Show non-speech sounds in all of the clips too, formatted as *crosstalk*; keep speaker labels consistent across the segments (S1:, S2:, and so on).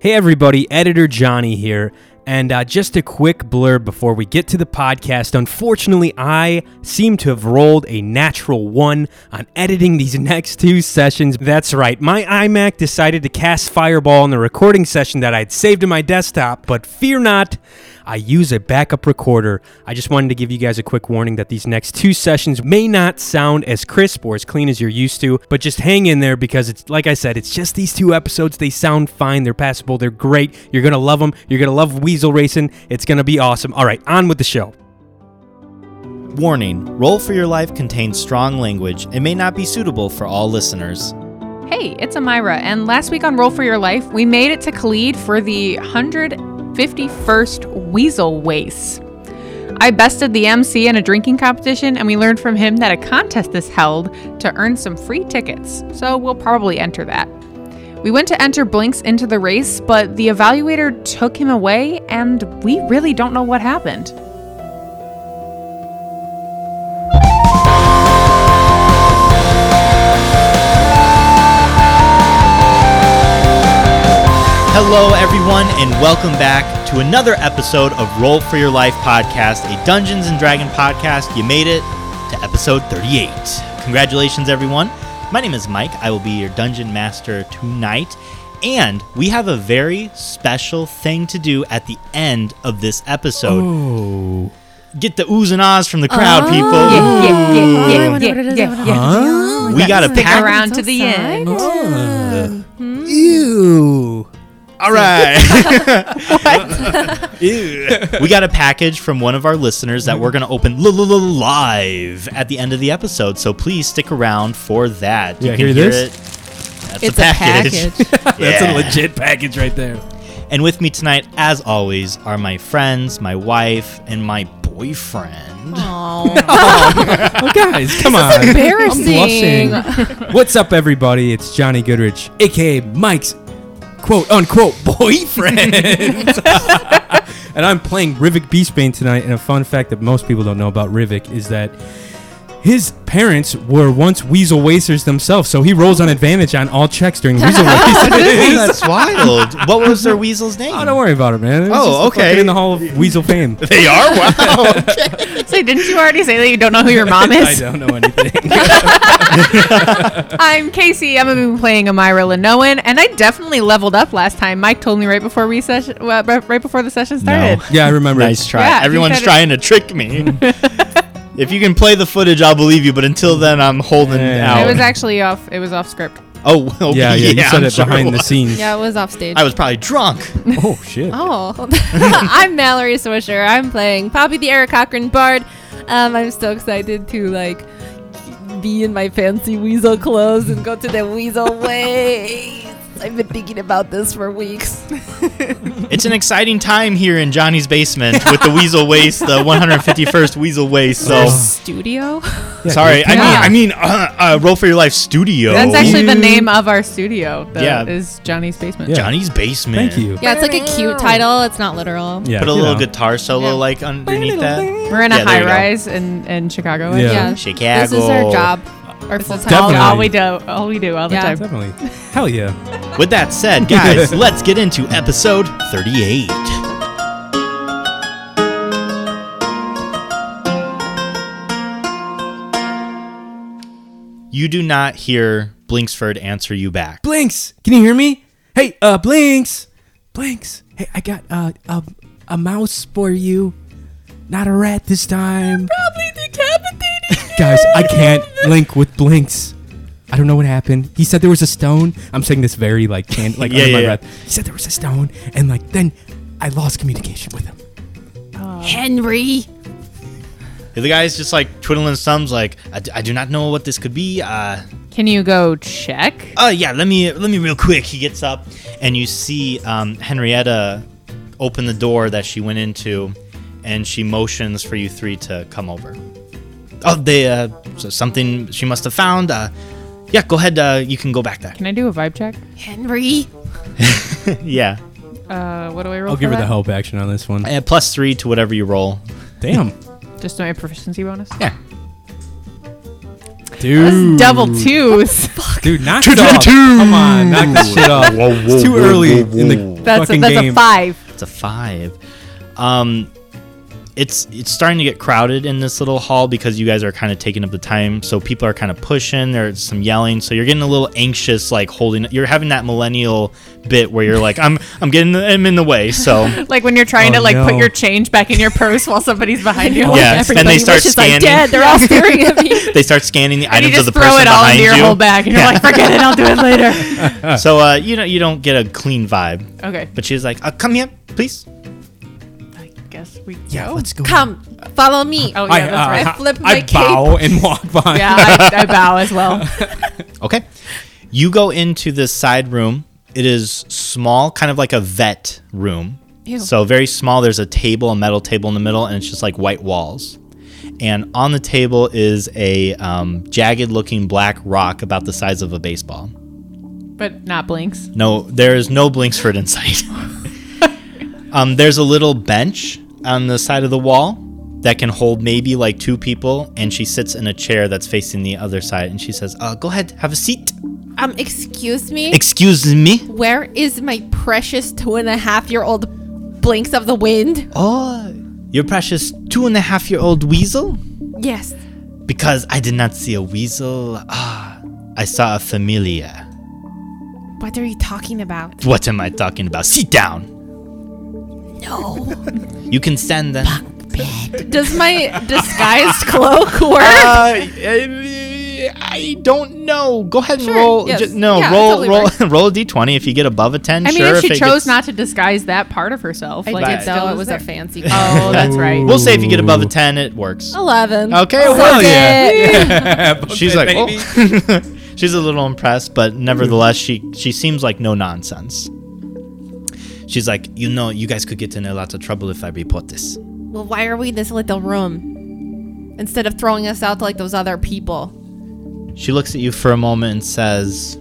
S1: Hey, everybody, Editor Johnny here. And uh, just a quick blurb before we get to the podcast. Unfortunately, I seem to have rolled a natural one on editing these *laughs* next two sessions. That's right, my iMac decided to cast fireball in the recording session that I'd saved in my desktop, but fear not. I use a backup recorder. I just wanted to give you guys a quick warning that these next two sessions may not sound as crisp or as clean as you're used to, but just hang in there because it's like I said, it's just these two episodes. They sound fine, they're passable, they're great. You're gonna love them. You're gonna love Weasel Racing. It's gonna be awesome. All right, on with the show.
S2: Warning Roll for Your Life contains strong language and may not be suitable for all listeners.
S3: Hey, it's Amira, and last week on Roll for Your Life, we made it to Khalid for the 151st Weasel Waste. I bested the MC in a drinking competition, and we learned from him that a contest is held to earn some free tickets, so we'll probably enter that. We went to enter Blinks into the race, but the evaluator took him away, and we really don't know what happened.
S2: Hello, everyone, and welcome back to another episode of Roll for Your Life podcast, a Dungeons and Dragon podcast. You made it to episode 38. Congratulations, everyone. My name is Mike. I will be your dungeon master tonight. And we have a very special thing to do at the end of this episode. Get the oohs and ahs from the crowd, people.
S3: Oh. Yeah, yeah, yeah, yeah,
S4: Oh, I wonder
S3: yeah,
S4: what it is.
S3: yeah,
S4: I wonder
S3: yeah.
S4: what it
S1: Huh?
S4: is.
S2: We got a
S3: Stick
S2: pack.
S3: around to the end.
S1: Ew.
S2: All right. *laughs* we got a package from one of our listeners that we're going to open li- li- li- live at the end of the episode. So please stick around for that.
S1: Yeah, hear this?
S2: it. That's a package. *laughs*
S1: That's a
S2: Yeah.
S1: legit package right there.
S2: And with me tonight, as always, are my friends, my wife, and my boyfriend.
S1: *laughs* Oh, guys, come on.
S4: Embarrassing.
S1: What's up, everybody? It's Johnny Goodrich, aka Mike's quote unquote boyfriend. *laughs* and I'm playing Rivik Beastbane tonight. And a fun fact that most people don't know about Rivik is that his parents were once Weasel Wacers themselves, so he rolls on advantage on all checks during Weasel *laughs*
S4: *laughs*
S1: Wacers.
S2: That's wild. What was their weasel's name?
S1: oh, don't worry about it, man. It's
S2: Oh,
S1: just fucking
S2: okay.
S1: In the Hall of Weasel Fame.
S2: They
S3: *laughs*
S2: are? Wow. Okay.
S3: So, didn't you already say that you don't know
S1: *laughs*
S3: who your mom
S1: I
S3: is?
S1: don't know anything. *laughs*
S3: I'm Casey. I'm gonna be playing Amira Lenoan, and I definitely leveled up last time. Mike told me right before we session, well, r- right before the session started.
S1: yeah, I remember.
S2: Nice try.
S3: Yeah, you
S2: Everyone's
S3: said it.
S2: trying to trick me.
S3: *laughs*
S2: if you can play the footage, I'll believe you. But until then, I'm holding
S1: Yeah.
S2: out.
S3: It was actually off. It was off script.
S2: oh, *laughs* okay,
S1: Yeah, yeah, you said
S2: I'm
S1: it
S2: sure
S1: behind
S2: *laughs*
S1: the
S2: was.
S1: scenes.
S4: Yeah, it was off stage.
S2: I was probably drunk.
S1: Oh shit.
S4: oh, *laughs* I'm Mallory Swisher. I'm playing Poppy the Eric Cochran Bard. Um, I'm so excited to like be in my fancy weasel clothes and go to the weasel ways. I've been thinking about this for weeks.
S2: *laughs* It's an exciting time here in Johnny's basement with the Weasel Waste, the 151st Weasel Waste. So
S1: Oh, *laughs*
S4: Studio.
S2: sorry. I mean,
S3: Yeah.
S2: I mean, uh, uh, Roll for Your Life Studio.
S3: That's actually the
S1: You-
S3: name of our studio. That
S2: Yeah.
S3: is Johnny's basement.
S1: Yeah.
S2: Johnny's basement.
S1: Thank you.
S4: Yeah, it's like a cute title. It's not literal.
S1: Yeah,
S2: Put a
S1: you
S2: little
S1: know.
S2: guitar solo
S4: Yeah.
S2: like underneath that.
S3: We're in a
S2: Yeah, there you
S3: high
S2: go.
S3: rise in, in Chicago.
S1: Yeah.
S2: Chicago.
S4: This is our job. Our
S3: This
S4: full
S3: is
S4: time
S3: all,
S1: Definitely.
S4: job.
S3: all we do. All we do all the
S4: Yeah.
S3: time.
S1: Definitely. Hell yeah.
S2: With that said, guys, let's get into episode 38. You do not hear Blinksford answer you back.
S1: Blinks, can you hear me? Hey, uh, Blinks, Blinks. Hey, I got uh, a a mouse for you, not a rat this time. *laughs*
S4: Probably decapitated.
S1: Guys, I can't link with Blinks. I don't know what happened. He said there was a stone. I'm saying this very like can like
S2: *laughs* Yeah,
S1: under my
S2: yeah, yeah.
S1: breath. He said there was a stone, and like then I lost communication with him.
S4: Henry.
S2: The guy's just like twiddling his thumbs, like I, d- I do not know what this could be. Uh,
S3: Can you go check?
S2: oh yeah, let me let me real quick. He gets up, and you see um, Henrietta open the door that she went into, and she motions for you three to come over. Oh, they uh, so something she must have found. Uh, yeah, go ahead. Uh, you can go back there.
S3: Can I do a vibe check?
S4: Henry.
S2: Yeah,
S3: Uh, what do I roll?
S1: I'll
S3: for
S1: give her
S3: that?
S1: the help action on this one.
S2: Uh, plus three to whatever you roll.
S1: Damn.
S3: Just my proficiency bonus.
S2: Yeah.
S1: Dude.
S3: Double twos.
S1: Dude, knock
S2: Two,
S1: it
S2: two,
S1: off.
S2: two.
S1: Come on, knock that shit off. It's too early in the
S4: That's a,
S1: fucking
S4: that's
S1: game.
S4: a five.
S2: It's a five. Um, it's it's starting to get crowded in this little hall because you guys are kind of taking up the time. So people are kind of pushing. There's some yelling. So you're getting a little anxious, like holding. You're having that millennial bit where you're like, I'm I'm getting I'm in the way.
S3: *laughs*
S2: So
S3: like when you're trying
S1: Oh,
S3: to like
S1: no.
S3: put your change back in your purse while somebody's behind you.
S2: Yeah, and
S4: Everybody
S2: they start
S4: wishes
S2: scanning.
S4: I'm dead. They're all staring at
S2: *laughs*
S4: me.
S2: they start scanning the
S3: And you
S2: items of
S3: just
S2: the
S3: throw
S2: person
S3: it all
S2: behind
S3: into your
S2: you.
S3: whole bag and you're
S2: Yeah.
S3: like, forget it, I'll do it later.
S2: So uh, you know you don't get a clean vibe.
S3: Okay.
S2: But she's like, uh, come here, please.
S3: I guess we
S1: Yeah,
S3: go.
S1: let's go.
S4: Come, follow me.
S3: Oh,
S1: I,
S3: yeah, that's right.
S1: uh,
S4: I flip
S1: I
S4: my cape.
S1: bow and walk by. *laughs*
S3: yeah, I, I bow as well.
S2: Okay. You go into this side room. It is small, kind of like a vet room.
S4: Ew.
S2: So very small. There's a table, a metal table in the middle, and it's just like white walls. And on the table is a um, jagged-looking black rock about the size of a baseball.
S3: But not blinks.
S2: No, there is no Blinksford in sight. *laughs* um, there's a little bench on the side of the wall that can hold maybe like two people, and she sits in a chair that's facing the other side, and she says, uh, "Go ahead, have a seat."
S4: Um, excuse me.
S2: Excuse me.
S4: Where is my precious two and a half year old blinks of the wind?
S2: Oh, your precious two and a half year old weasel?
S4: Yes.
S2: Because I did not see a weasel. Ah, I saw a familia.
S4: What are you talking about?
S2: What am I talking about? Sit down.
S4: No.
S2: *laughs* You can stand then.
S4: Does
S3: *laughs*
S4: my disguised cloak work?
S2: Uh, I don't know. Go ahead and
S4: Sure,
S2: roll.
S4: yes.
S2: ju- no,
S4: Yeah, it
S2: roll,
S4: totally
S2: roll, *laughs*
S4: works.
S2: roll a d20. If you get above a ten,
S3: I mean,
S2: sure.
S3: if she
S2: it
S3: chose
S2: gets-
S3: not to disguise that part of herself, like
S2: did,
S3: it
S2: though.
S3: still is there. *laughs*
S4: fancy *laughs*
S3: Oh, that's right.
S2: we'll say if you get above a ten, it works.
S4: Oh. 11.
S2: Okay, it
S1: Hell yeah. yeah.
S2: works. She's like, oh. *laughs* she's a little impressed, but nevertheless, she she seems like no nonsense. She's like, you know, you guys could get in a lot of trouble if I report this.
S4: Well, why are we in this little room? Instead of throwing us out like those other people.
S2: She looks at you for a moment and says,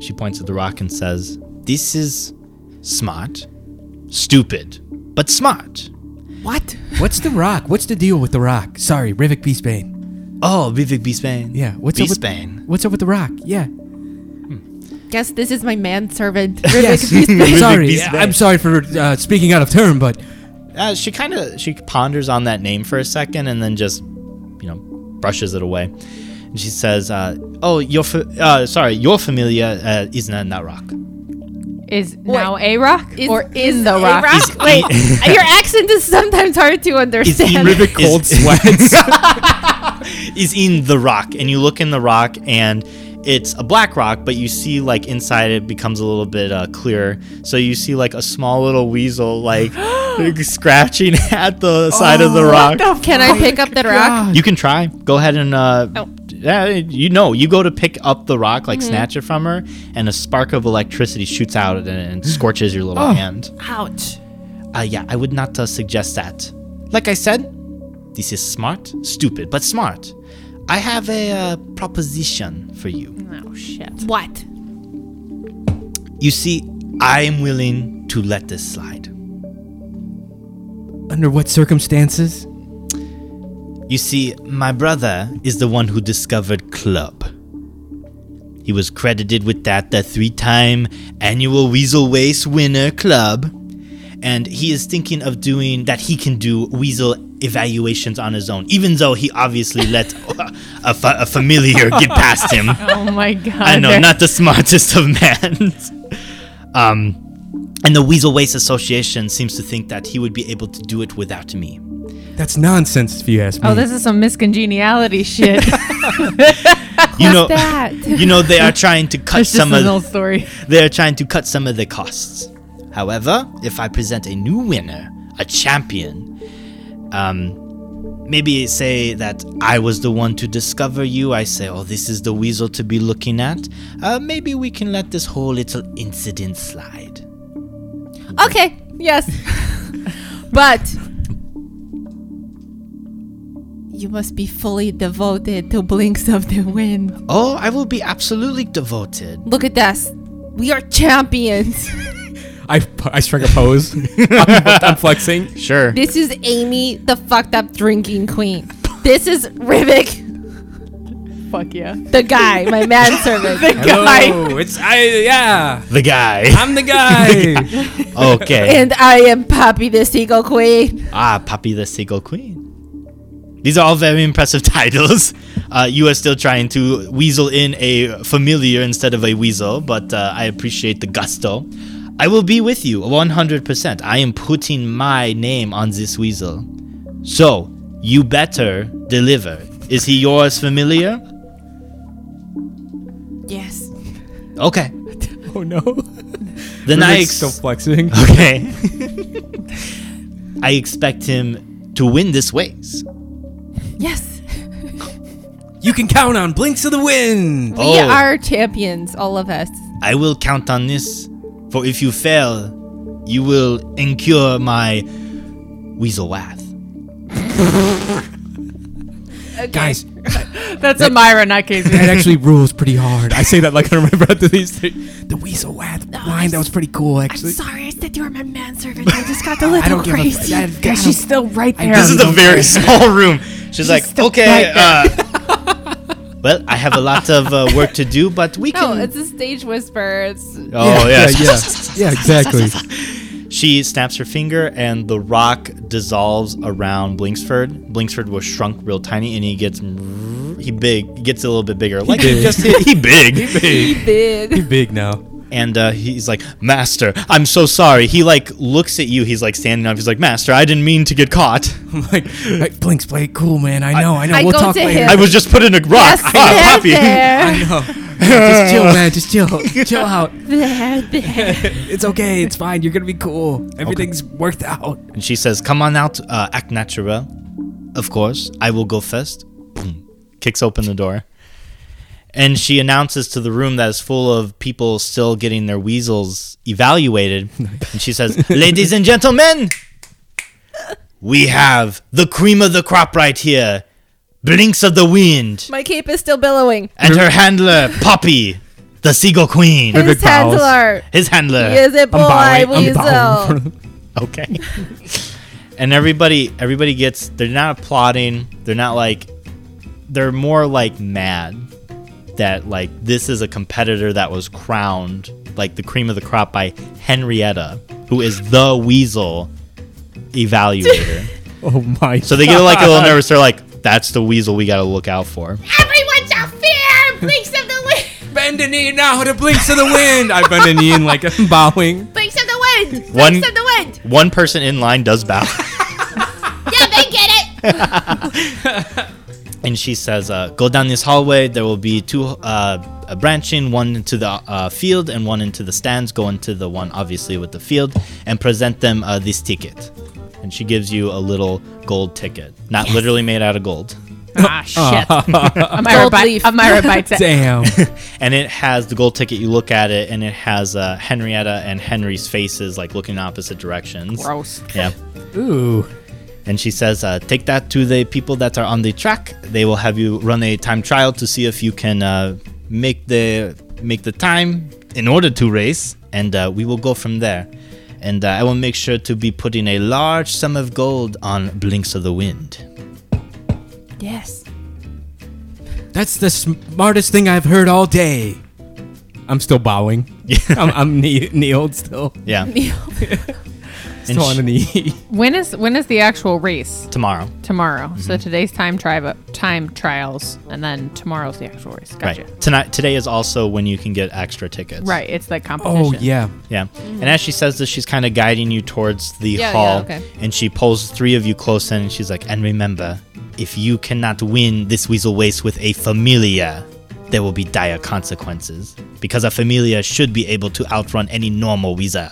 S2: she points at the rock and says, this is smart, stupid, but smart.
S4: What?
S1: What's the rock? What's the deal with the rock? Sorry, Rivik Beastbane.
S2: Oh, Vivek Beastbane.
S1: Yeah, what's up with-
S2: Beastbane?
S1: What's up with the rock? Yeah.
S4: Hmm. Guess this is my manservant.
S1: *laughs* Yes. sorry. I'm sorry for uh, speaking out of turn, but
S2: Uh, she kind of she ponders on that name for a second and then just you know brushes it away and she says uh, oh your fa- uh, sorry your familia uh, is not in that rock
S3: Is now a rock
S4: Is-
S3: or
S4: is
S3: in the
S4: a
S3: rock?
S2: Ah,
S4: rock? Wait,
S3: *laughs*
S4: your accent is sometimes hard to
S2: *laughs*
S4: understand.
S2: Rivik
S1: cold
S2: is,
S1: sweats.
S2: *laughs* is in the rock and you look in the rock and it's a black rock but you see like inside it becomes a little bit uh, clearer so you see like a small little weasel *gasps* like *laughs* scratching *laughs* at the side of Oh, the rock
S4: Can I pick up the rock?
S2: You can try. Go ahead and uh,
S4: Oh. Mm-hmm.
S2: yeah, you know, you go to pick up the rock, like snatch it from her, and a spark of electricity shoots out and, and scorches your little hand.
S4: Ouch.
S2: Uh, yeah, I would not uh, suggest that. Like I said, this is smart, stupid, but smart. I have a uh, proposition for
S4: Mm.
S2: you.
S3: Oh shit.
S4: What?
S2: You see, I am willing to let this slide.
S1: Under what circumstances?
S2: You see, my brother is the one who discovered Club. He was credited with that, the three time annual Weasel Waste winner Club. And he is thinking of doing that, he can do weasel evaluations on his own, even though he obviously let a, fa- a familiar get past him.
S3: Oh my god.
S2: I know,
S3: they're-
S2: not the smartest of men. *laughs* um, and the Weasel Waste Association seems to think that he would be able to do it without me.
S1: That's nonsense, if you ask me.
S3: Oh, this is some miscongeniality shit.
S2: you know,
S4: that?
S2: *laughs* you know, they are trying to cut
S3: That's just
S2: some
S3: an
S2: of
S3: old story.
S2: they are trying to cut some of the costs. However, if I present a new winner, a champion, um, maybe say that I was the one to discover you. I say, oh, this is the weasel to be looking at. Uh, maybe we can let this whole little incident slide.
S4: Okay. Yes. *laughs* but you must be fully devoted to Blinks of the Wind.
S2: Oh, I will be absolutely devoted.
S4: Look at us. We are champions. *laughs*
S1: I, I struck a pose. *laughs* I'm, I'm flexing.
S2: Sure.
S4: this is Amy, the fucked up drinking queen. This is Rivik.
S3: fuck yeah.
S4: The guy, my manservant.
S3: Guy.
S1: Hello, it's I. Yeah, *laughs*
S2: The guy.
S1: I'm the
S2: *laughs*
S1: guy.
S2: okay.
S4: and I am Poppy the Seagull Queen.
S2: Ah, Poppy the Seagull Queen. These are all very impressive *laughs* titles. Uh, you are still trying to weasel in a familiar instead of a weasel, but uh, I appreciate the gusto. I will be with you 100%. I am putting my name on this weasel. So, you better deliver. Is he yours familiar?
S4: Yes.
S2: Okay.
S1: oh no,
S2: Then I ex-
S1: still flexing.
S2: *laughs* Okay. I expect him to win this race.
S4: Yes.
S1: You can count on blinks of the wind.
S4: We
S2: Oh.
S4: are champions, all of us.
S2: I will count on this, for if you fail, you will incur my weasel wrath.
S1: Guys,
S3: That's a Myra,
S1: *laughs*
S3: not Casey.
S1: that
S2: *laughs*
S1: actually rules pretty hard. I say that like I remember after these things. The weasel wad line that was pretty cool actually.
S4: Sorry, I said you were my manservant. I
S1: *laughs*
S4: just got a little
S1: I don't give a- I- I don't-
S4: She's still right there.
S2: This is a very *laughs* small room. She's like, okay, *laughs* uh, well, I have a lot of uh, work to do, but we
S4: no,
S3: Oh,
S2: can.
S4: it's a stage whisper. It's
S2: oh
S1: yeah,
S2: yes.
S4: *laughs*
S1: yeah, yeah, exactly.
S2: She snaps her finger, and the rock dissolves around Blinksford. Blinksford was shrunk real tiny, and he gets he big, gets a little bit bigger. Like he
S1: big.
S2: *laughs* just he big.
S1: big,
S4: big.
S1: big now. *laughs*
S2: and uh, he's like, "Master, I'm so sorry." He like looks at you. He's like standing up. He's like, "Master, I didn't mean to get caught.
S1: I'm like, hey, blinks play cool, man. I know, I know.
S4: I
S1: we'll
S4: go
S1: talk
S4: to
S1: later.
S4: him.
S2: I was just put in a rock."
S1: *laughs*
S2: *laughs*
S4: Yes,
S2: Ah, Poppy.
S1: I *laughs*
S4: there,
S1: know. just chill, man. Just
S4: *laughs*
S1: chill. chill out. *laughs*
S4: there, there.
S1: It's okay. It's fine. You're gonna be cool. Everything's worked out.
S2: And she says, "Come on out, uh, act natural." Of course, I will go first. Boom. Kicks open the door, and she announces to the room that is full of people still getting their weasels evaluated. And she says, "Ladies and gentlemen, we have the cream of the crop right here." Blinks of the wind.
S4: My cape is still billowing.
S2: and her handler, Poppy, the Seagull Queen.
S4: His
S1: Perfect bowels.
S4: handler
S2: His handler.
S4: is a boy
S1: bowing,
S4: weasel.
S1: bowing.
S2: *laughs* Okay. and everybody, everybody gets. They're not applauding. They're not like. They're more like mad that like this is a competitor that was crowned like the cream of the crop by Henrietta, who is the weasel evaluator.
S1: *laughs* Oh my.
S2: so they get like a little nervous. They're like, "That's the weasel we got to look out for."
S5: Everyone shall fear Blinks of the Wind!
S1: bend a knee now to blinks of the wind. I bend a knee and like I'm bowing.
S5: Blinks of the Wind!
S2: One-
S5: Blinks of the Wind!
S2: One person in line does bow.
S5: Yeah, they get it!
S2: and she says, uh, "Go down this hallway. There will be two uh, a branching, one into the uh, field and one into the stands. Go into the one obviously with the field and present them uh, this ticket." And she gives you a little gold ticket, not literally made out of gold,
S3: ah, shit. a Myra,
S4: Gold
S3: bi-
S4: leaf.
S3: a Myra bites it.
S1: Damn.
S2: and it has the gold ticket. You look at it, and it has uh, Henrietta and Henry's faces like looking in opposite directions.
S3: Gross.
S2: Yeah.
S1: *laughs* Ooh.
S2: And she says, uh, take that to the people that are on the track. They will have you run a time trial to see if you can uh, make the make the time in order to race, and uh, we will go from there. And uh, I will make sure to be putting a large sum of gold on Blinks of the Wind.
S4: *laughs* Yes.
S1: That's the smartest thing I've heard all day. I'm still bowing. I'm, I'm knee- kneeled still.
S3: *laughs*
S2: Yeah,
S1: Still on
S2: sh-
S1: a knee.
S3: When is when is the actual race?
S2: tomorrow.
S3: Tomorrow. So today's time tri- time trials, and then tomorrow's the actual race. Gotcha.
S2: Right. Tonight, today is also when you can get extra tickets.
S3: Right, it's the competition.
S1: oh yeah.
S2: Yeah. And as she says this, she's kind of guiding you towards the
S4: Mm-hmm. Yeah,
S2: hall.
S4: yeah, okay.
S2: And she pulls three of you close in and she's like, and remember, if you cannot win this weasel waste with a familia, there will be dire consequences. Because a familia should be able to outrun any normal weasel.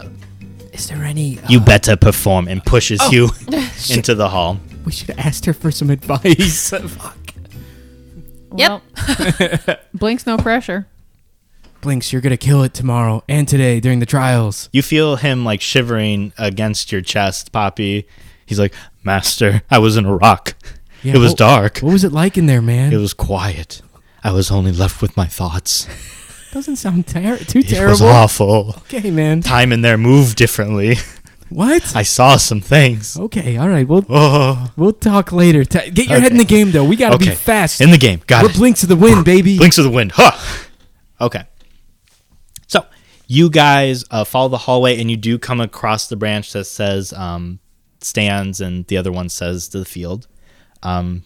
S1: Is there any? uh,
S2: You better perform and pushes
S4: Oh. *laughs*
S2: you *laughs* into the hall.
S1: we should have asked her for some *laughs* advice. Fuck.
S4: Yep.
S3: Blinks no pressure.
S1: Blinks, you're gonna kill it tomorrow and today during the trials.
S2: You feel him like shivering against your chest, Poppy. He's like, Master, I was in a rock.
S1: Yeah,
S2: it was
S1: what-
S2: dark.
S1: What was it like in there, man?
S2: It was quiet. I was only left with my thoughts.
S1: Doesn't sound ter- too
S2: It was
S1: terrible.
S2: awful.
S1: Okay, man.
S2: Time in there moved differently. *laughs*
S1: What?
S2: I saw some things.
S1: okay, all right. We'll
S2: Oh,
S1: we'll talk later. Ta- Get your head in the
S2: Okay.
S1: game though. We gotta
S2: okay.
S1: be fast.
S2: In the game. Got
S1: We're
S2: it.
S1: blinks of the wind, baby.
S2: Blinks of the wind. Huh. Okay. So you guys uh, follow the hallway and you do come across the branch that says um, stands and the other one says to the field. Um,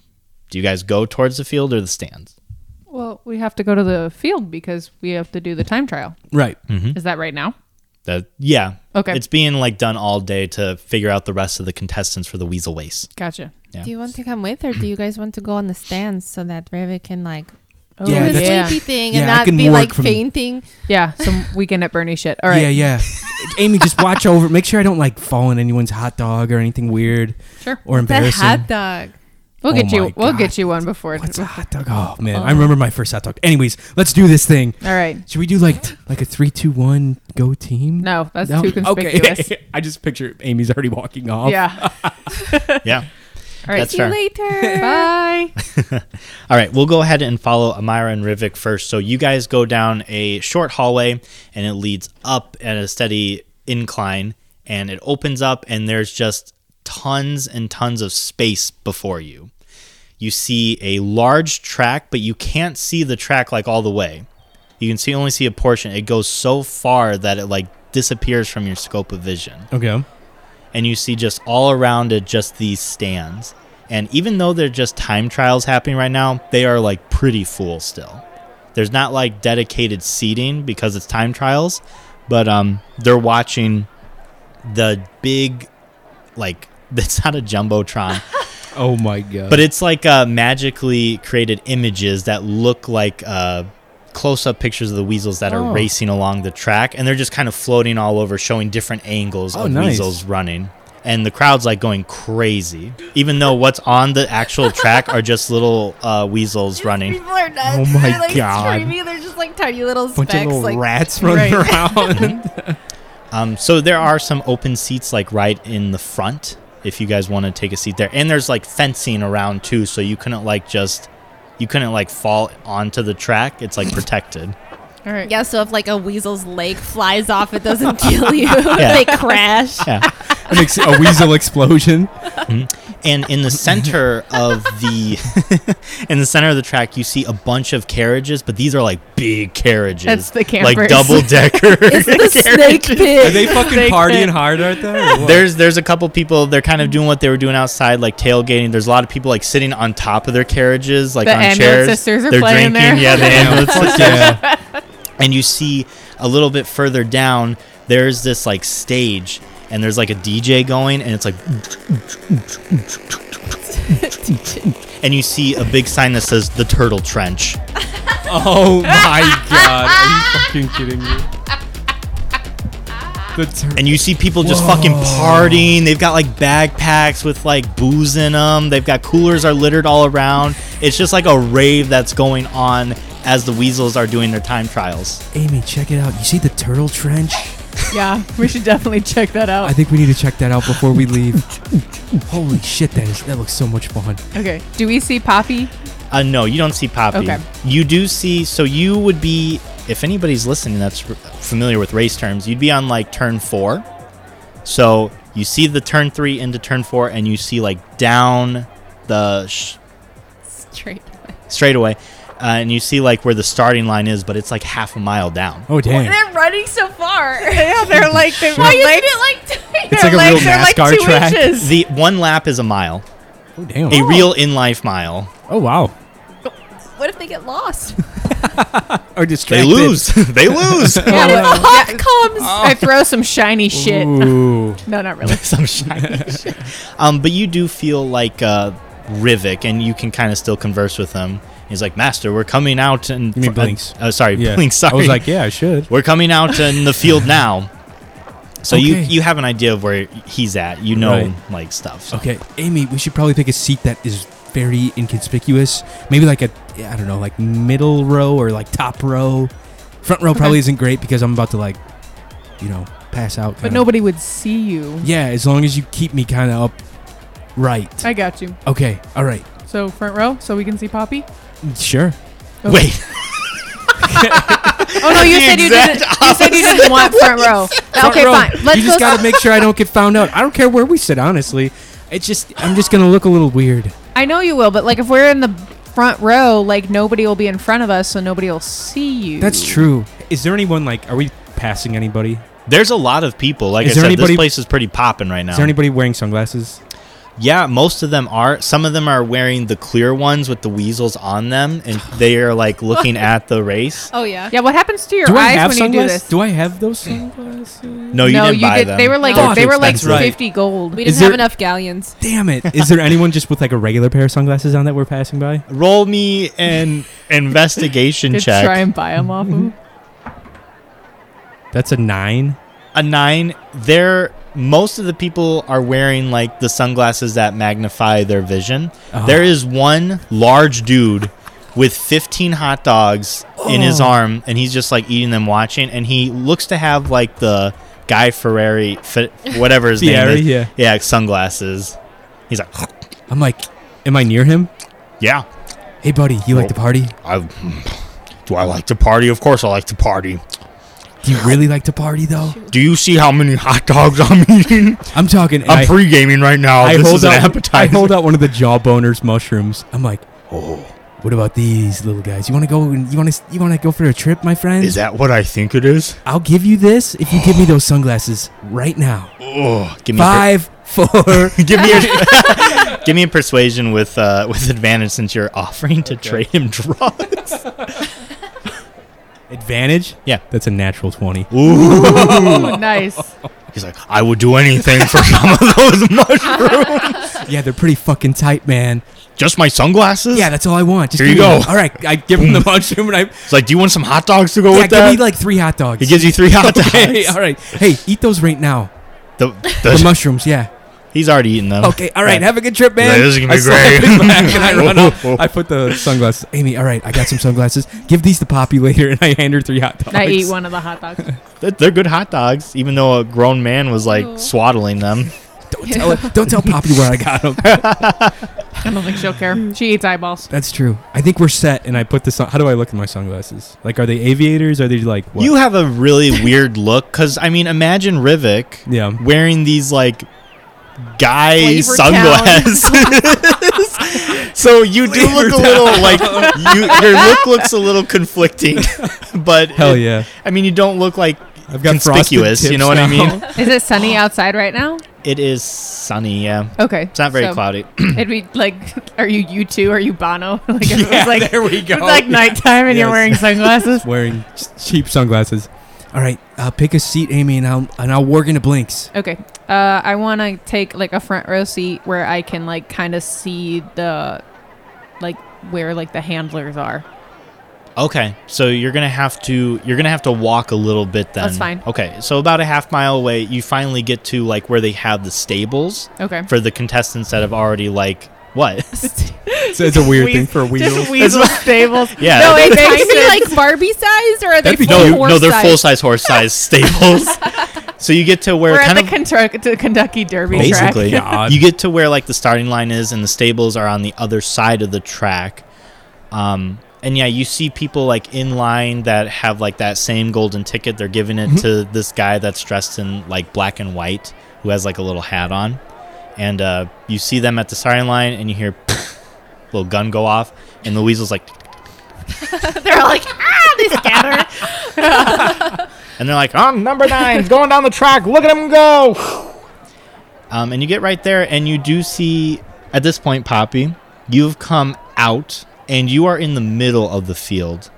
S2: do you guys go towards the field or the stands?
S3: Well, we have to go to the field because we have to do the time trial.
S1: Right.
S2: Mm.
S3: Is that right now?
S2: The, yeah.
S3: Okay.
S2: It's being like done all day to figure out the rest of the contestants for the Weasel
S1: *laughs*
S2: Waste.
S3: Gotcha.
S4: Do you want to come with, or do you guys want to go on the stands so that Revit can like
S3: Oh,
S4: do
S1: Yeah,
S4: the
S1: that's-
S3: yeah.
S4: sleepy thing
S1: Yeah,
S4: and
S1: I
S4: not
S1: can
S4: be
S1: work
S4: like
S1: from-
S4: fainting?
S3: Yeah, some weekend at Bernie shit. All right.
S1: Yeah,
S3: *laughs*
S1: yeah. Amy, just watch over. Make sure I don't like fall on anyone's hot dog or anything weird
S3: Sure.
S1: or
S4: That
S1: embarrassing.
S4: hot dog.
S3: We'll
S1: Oh
S3: get you.
S1: my
S3: We'll
S1: God.
S3: get you one before.
S1: What's a hot dog? Oh man, I remember my first hot dog. Anyways, let's do this thing.
S3: All right.
S1: Should we do like like a three, two, one, go team?
S3: No, that's
S1: No?
S3: too
S1: *laughs*
S3: conspicuous.
S1: Okay. I just picture Amy's already walking off. *laughs*
S3: Yeah.
S2: Yeah.
S3: All right.
S2: That's
S4: See you
S2: fair.
S4: later.
S3: Bye.
S2: All right, we'll go ahead and follow Amira and Rivik first. So you guys go down a short hallway and it leads up at a steady incline and it opens up and there's just tons and tons of space before you. You see a large track, but you can't see the track like all the way. You can see only see a portion. It goes so far that it like disappears from your scope of vision
S1: Okay.
S2: and you see just all around it just these stands. And even though they're just time trials happening right now, they are like pretty full still. There's not like dedicated seating because it's time trials, but um they're watching the big like *laughs* it's not a jumbotron,
S1: Oh my god.
S2: but it's like uh, magically created images that look like uh, close-up pictures of the weasels that
S1: Oh.
S2: are racing along the track, and they're just kind of floating all over, showing different angles
S1: Oh,
S2: of
S1: nice.
S2: weasels running. And the crowd's like going crazy, even though what's on the actual track are just little uh, weasels running.
S4: People are nuts.
S1: Oh my
S4: They're like
S1: God.
S4: screaming. They're just like tiny little
S1: bunch of
S4: specks.
S1: little
S4: Like
S1: rats running
S3: *laughs*
S1: around.
S2: Um, so there are some open seats like right in the front if you guys want to take a seat there. And there's like fencing around too, so you couldn't like just you couldn't like fall onto the track. It's like protected.
S1: *laughs*
S3: All right.
S4: yeah, so if like a weasel's leg flies off,
S1: *laughs*
S4: it doesn't kill *laughs* you.
S2: Yeah.
S4: they crash.
S2: Yeah.
S1: An ex- a weasel explosion.
S2: And in the center of the *laughs* in the center of the track, you see a bunch of carriages, but these are like big carriages.
S3: That's the
S2: Like
S3: campers. *laughs*
S2: double decker.
S4: The
S2: *laughs*
S4: snake
S1: Are
S4: pit.
S1: they fucking
S3: They
S1: partying
S3: can't-
S1: hard out there? or what?
S2: There's there's a couple people. They're kind of doing what they were doing outside, like tailgating. There's a lot of people like sitting on top of their carriages, like
S3: The
S2: on
S3: ambulance
S2: chairs.
S3: sisters are
S2: they're
S3: playing
S2: drinking.
S3: there. *laughs*
S2: Yeah, the ambulance sisters.
S1: yeah.
S2: and you see a little bit further down there's this like stage and there's like a DJ going and it's like and you see a big sign that says the turtle trench
S1: Oh my god. Are you fucking kidding me? The tur-
S2: and you see people just fucking partying they've got like backpacks with like booze in them they've got coolers are littered all around it's just like a rave that's going on as the weasels are doing their time trials
S1: Amy, check it out. You see the turtle trench?
S3: Yeah. We should definitely check that
S1: I
S3: out.
S1: think we need to check that out before we leave. *laughs* Holy shit, that is that looks so much fun.
S3: Okay. Do we see Poppy?
S2: Uh, no, you don't see Poppy.
S3: Okay.
S2: You do see. So you would be, if anybody's listening that's r- familiar with race terms, you'd be on like turn four. So you see the turn three into turn four, and you see like down the sh-
S4: Straight away.
S2: straightaway, uh, and you see like where the starting line is, but it's like half a mile down.
S1: Oh damn.
S4: They're running so far.
S3: Yeah, they're like they
S4: Why
S3: *laughs*
S4: isn't it like?
S1: It's like a real NASCAR track. *laughs*
S2: The one lap is a mile,
S1: Oh damn.
S2: a real in life mile.
S1: Oh wow.
S4: What if they get lost?
S1: Or
S2: They
S1: distracted.
S2: lose. *laughs* they lose.
S3: Yeah,
S4: What if
S3: well,
S4: the hawk comes?
S3: I throw some shiny shit.
S1: Oh. Ooh.
S3: No, not
S2: *laughs*
S3: really.
S2: some shiny shit. Um, but you do feel like uh, Rivik, and you can kind of still converse with him. He's like, "Master, we're coming out and
S1: You mean Blinks.
S2: Uh, oh, sorry,
S1: Yeah.
S2: Blinks. Sorry,
S1: I was like, yeah, I should.
S2: we're coming out in
S1: *laughs*
S2: the field now." So you
S1: Okay.
S2: you have an idea of where he's at. You know,
S1: Right. Oh.
S2: like stuff. *laughs* So.
S1: Okay, Amy, we should probably pick a seat that is very inconspicuous. Maybe like a, I don't know, like middle row or like top row. Front row probably isn't great because I'm about to like, you know, pass out.
S3: But
S1: kinda.
S3: nobody would see you.
S1: Yeah, as long as you keep me kind of up right.
S3: I got you.
S1: okay, all right.
S3: So front row, so we can see Poppy.
S1: Sure.
S3: Okay.
S2: Wait.
S3: Oh
S1: *laughs*
S3: no, you
S2: The
S3: said you
S2: exact
S3: didn't. You said you didn't want front row.
S1: Front
S4: okay,
S1: row.
S4: fine. Let's
S1: you just
S4: go. *laughs*
S1: gotta make sure I don't get found out. I don't care where we sit, honestly. It's just I'm just gonna look a little weird.
S3: I know you will, but like if we're in the front row, like nobody will be in front of us, so nobody will see you.
S1: That's true. Is there anyone like? Are we passing anybody?
S2: There's a lot of people. Like
S1: Is
S2: I
S1: there
S2: said,
S1: anybody-
S2: this place is pretty popping right now.
S1: Is there anybody wearing sunglasses?
S2: yeah, most of them are. Some of them are wearing the clear ones with the weasels on them, and they are like
S3: *laughs*
S2: looking at the race.
S4: Oh yeah.
S3: Yeah, what happens to your
S1: Do I
S3: eyes
S1: have
S3: when you do
S1: sunglasses?
S3: this?
S1: Do I have those
S3: *laughs*
S1: sunglasses?
S2: No, Oh, you
S3: no,
S2: didn't
S3: you
S2: buy
S3: did.
S2: them. Oh,
S3: They were like
S4: No.
S3: they were like
S1: That's right.
S3: fifty gold.
S4: We
S1: Is
S4: didn't
S1: there-
S4: have enough galleons.
S1: Damn it! Is there anyone just with like a regular pair of sunglasses on that we're passing by?
S2: roll me an
S1: *laughs*
S2: investigation
S3: Just
S2: check.
S3: try and buy them off 'em.
S1: That's a nine.
S2: a nine. They're most of the people are wearing like the sunglasses that magnify their vision.
S1: Oh.
S2: There is one large dude with 15 hot dogs in his
S1: Oh.
S2: arm, and he's just like eating them, watching. And he looks to have like the Guy Ferrari, Fe- whatever his
S1: Fieri,
S2: name is.
S1: yeah.
S2: yeah, sunglasses. He's like,
S1: I'm like, am I near him?
S2: yeah.
S1: Hey, buddy, you like to party?
S2: I, do I like to party? Of course, I like to party.
S1: Do you really like to party though?
S2: Do you see how many hot dogs I'm eating?
S1: I'm talking. and I-
S2: pre gaming right now.
S1: I hold out. I
S2: appetizer.
S1: hold out one of the jawboners mushrooms. I'm like, oh, what about these little guys? You want to go? and- You want to? You want to go for a trip, my friend?
S2: Is that what I think it is?
S1: I'll give you this if you give me those sunglasses right now.
S2: Oh, give me a
S1: Five, four. *laughs*
S2: per- *laughs* give me a give me a persuasion with uh, with advantage since you're offering to trade
S1: *laughs*
S2: him drugs.
S1: Advantage?
S2: Yeah.
S1: That's a natural
S2: *laughs*
S1: 20.
S3: Ooh, nice.
S2: He's like, I would do anything
S1: *laughs*
S2: for some of those mushrooms.
S1: Yeah, they're pretty fucking tight, man.
S2: Just my sunglasses.
S1: Yeah, that's all I want. Just
S2: Here
S1: give
S2: you
S1: me-
S2: go.
S1: All right, I give him the mushroom and I
S2: It's like, do you want some hot dogs to go
S1: yeah,
S2: with
S1: give
S2: that?
S1: me like three hot dogs.
S2: he gives you three hot
S1: *laughs*
S2: dogs.
S1: okay, all right. Hey, eat those right now.
S2: The,
S1: The
S2: the-
S1: mushrooms, yeah.
S2: he's already eaten them.
S1: Okay, all right. Have a good trip, man.
S2: Yeah, this is gonna be
S1: I slap *laughs*
S2: great.
S1: it back
S2: *laughs*
S1: and I run
S2: Whoa.
S1: up. I put the sunglasses. Amy, all right. I got some sunglasses. Give these to Poppy later, and I hand her three hot dogs.
S3: I eat one of the hot dogs.
S2: They're- They're good hot dogs, even though a grown man was like swaddling them.
S1: Don't tell, her- don't tell Poppy where I got
S2: *laughs*
S1: them.
S3: I don't think she'll care. She eats eyeballs.
S1: That's true. I think we're set. And I put this on. How do I look at my sunglasses? Like, are they aviators? Are they like what?
S2: You have
S1: *laughs*
S2: a really weird look because I mean, imagine Rivik
S1: Yeah.
S2: wearing these like guy
S4: Flavor
S3: *laughs*
S2: sunglasses. so you do
S1: Flavor
S2: look a little like you, your look looks a little conflicting, *laughs* but
S1: Hell
S2: it-
S1: yeah.
S2: I mean, you don't look like
S1: I've got frosted
S2: conspicuous. You
S1: tips
S2: know what I
S1: now. *laughs*
S2: mean?
S3: Is it sunny *gasps* outside right now?
S2: It is sunny. Yeah,
S3: Okay.
S2: it's not very
S3: so
S2: cloudy.
S3: It'd be like, *laughs* are you you two? Are you Bono? *laughs* like if
S1: Yeah,
S3: it was like
S1: there we go.
S3: It's like nighttime and you're
S1: Oh. Yes.
S3: wearing
S1: *laughs*
S3: sunglasses.
S1: Wearing ch- cheap sunglasses. All right, uh, pick a seat, Amy, and I'll and I'll work into blinks.
S3: Okay. Uh, I want to take like a front row seat where I can like kind of see the, like where like the handlers are.
S2: Okay, so you're gonna have to you're gonna have to walk a little bit then.
S3: That's fine.
S2: Okay, so about a half mile away, you finally get to like where they have the stables
S3: *laughs* Okay.
S2: for the contestants that have already like what?
S1: *laughs*
S2: *laughs*
S1: So it's a weird thing for a wheel.
S3: Just weasel stables.
S2: *laughs* Yeah.
S3: No, it
S4: Are
S3: makes
S4: they
S3: sense.
S4: *laughs* like Barbie sized or are they
S1: That'd be
S4: full
S1: dope.
S2: no,
S4: horse
S2: no, they're
S4: size?
S2: full size horse
S3: *laughs*
S2: size stables. so you get to where
S3: We're at
S2: kind
S3: the,
S2: of
S3: Kentuck- the Kentucky Derby
S2: basically
S3: track.
S1: God.
S2: you get to where like the starting line is, and the stables are on the other side of the track. Um, and yeah, you see people like in line that have like that same golden ticket. They're giving it to this guy that's dressed in like black and white, who has like a little hat on. And uh, you see them at the starting line, and you hear little gun go off, and the weasel's like,
S3: *laughs* They're like, ah, they scatter.
S2: *laughs* and they're like, "I'm number nine,
S3: *laughs*
S2: he's going down the track. Look at him go!" Um, and you get right there, and you do see at this point, Poppy, you've come out, and you are in the middle of the field,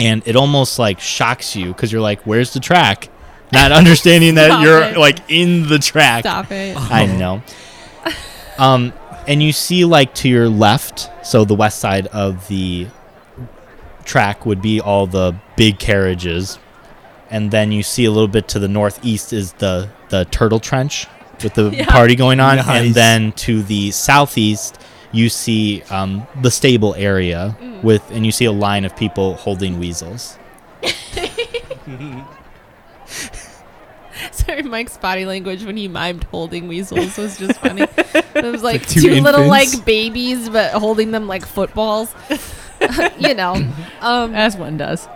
S2: and it almost like shocks you because you're like, "Where's the track?"
S3: *laughs*
S2: Not understanding that
S3: Stop
S2: you're
S3: it.
S2: like in the track.
S4: Stop it.
S1: *laughs*
S4: *laughs*
S1: Oh.
S2: I know. Um, and you see, like, to your left, so the west side of the track would be all the big carriages. And then you see a little bit to the northeast is the, the turtle trench with the party going on.
S1: Nice.
S2: And then to the southeast, you see um, the stable area with, and you see a line of people holding weasels.
S4: Sorry, Mike's body language when he mimed holding weasels was just funny. It was like,
S1: Like two
S4: two, little
S1: infants.
S4: like babies, *laughs* but holding them like footballs. you know.
S3: *laughs*
S4: Um,
S3: As one does.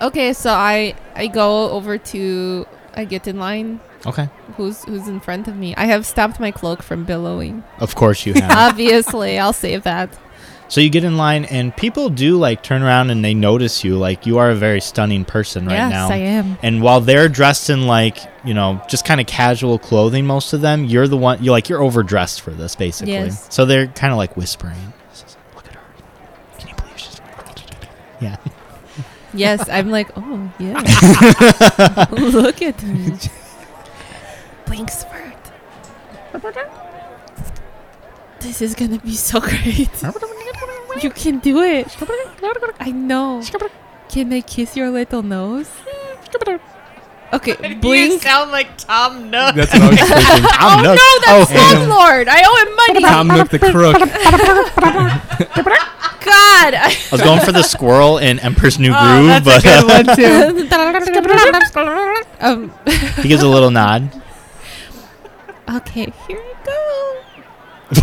S4: Okay, so I I go over to I get in line.
S2: Okay.
S4: Who's who's in front of me? I have stopped my cloak from billowing.
S2: Of course you
S4: *laughs*
S2: have.
S4: Obviously, I'll save that.
S2: so you get in line, and people do like turn around and they notice you. Like you are a very stunning person right
S4: yes,
S2: now.
S4: I am.
S2: And while they're dressed in like you know just kind of casual clothing, most of them, you're the one. You're like you're overdressed for this basically.
S4: Yes.
S2: So they're kind of like whispering. Look at her. Can you believe she's? Yeah.
S4: Yes, I'm *laughs* like, oh yeah. Look *laughs* at me. Blink squirt. This is gonna be so great. You can do it. I know. Can I kiss your little nose? *laughs* Okay, blink.
S3: sound like Tom *laughs* Nook.
S1: That's what I was thinking.
S2: Tom Nook.
S4: No, that's
S1: Oh,
S4: Slumlord.
S1: hang
S4: Lord. I owe him *laughs* money.
S1: Tom Nook the crook.
S4: God. I-
S2: *laughs* I was going for the squirrel in Emperor's New
S3: Oh,
S2: Groove,
S3: that's a
S2: but uh,
S3: good one too.
S4: *laughs* um,
S2: *laughs* he gives a little nod.
S4: okay, here I go.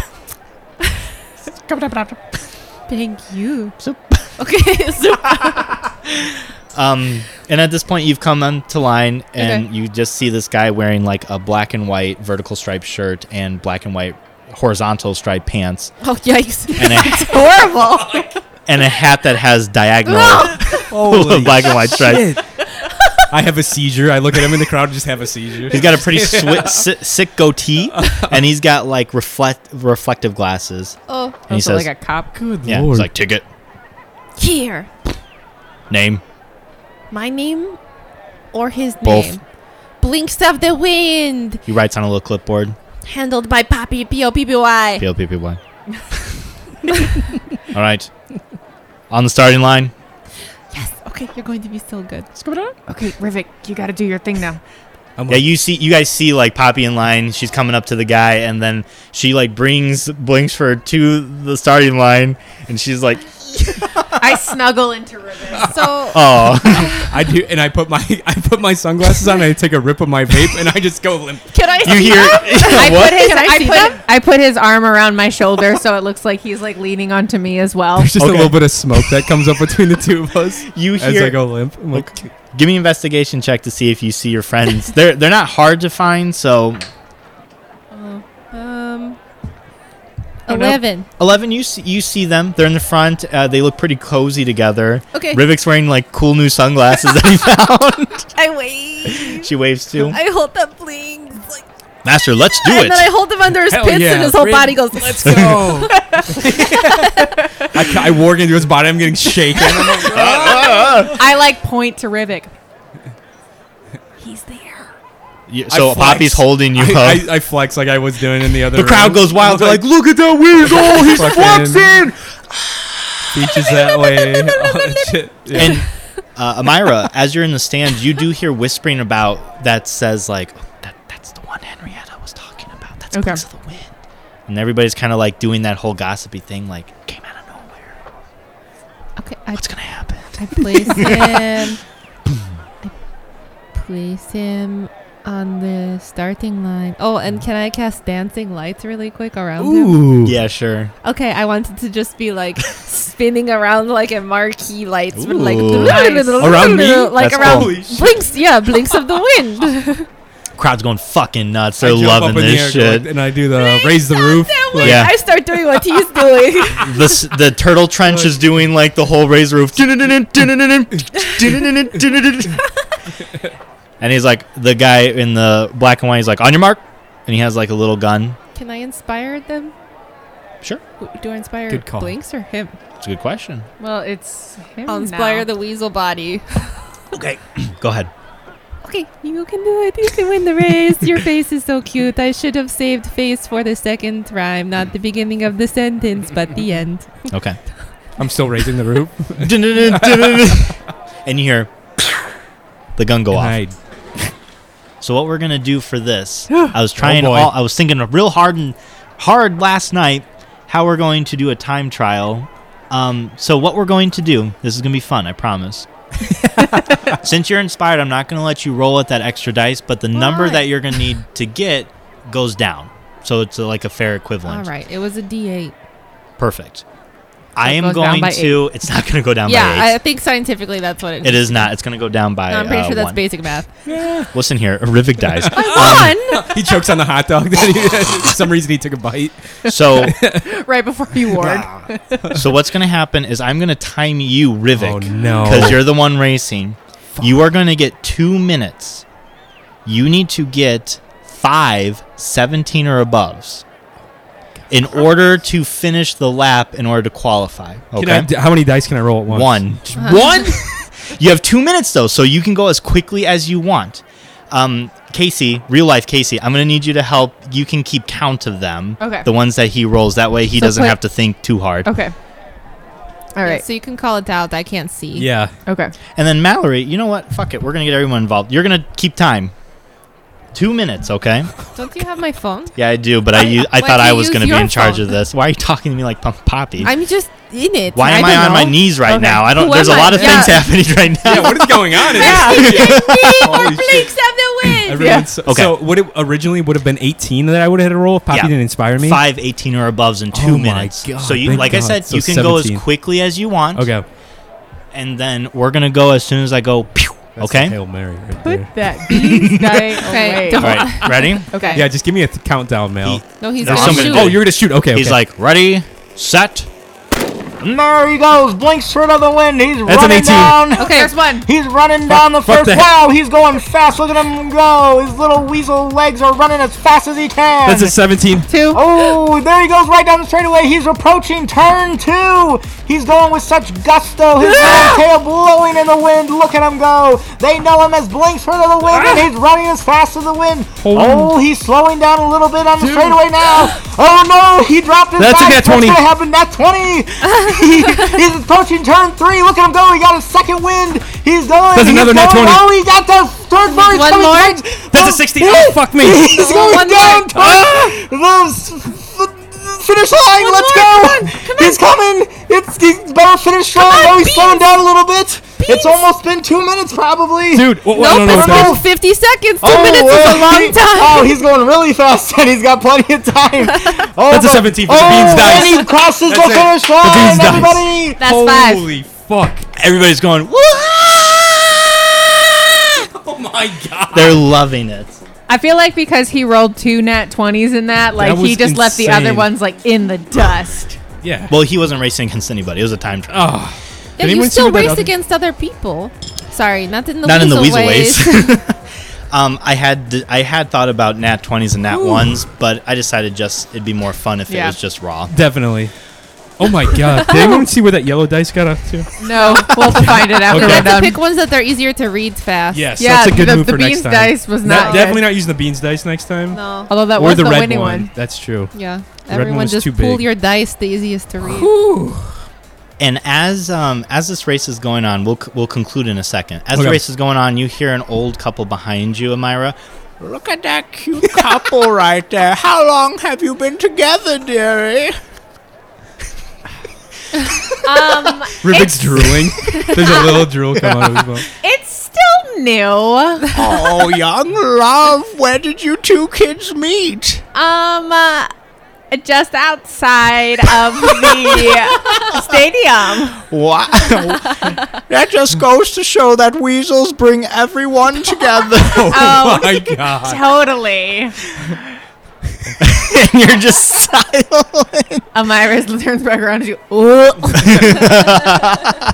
S4: Thank you.
S2: Soup.
S4: Okay, *laughs* soup.
S2: Um, and at this point, you've come onto line, and you just see this guy wearing like a black and white vertical striped shirt and black and white horizontal striped pants,
S4: Oh, yikes.
S2: and a,
S3: *laughs*
S4: Horrible.
S2: and a hat that has diagonal *laughs*
S1: Holy
S2: black and white stripes.
S1: shit. I have a seizure. I look at him in the crowd and just have a seizure.
S2: He's got a pretty swi- si- sick
S3: *laughs*
S2: goatee, and he's got like reflect reflective glasses.
S4: Oh,
S2: And he
S3: Also
S2: says,
S3: like a cop.
S1: Good
S2: "Yeah,
S1: lord.
S2: he's like ticket
S4: here.
S2: name."
S4: My name or his
S2: Both.
S4: name? Blinks of the wind,
S2: He writes on a little clipboard.
S4: handled by Poppy P O P P Y.
S3: *laughs*
S2: PLPPY. *laughs* All right, on the starting line.
S4: Yes. Okay, you're going to be so good.
S3: Okay, Rivik, you got to do your thing now.
S1: I'm
S2: Yeah,
S1: like,
S2: you see, you guys see like Poppy in line. She's coming up to the guy, and then she like brings Blinksford to the starting line, and she's like,
S3: *laughs* I snuggle into Rivik.
S4: So
S2: "Oh,
S1: I do, and I put my *laughs* I put my sunglasses on. and I take a rip of my vape, and I just go limp.
S4: can I?
S2: *laughs* you hear
S3: I
S2: *laughs* what?"
S3: put his
S4: Can *laughs* I
S3: I
S4: see
S3: put, I put his arm around my shoulder so it looks like he's like leaning onto me as well.
S1: There's just
S2: Okay.
S1: a little bit of smoke that comes up between the two of *laughs* us
S2: You
S1: as
S2: hear-
S1: I go limp. I'm like,
S2: Give me an investigation check to see if you see your friends. they're they're not hard to find, so
S4: Um,
S3: Oh, no.
S4: eleven.
S2: eleven. You see, you see them. They're in the front. Uh, they look pretty cozy together.
S4: Okay.
S2: Rivik's wearing like cool new sunglasses *laughs* that he found.
S4: I wait.
S2: she waves
S4: *laughs*
S2: to
S4: I hold up blinks. Like,
S2: Master. Let's do
S4: and then I
S2: it.
S4: hold him under his
S1: Hell
S4: pants,
S1: yeah,
S4: and his whole
S1: Rin-
S4: body goes. Let's
S1: go. I, ca- I walk into his body. I'm getting shaken. I'm like,
S3: I like point to Rivik.
S4: He's there.
S2: You-
S1: I
S2: So
S1: flex.
S2: Poppy's holding you. up.
S1: I, I, I flex like I was doing in the other.
S2: the crowd
S1: room.
S2: goes wild. They're like, "Look at that weirdo! He's
S1: Fucking-
S2: flexing!"
S1: Features that way. all that *laughs* shit. Yeah.
S2: And uh, Amira, as you're in the stands, you do hear whispering about that says like, oh, that, "That's the one Henrietta was talking about. That's
S3: Okay.
S2: Prince of the Wind." And everybody's kind of like doing that whole gossipy thing, like came out of nowhere.
S4: Okay, I,
S2: What's gonna happen?
S4: I place him. I place him on the starting line. Oh, and can I cast dancing lights really quick around him?
S1: Ooh.
S2: Yeah, sure.
S4: Okay, I wanted to just be like spinning around like a marquee lights, but like
S2: Ooh.
S3: Nice.
S1: Around me?
S4: *laughs* like
S2: That's
S4: around
S2: cool. Holy
S4: blinks. Yeah, blinks of the wind.
S2: Crowd's going fucking nuts.
S1: I
S2: They're
S1: jump up
S2: loving
S1: in the
S2: this
S1: air, go
S2: shit.
S1: like- and I do the Uh, raise the
S4: *laughs*
S1: roof. Like,
S2: Yeah.
S4: I start doing what he's doing.
S2: the s- the turtle
S1: *laughs*
S2: trench is doing like the whole razor roof. and he's like the guy in the black and white. He's like on your mark, and he has like a little gun.
S4: Can I inspire them?
S2: Sure,
S4: Who- Do I inspire
S1: Good call.
S4: blinks or him?
S2: it's a good question.
S3: Well, it's him
S4: I'll inspire the weasel body.
S2: Okay, go ahead.
S4: Okay, you can do it. You can win the race. Your face is so cute. I should have saved face for the second rhyme, not the beginning of the sentence, but the end. *laughs*
S2: Okay.
S1: I'm still raising the roof.
S2: and you hear the gun go
S1: And
S2: off.
S1: I
S2: So what we're gonna do for
S4: *gasps*
S2: this?
S4: Oh
S2: I was trying.
S1: boy.
S2: all, I was thinking real hard and hard last night how we're going to do a time trial. Um, so what we're going to do? This is gonna be fun. I
S4: *laughs*
S2: promise. Since you're inspired, I'm not gonna let you roll at that extra dice, but the number
S4: Why?
S2: that you're gonna need to get goes down. So it's uh, like a fair
S4: All
S2: equivalent.
S4: right, it was a D8.
S2: Perfect. I am
S3: goes down
S2: going
S3: by
S2: to. It's not going to go down by
S4: yeah,
S2: eight.
S4: I think scientifically that's what it is.
S2: it is not. It's going to go down by.
S4: No, I'm pretty
S2: uh,
S4: sure that's
S2: one.
S4: basic math.
S2: *laughs* Listen here, Rivik
S4: *laughs*
S2: dies.
S4: One
S1: He chokes on the hot dog. *laughs* That he, for some reason he took a bite. Oh,
S2: so,
S3: *laughs* right before you ward.
S2: so what's going to happen is I'm going to time you, Rivik.
S1: Oh, no.
S2: Because you're the one racing. You are going to get two minutes. You need to get five 17 or aboves in order to finish the lap in order to qualify.
S1: Can
S2: Okay.
S1: I- how many dice can I roll at once?
S2: One.
S1: One.
S2: *laughs* You have two minutes though, so you can go as quickly as you want. Um, Casey, real life Casey, I'm gonna need you to help. You can keep count of them.
S3: Okay.
S2: The ones that he rolls. That way he
S3: So
S2: doesn't
S3: put-
S2: have to think too hard.
S3: Okay. All right.
S4: So you can call it out. I can't see.
S1: yeah.
S3: Okay.
S2: And then Mallory, you know what? Fuck it. We're gonna get everyone involved. You're gonna keep time. Two minutes,
S4: *laughs*
S2: okay?
S4: Don't you have my phone?
S2: Yeah, I do, but I u- I
S4: Why
S2: thought
S4: do
S2: I
S4: you
S2: was
S4: use
S2: gonna be
S4: your
S2: in charge
S4: phone?
S2: of this. Why are you talking to me like Pump Poppy?
S4: I'm just in it.
S2: Why am I,
S4: don't
S2: on my
S4: know.
S2: knees right
S3: Okay.
S2: now? I don't.
S4: Who
S2: there's a
S4: am I?
S2: lot of
S4: Yeah.
S2: things *laughs* happening right now.
S1: Yeah. What is going on? in this Holy shit.
S4: Except the wind.
S1: Everyone's so,
S2: Okay.
S1: so what it originally would have been 18 that I would have had to roll if Poppy
S2: Yeah.
S1: didn't inspire me.
S2: Five, 18 or aboves in two
S1: Oh my
S2: minutes.
S1: God,
S2: so you,
S1: thank
S2: like I
S1: God.
S2: said,
S1: So
S2: you can go as
S1: 17.
S2: quickly as you want.
S1: Okay.
S2: And then we're gonna go as soon as I go. Pew,
S1: That's a
S2: okay.
S1: Hail Mary right
S3: Put
S1: there.
S3: that beast *laughs* guy away.
S4: Okay,
S2: All right. Ready?
S3: Okay.
S1: Yeah, just give me a th- countdown, Mel.
S2: He-
S4: No, he's
S2: There's
S4: gonna
S2: somebody
S4: shoot.
S2: there.
S1: Oh, you're gonna shoot. Okay.
S2: He's
S1: okay.
S2: like, ready, set. And there he goes. Blinks straight out the wind. He's
S1: That's an
S2: running
S1: 18.
S2: down.
S4: Okay.
S3: There's one.
S2: He's running down the
S1: fuck
S2: first.
S1: that.
S2: Wow, he's going fast. Look at him go. His little weasel legs are running as fast as he can.
S1: That's a 17.
S3: Two.
S2: Oh, there he goes right down the straightaway. He's approaching turn two. He's going with such gusto. His long tail blowing in the wind. Look at him go. They know him as Blinks for the wind,
S4: Ah!
S2: and he's running as fast as the wind.
S1: Hold on.
S2: oh, he's slowing down a little bit on the straightaway now. Oh no, he dropped his
S1: That's a nat
S2: bike.
S1: 20.
S2: What's gonna happen? That's
S4: *laughs*
S2: twenty. He- he's approaching turn three. Look at him go. He got a second wind. He's going.
S1: That's
S2: he's
S1: another
S2: going.
S1: nat 20.
S2: Oh, he got the third bird.
S4: One more.
S1: That's a 16. Oh, fuck me.
S2: He's going
S4: One
S2: down
S4: more.
S2: towards the f- finish line. Let's go. He's coming. It's he's better finish strong. Oh, he's slowing down a little bit. It's almost been two minutes, probably.
S1: Dude, what, what, I don't
S4: Nope,
S1: know
S4: it's
S1: what that
S4: still
S1: is.
S4: 50 seconds. Two
S2: Oh,
S4: minutes is a
S2: uh,
S4: long
S2: he-
S4: time.
S2: Oh, he's going really fast, *laughs* and he's got plenty of
S4: *laughs*
S2: time. Oh,
S1: That's a
S2: but-
S1: 17 for
S2: oh,
S1: the beans dice.
S2: And he crosses the
S1: That's it.
S2: finish
S1: The beans
S2: line.
S1: dice.
S2: Everybody.
S4: That's five.
S1: Holy fuck.
S2: Everybody's going. Woo!
S1: *laughs* Oh my god.
S2: They're loving it.
S3: I feel like because he rolled two nat 20s in that, like
S1: That
S3: he
S1: was
S3: just left the other
S1: insane.
S3: ones like in the dust.
S1: Yeah.
S2: Well, he wasn't racing against anybody. It was a time trial.
S1: Oh.
S4: Yeah,
S1: Did anyone
S4: you
S1: see
S4: still
S1: what that
S4: race
S1: other-
S4: against other people. Sorry, not in the
S2: not in the
S4: weasel
S2: weasel
S4: ways.
S2: ways. *laughs* um, I had d- I had thought about nat twenties and nat ones, but I decided just it'd be more fun if it
S3: Yeah.
S2: was just raw.
S1: Definitely. Oh my god. Did
S3: *laughs*
S1: anyone see where that yellow dice got up to?
S3: No, we'll have to find it
S1: Okay.
S3: after we're
S4: You have
S3: done.
S4: to pick ones that are easier to read fast.
S1: Yes,
S3: Um, Yeah,
S1: that's a good
S3: the-
S1: move
S3: the
S1: for next
S3: beans
S1: time.
S3: dice was not
S1: definitely
S3: good.
S1: not using the beans dice next time.
S4: No.
S3: Although that
S1: Or
S3: was
S1: the,
S3: the,
S1: red
S3: winning
S1: one.
S3: one.
S1: That's
S3: *laughs*
S1: true.
S4: Yeah.
S1: one
S4: Everyone
S1: was
S4: just
S1: too
S4: pull
S1: big.
S4: your dice, the easiest to read.
S2: And as um, as this race is going on, we'll c- we'll conclude in a second. As the
S1: Okay.
S2: race is going on, you hear an old couple behind you, Amira. Look at that cute couple right there. How long have you been together, *laughs* dearie?
S4: um,
S1: Ribbit's
S3: *laughs*
S1: drooling. There's a little drool coming out of his mouth.
S3: It's still new.
S2: Oh, young love, where did you two kids meet?
S3: Um, uh, just outside of *laughs* the stadium.
S2: *laughs* Wow. that just goes to show that weasels bring *laughs* everyone together. Um,
S1: Oh my god.
S3: Totally.
S2: *laughs* and you're just silent.
S3: Amira turns back around to you. "Ugh."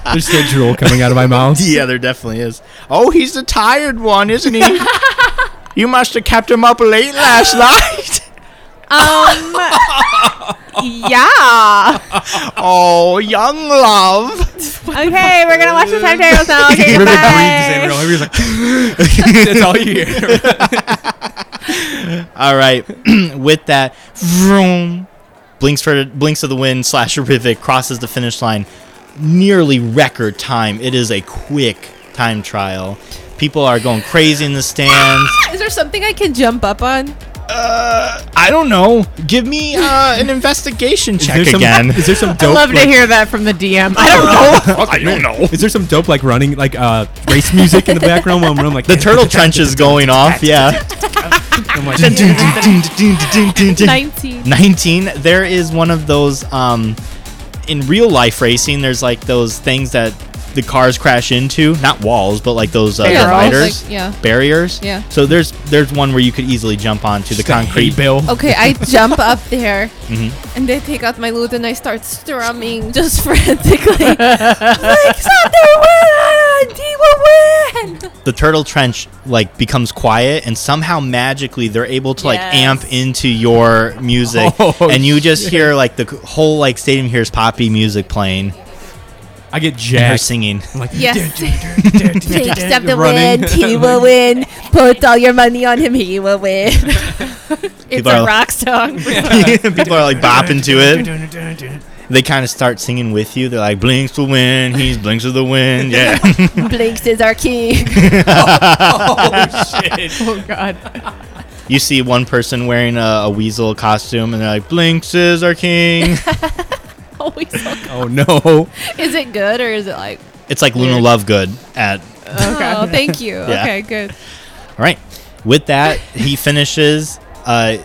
S1: There's still drool coming out of my mouth.
S2: Yeah, there definitely is. Oh, he's the tired one, isn't *laughs* he? you must have kept him up late *laughs* last night.
S3: *laughs* Um, yeah.
S2: Oh, young love.
S3: Okay, we're gonna watch the
S1: *laughs*
S3: timetables now. Okay,
S1: Ribbit breathes in real.
S3: goodbye.
S1: Everybody's like, that's all you hear.
S2: *laughs* All right. *clears throat* With that, vroom, blinks for blinks of the wind slash Rivik crosses the finish line, nearly record time. It is a quick time trial. People are going crazy in the stands.
S4: is there something I can jump up on?
S2: Uh, *laughs* I don't know. Give me uh, *laughs* an investigation
S1: Is
S2: check
S1: there some-
S2: *laughs* again.
S1: Is there some
S3: I
S1: dope?
S3: love to
S1: like-
S3: hear that from the DM. I don't
S2: know. I don't know.
S1: Is there some dope like running like uh race music in the background while I'm running like
S2: The turtle trench *laughs* is going off. Yeah.
S1: I'm like,
S2: Nineteen.
S4: 19.
S2: There is one of those um, in real life racing, there's like those things that the cars crash into, not walls, but like those uh,
S4: Barrels.
S2: dividers,
S4: Like, yeah.
S2: barriers.
S4: Yeah.
S2: So there's there's one where you could easily jump onto the concrete.
S1: bill.
S4: Okay,
S1: *laughs*
S4: I jump up there,
S1: Mm-hmm.
S4: and they take out my loot, and I start strumming just *laughs* frantically.
S1: *laughs*
S4: like, something win! He
S1: *laughs*
S4: will win!
S2: the turtle trench like becomes quiet, and somehow magically they're able to like
S4: Yes.
S2: amp into your music,
S1: Oh,
S2: and you just hear like the c- whole like stadium hears poppy music playing,
S1: I get
S2: and her
S1: jacked.
S2: singing.
S1: I'm like,
S4: Yes.
S1: Take
S4: Accept the win. He
S1: *laughs*
S4: will win. Put all your money on him. He will win. it's
S2: People are-
S4: a rock
S2: *laughs*
S4: song.
S2: People are like bopping to it. They kind of start singing with you. They're like, "Blinks to win, he's blinks to the wind." Yeah. *laughs*
S4: Blinks is our *laughs* king.
S3: *laughs* Oh God.
S2: you see one person wearing a, a weasel costume, and they're like, "Blinks is our king."
S4: Always. Is
S1: Oh no.
S4: it good or is it like?
S2: it's like Luna Lovegood at
S4: Okay. Oh, thank you. Okay, good.
S2: All right. With that, he finishes. Uh,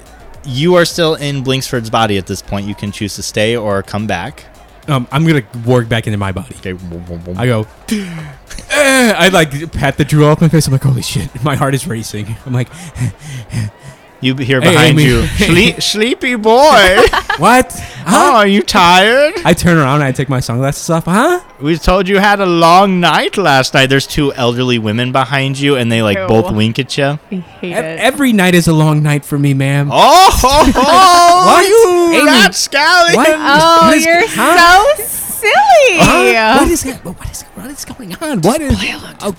S2: you are still in Blinksford's body at this point. You can choose to stay or come back.
S1: Um, I'm gonna work back into my body.
S2: Okay.
S1: I go. "Eh," I like pat the drool off my face. I'm like, holy shit, my heart is racing. I'm like,
S2: You hear
S1: Hey,
S2: behind
S1: Amy. *laughs*
S2: you, "Sleep- sleepy boy.
S1: what?
S2: oh,
S1: Huh?
S2: are you tired?
S1: I turn around and I take my sunglasses off. Huh?
S2: We told you had a long night last night. There's two elderly women behind you, and they like both
S3: Ew.
S2: wink at
S3: *laughs*
S2: you.
S3: I hate
S1: Ev-
S3: it.
S1: every night is a long night for me, ma'am.
S2: Oh, ho, ho,
S3: *laughs*
S1: What?
S2: you
S1: Amy,
S2: rapscallion.
S1: What?
S3: Oh,
S1: what is-
S3: you're
S1: huh?
S3: so silly.
S1: Huh? What is that? What is what is going on? What is? Oh,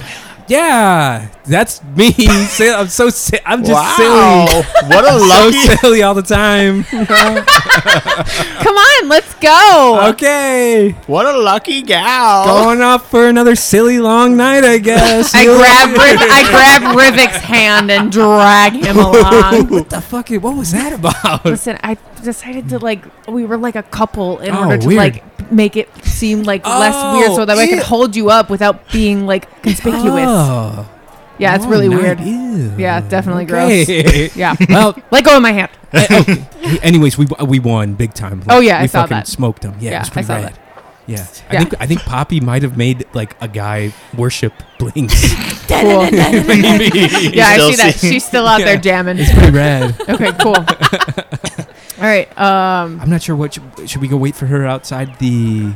S1: yeah, that's me. *laughs* Si- I'm so si- I'm just
S2: Wow. what
S3: *laughs*
S2: a lucky.
S1: silly, so silly all the
S2: *laughs*
S1: time.
S3: Come on, let's go.
S1: okay,
S2: What a lucky gal. *laughs*
S1: going off for another silly long night, I guess.
S3: *laughs* I
S1: You-
S3: grab Riv- I grab Rivik's hand and
S1: *laughs*
S3: drag him along.
S1: What the fuck? What was that about?
S3: Listen, I decided to like we were like a couple in
S1: Oh,
S3: order to
S1: weird.
S3: like make it seem like less weird, so that way I
S1: Oh, ew.
S3: could hold you up without being like conspicuous.
S1: Oh,
S3: yeah, it's
S1: long
S3: really
S1: night.
S3: weird.
S1: Ew.
S3: Yeah, definitely gross. *laughs*
S1: Okay.
S3: Yeah,
S1: *laughs* well,
S3: let go of my
S2: *laughs*
S3: hand.
S1: eh, okay. *laughs* anyways, we we won big time.
S3: Oh, yeah,
S1: we
S3: I saw
S1: fucking
S3: that.
S1: Smoked them. Yeah,
S3: Yeah,
S1: it was pretty
S3: I saw
S1: rad.
S3: that.
S1: Yeah. I
S3: Yeah.
S1: think I think Poppy might have made like a guy worship *laughs* blinks.
S3: Cool.
S1: Maybe.
S3: *laughs* Yeah, I
S2: Still
S3: see that.
S2: seeing-
S3: She's still out there
S1: Yeah.
S3: jamming.
S1: It's pretty rad.
S3: Okay, cool. All right. Um.
S1: *laughs* I'm not sure what should, should we go wait for her outside the.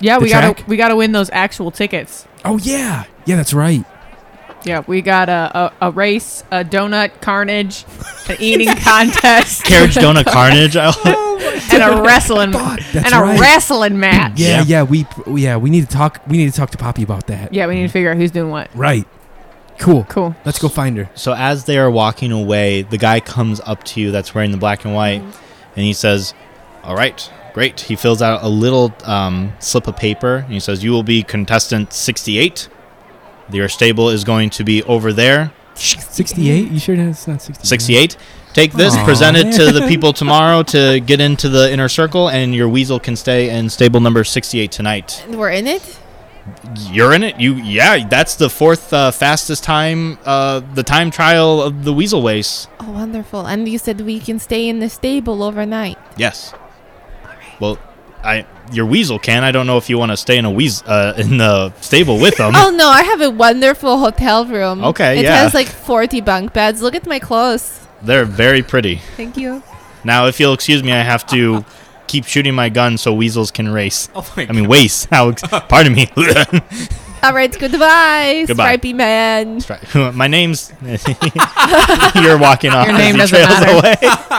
S3: Yeah,
S1: The
S3: we
S1: track?
S3: gotta we gotta win those actual tickets.
S1: Oh yeah, yeah, that's right.
S3: Yeah, we got a, a, a race, a donut carnage,
S1: *laughs*
S3: an eating contest,
S2: Carriage
S3: *laughs*
S2: donut carnage.
S3: and
S1: *laughs*
S3: a wrestling
S1: God, that's
S3: and a
S1: right.
S3: wrestling match.
S1: Yeah,
S2: Yeah.
S1: yeah, we yeah we need to talk. We need to talk to Poppy about that.
S3: Yeah, we need to figure out who's doing what.
S1: Right. Cool.
S3: Cool.
S1: Let's go find her.
S2: So as they are walking away, the guy comes up to you that's wearing the black and white, and he says, "All right, great." He fills out a little um, slip of paper, and he says, "You will be contestant 68. Your stable is going to be over there,
S1: Sixty-eight. You sure that's not sixty?
S2: 68. Take this,
S1: Aw,
S2: present it to
S1: man.
S2: the people tomorrow to get into the inner circle, and your weasel can stay in stable number 68 tonight.
S4: And we're in it.
S2: You're in it. You yeah, that's the fourth uh, fastest time, uh, the time trial of the weasel race.
S4: Oh, wonderful! And you said we can stay in the stable overnight.
S2: Yes. Well, I your weasel can. I don't know if you want to stay in a weasel uh, in the stable with them.
S4: Oh no, I have a wonderful hotel room.
S2: Okay,
S4: it
S2: yeah.
S4: has like 40 bunk beds. Look at my clothes.
S2: They're very pretty.
S4: Thank you.
S2: Now, if you'll excuse me, I have to keep shooting my gun so weasels can race.
S1: Oh my
S2: I mean, waste. *laughs* How? ex- Pardon me.
S4: All right, goodbye,
S2: Goodbye.
S4: Stripey
S2: *laughs*
S4: man.
S2: Sorry. my name's. *laughs* You're walking off.
S3: Your
S2: as
S3: name
S2: he
S3: doesn't
S2: trails
S3: matter.
S2: Away.
S3: *laughs*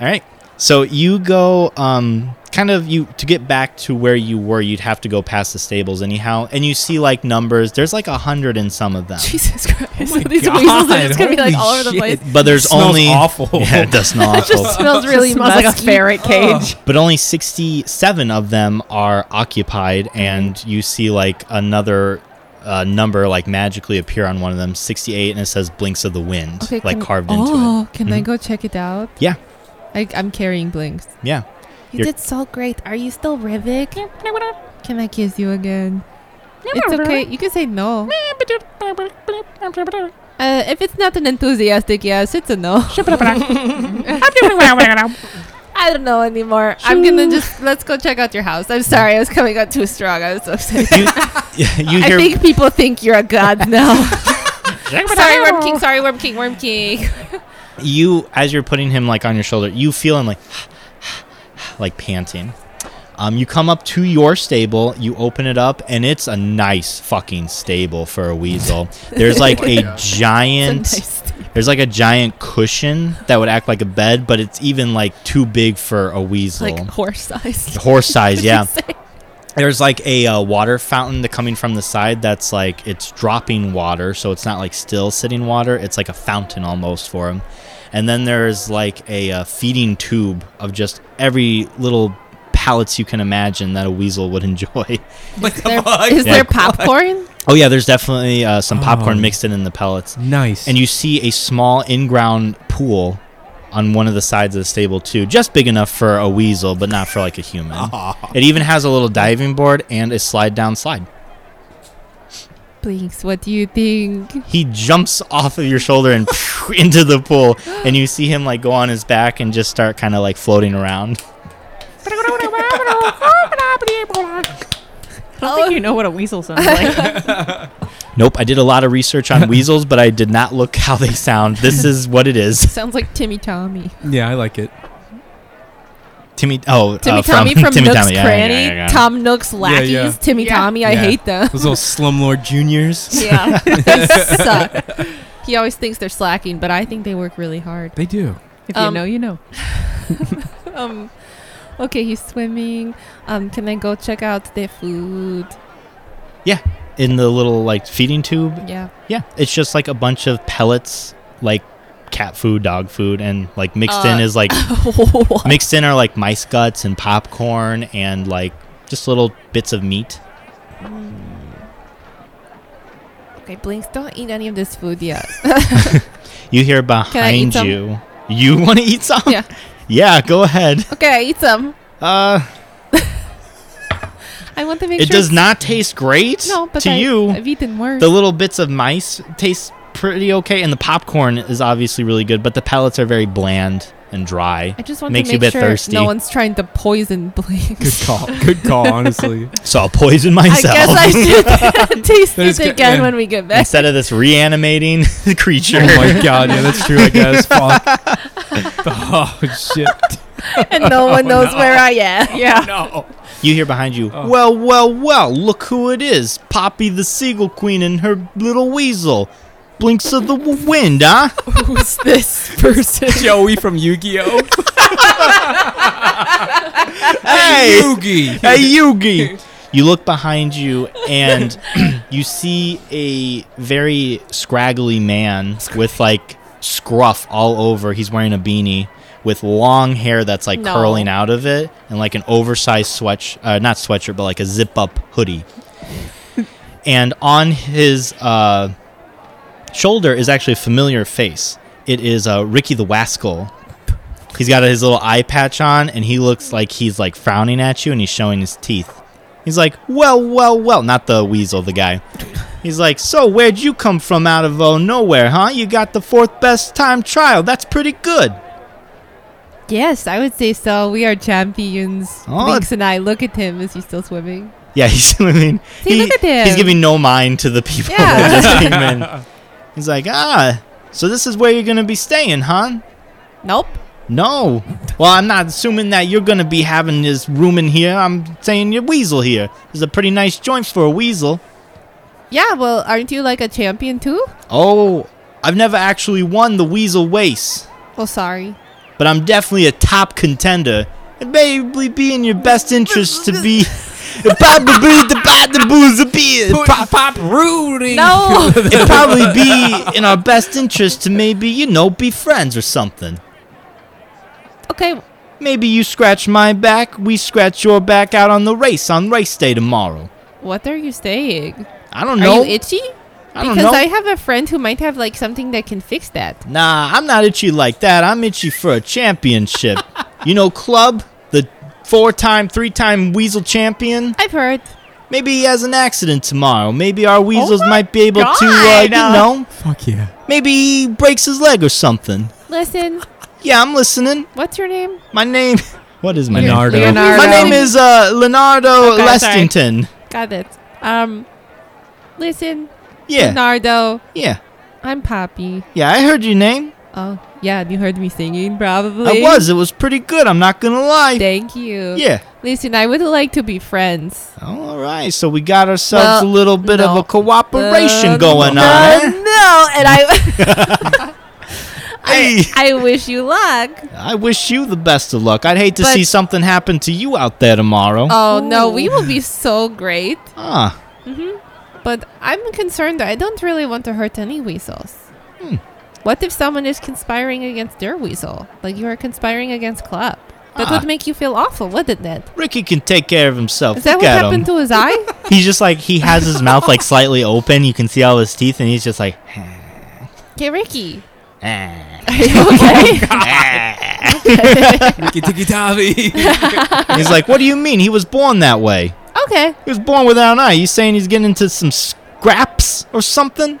S2: All right. So you go, um, kind of you to get back to where you were. You'd have to go past the stables anyhow, and you see like numbers. There's like a hundred in some of them.
S4: Jesus Christ!
S1: my
S2: *laughs*
S4: These
S1: God,
S4: weasels
S1: *laughs*
S4: are just gonna be like
S1: holy
S4: all over the
S1: shit.
S4: place.
S2: But there's
S1: Smells
S2: only
S1: awful.
S2: *laughs* Yeah, it does
S4: *laughs*
S2: smell awful.
S4: smells really
S3: smells like a
S4: musky.
S3: ferret cage.
S2: but only 67 of them are occupied, and you see like another uh, number like magically appear on one of them, 68, and it says "Blinks of the Wind"
S4: Okay,
S2: like
S4: can-
S2: carved into
S4: Oh, can I
S2: Mhm.
S4: go check it out?
S2: Yeah.
S4: I, I'm carrying blinks.
S2: it. Yeah.
S4: You
S2: You're-
S4: did so great. Are you still Rivik? Can I kiss you again? It's *laughs*
S5: *laughs*
S4: okay. You can say no. Uh,
S5: *laughs*
S4: if it's not an enthusiastic yes, it's a no. *laughs* I don't know anymore. I'm gonna just let's go check out your house. I'm sorry, I was coming out too strong. I was
S2: *laughs*
S4: so upset. *laughs*
S2: You, you
S4: I
S2: hear
S4: think people think you're
S2: *laughs*
S4: a god now. sorry, Worm King. Sorry, Worm King. Worm King.
S2: you as you're putting him like on your shoulder, you feel him like *sighs* like panting. Um, you come up to your stable, you open it up, and it's a nice fucking stable for a
S4: *laughs*
S2: weasel. There's like a giant
S4: Nice stable.
S2: there's like a giant cushion that would act like a bed, but it's even like too big for a weasel.
S4: like horse size.
S2: Horse *laughs* size, yeah. There's like a uh, water fountain that coming from the side that's like it's dropping water, so it's not like still sitting water. It's like a fountain almost for him. And then there's like a uh, feeding tube of just every little pellets you can imagine that a weasel would *laughs* enjoy.
S1: What the
S4: There-
S1: fuck?
S4: is
S2: Yeah.
S4: there popcorn?
S2: oh yeah, there's definitely uh, some popcorn
S1: Oh.
S2: mixed in in the pellets.
S1: Nice.
S2: And you see a small in-ground pool on one of the sides of the stable too, just big enough for a weasel, but not for like a human.
S4: *laughs*
S2: It even has a little diving board and a slide down slide.
S4: Blinks. What do you think?
S2: he jumps off of your shoulder and *laughs* into the pool and you see him like go on his back and just start kind of like floating around
S3: I don't
S4: Oh.
S3: think you know what a weasel sounds *laughs* like.
S2: nope i did a lot of research
S4: *laughs*
S2: on weasels but i did not look how they sound this is what it is
S4: Sounds like Timmy Tommy.
S2: Oh,
S1: yeah, I like it.
S2: timmy oh
S4: Timmy
S2: uh,
S4: Tommy from,
S2: timmy
S4: Nook's
S2: tommy yeah, yeah,
S4: Cranny.
S2: yeah, yeah.
S4: Tom Nook's lackeys.
S1: yeah.
S4: Timmy
S3: Yeah.
S4: Tommy. I
S1: Yeah.
S4: hate them.
S1: Those little slumlord juniors.
S2: *laughs*
S4: Yeah, they suck. *laughs* He always thinks they're slacking, but I think they work really hard.
S1: *laughs* They do.
S3: If
S4: Um,
S3: you know, you know.
S4: Um, okay, he's swimming. Um, can I go check out the food?
S2: in the little like feeding tube
S4: Yeah. *laughs*
S2: yeah it's just like a bunch of pellets like cat food dog food and like mixed in
S4: Uh,
S2: is like *coughs* mixed in are like mice guts and popcorn and like just little bits of meat
S4: Hmm. okay, Blinks, don't eat any of this food yet.
S2: You hear behind
S4: some?
S2: you. You *laughs* want to eat some?
S4: Yeah.
S2: Yeah, go ahead.
S4: okay, eat some.
S2: Uh,
S4: I want to make
S2: it
S4: sure.
S2: does not taste great
S4: No, but
S2: to
S4: I,
S2: you.
S4: I've eaten worse.
S2: the little bits of mice taste pretty okay, and the popcorn is obviously really good, but the pellets are very bland and dry.
S4: I just want
S2: makes
S4: to
S2: you a
S4: make
S2: bit
S4: sure
S2: thirsty.
S4: no one's trying to poison Blinks.
S1: *laughs* Good call. Good call, *laughs* honestly.
S2: So I'll poison
S4: *laughs* I
S2: myself. *laughs*
S4: guess I should *laughs* taste
S1: There's
S4: it
S1: good-
S4: again
S1: yeah.
S4: when we get back. *laughs*
S2: Instead of this reanimating *laughs* creature.
S1: Oh my god, yeah, that's true, I guess. *laughs* Fuck. Oh shit.
S4: and
S2: *laughs*
S4: no
S2: Oh,
S4: one knows where I am. Yeah.
S1: No.
S2: You hear behind you, well, well, well, look who it is. Poppy the Seagull Queen and her little weasel. Blinks of the w- wind, huh?
S4: Who's *laughs* this person?
S1: Joey from Yu-Gi-Oh!
S2: Hey! *laughs*
S1: Yugi!
S2: hey Yugi. You look behind you and *clears throat* you see a very scraggly man with like scruff all over. He's wearing a beanie with long hair that's like
S4: No.
S2: curling out of it and like an oversized sweat uh, not sweatshirt but like a zip up *laughs* hoodie. and on his uh, shoulder is actually a familiar face. It is uh, Ricky the Wascal He's got his little eye patch on, and he looks like he's like frowning at you, and he's showing his teeth. He's like, "Well, well, well," not the weasel, the guy. He's like, "So where'd you come from out of oh nowhere, huh? You got the fourth best time trial. That's pretty good."
S4: Yes, I would say so. We are champions.
S2: Oh.
S4: Blinks and I look at him. Is he still swimming?
S2: Yeah, *laughs* he's. I mean,
S4: See, look at him.
S2: He's giving no mind to the people that just came
S4: *laughs*
S2: in. He's like, "Ah, so this is where you're gonna be staying, huh?"
S4: Nope.
S2: No. Well, I'm not assuming that you're gonna be having this room in here. I'm saying your weasel here. It's a pretty nice joint for a weasel.
S4: Yeah, well, aren't you like a champion too?
S2: Oh, I've never actually won the weasel waste,
S4: Well, sorry.
S2: but I'm definitely a top contender. It may be in your best interest to be. It probably be the bad the booze the beer. It pro-
S1: Pop, pop Rudy!
S4: No.
S2: It'd probably be in our best interest to maybe, you know, be friends or something.
S4: *laughs* Okay.
S2: Maybe you scratch my back, we scratch your back out on the race on race day tomorrow.
S4: What are you saying?
S2: I don't
S4: Are
S2: know.
S4: you itchy?
S2: I don't
S4: because
S2: know.
S4: I have a friend who might have like something that can fix that.
S2: Nah, I'm not itchy like that. I'm itchy for a championship. you know, Club, the four time, three time Weasel champion?
S4: I've heard.
S2: Maybe he has an accident tomorrow. Maybe our Weasels
S4: Oh my
S2: might be able to, uh, you
S4: God.
S2: know,
S1: Fuck yeah.
S2: maybe he breaks his leg or something.
S4: Listen,
S2: Yeah, I'm listening.
S4: What's your name?
S2: My name. *laughs* What is my name?
S1: Leonardo.
S3: Leonardo.
S2: My name is uh, Leonardo
S4: Okay, sorry.
S2: Lestington.
S4: Got it. Um, listen,
S2: Yeah,
S4: Leonardo,
S2: yeah,
S4: I'm Poppy.
S2: yeah. I heard your name.
S4: Oh, yeah, you heard me singing, probably.
S2: I was. It was pretty good. I'm not gonna lie.
S4: Thank you.
S2: Yeah.
S4: Listen, I would like to be friends.
S2: Oh, all right. So we got ourselves
S4: Well,
S2: a little bit of
S4: no.
S2: a cooperation
S4: Uh,
S2: going
S4: no,
S2: on. eh?
S4: No, and I,
S2: *laughs* Hey,
S4: I wish you luck.
S2: I wish you the best of luck. I'd hate to
S4: But-
S2: see something happen to you out there tomorrow.
S4: Oh no, we will be so great.
S2: ah,
S4: But I'm concerned that I don't really want to hurt any weasels.
S2: Hmm.
S4: What if someone is conspiring against their weasel? Like you are conspiring against Club. That
S2: Ah.
S4: would make you feel awful, wouldn't it?
S2: Ricky can take care of himself.
S4: Is that
S2: Look
S4: what
S2: at
S4: happened
S2: him.
S4: to his
S2: *laughs*
S4: eye?
S2: He's just like he has his mouth like slightly open. You can see all his teeth, and he's just like. *laughs*
S4: okay, Ricky.
S2: "Ah,
S4: Are you *laughs* okay?
S2: ah."
S1: Tiki tiki tavi.
S2: he's like, "What do you mean? He was born that way.
S4: okay.
S2: He was born without an eye. You saying he's getting into some scraps or something?"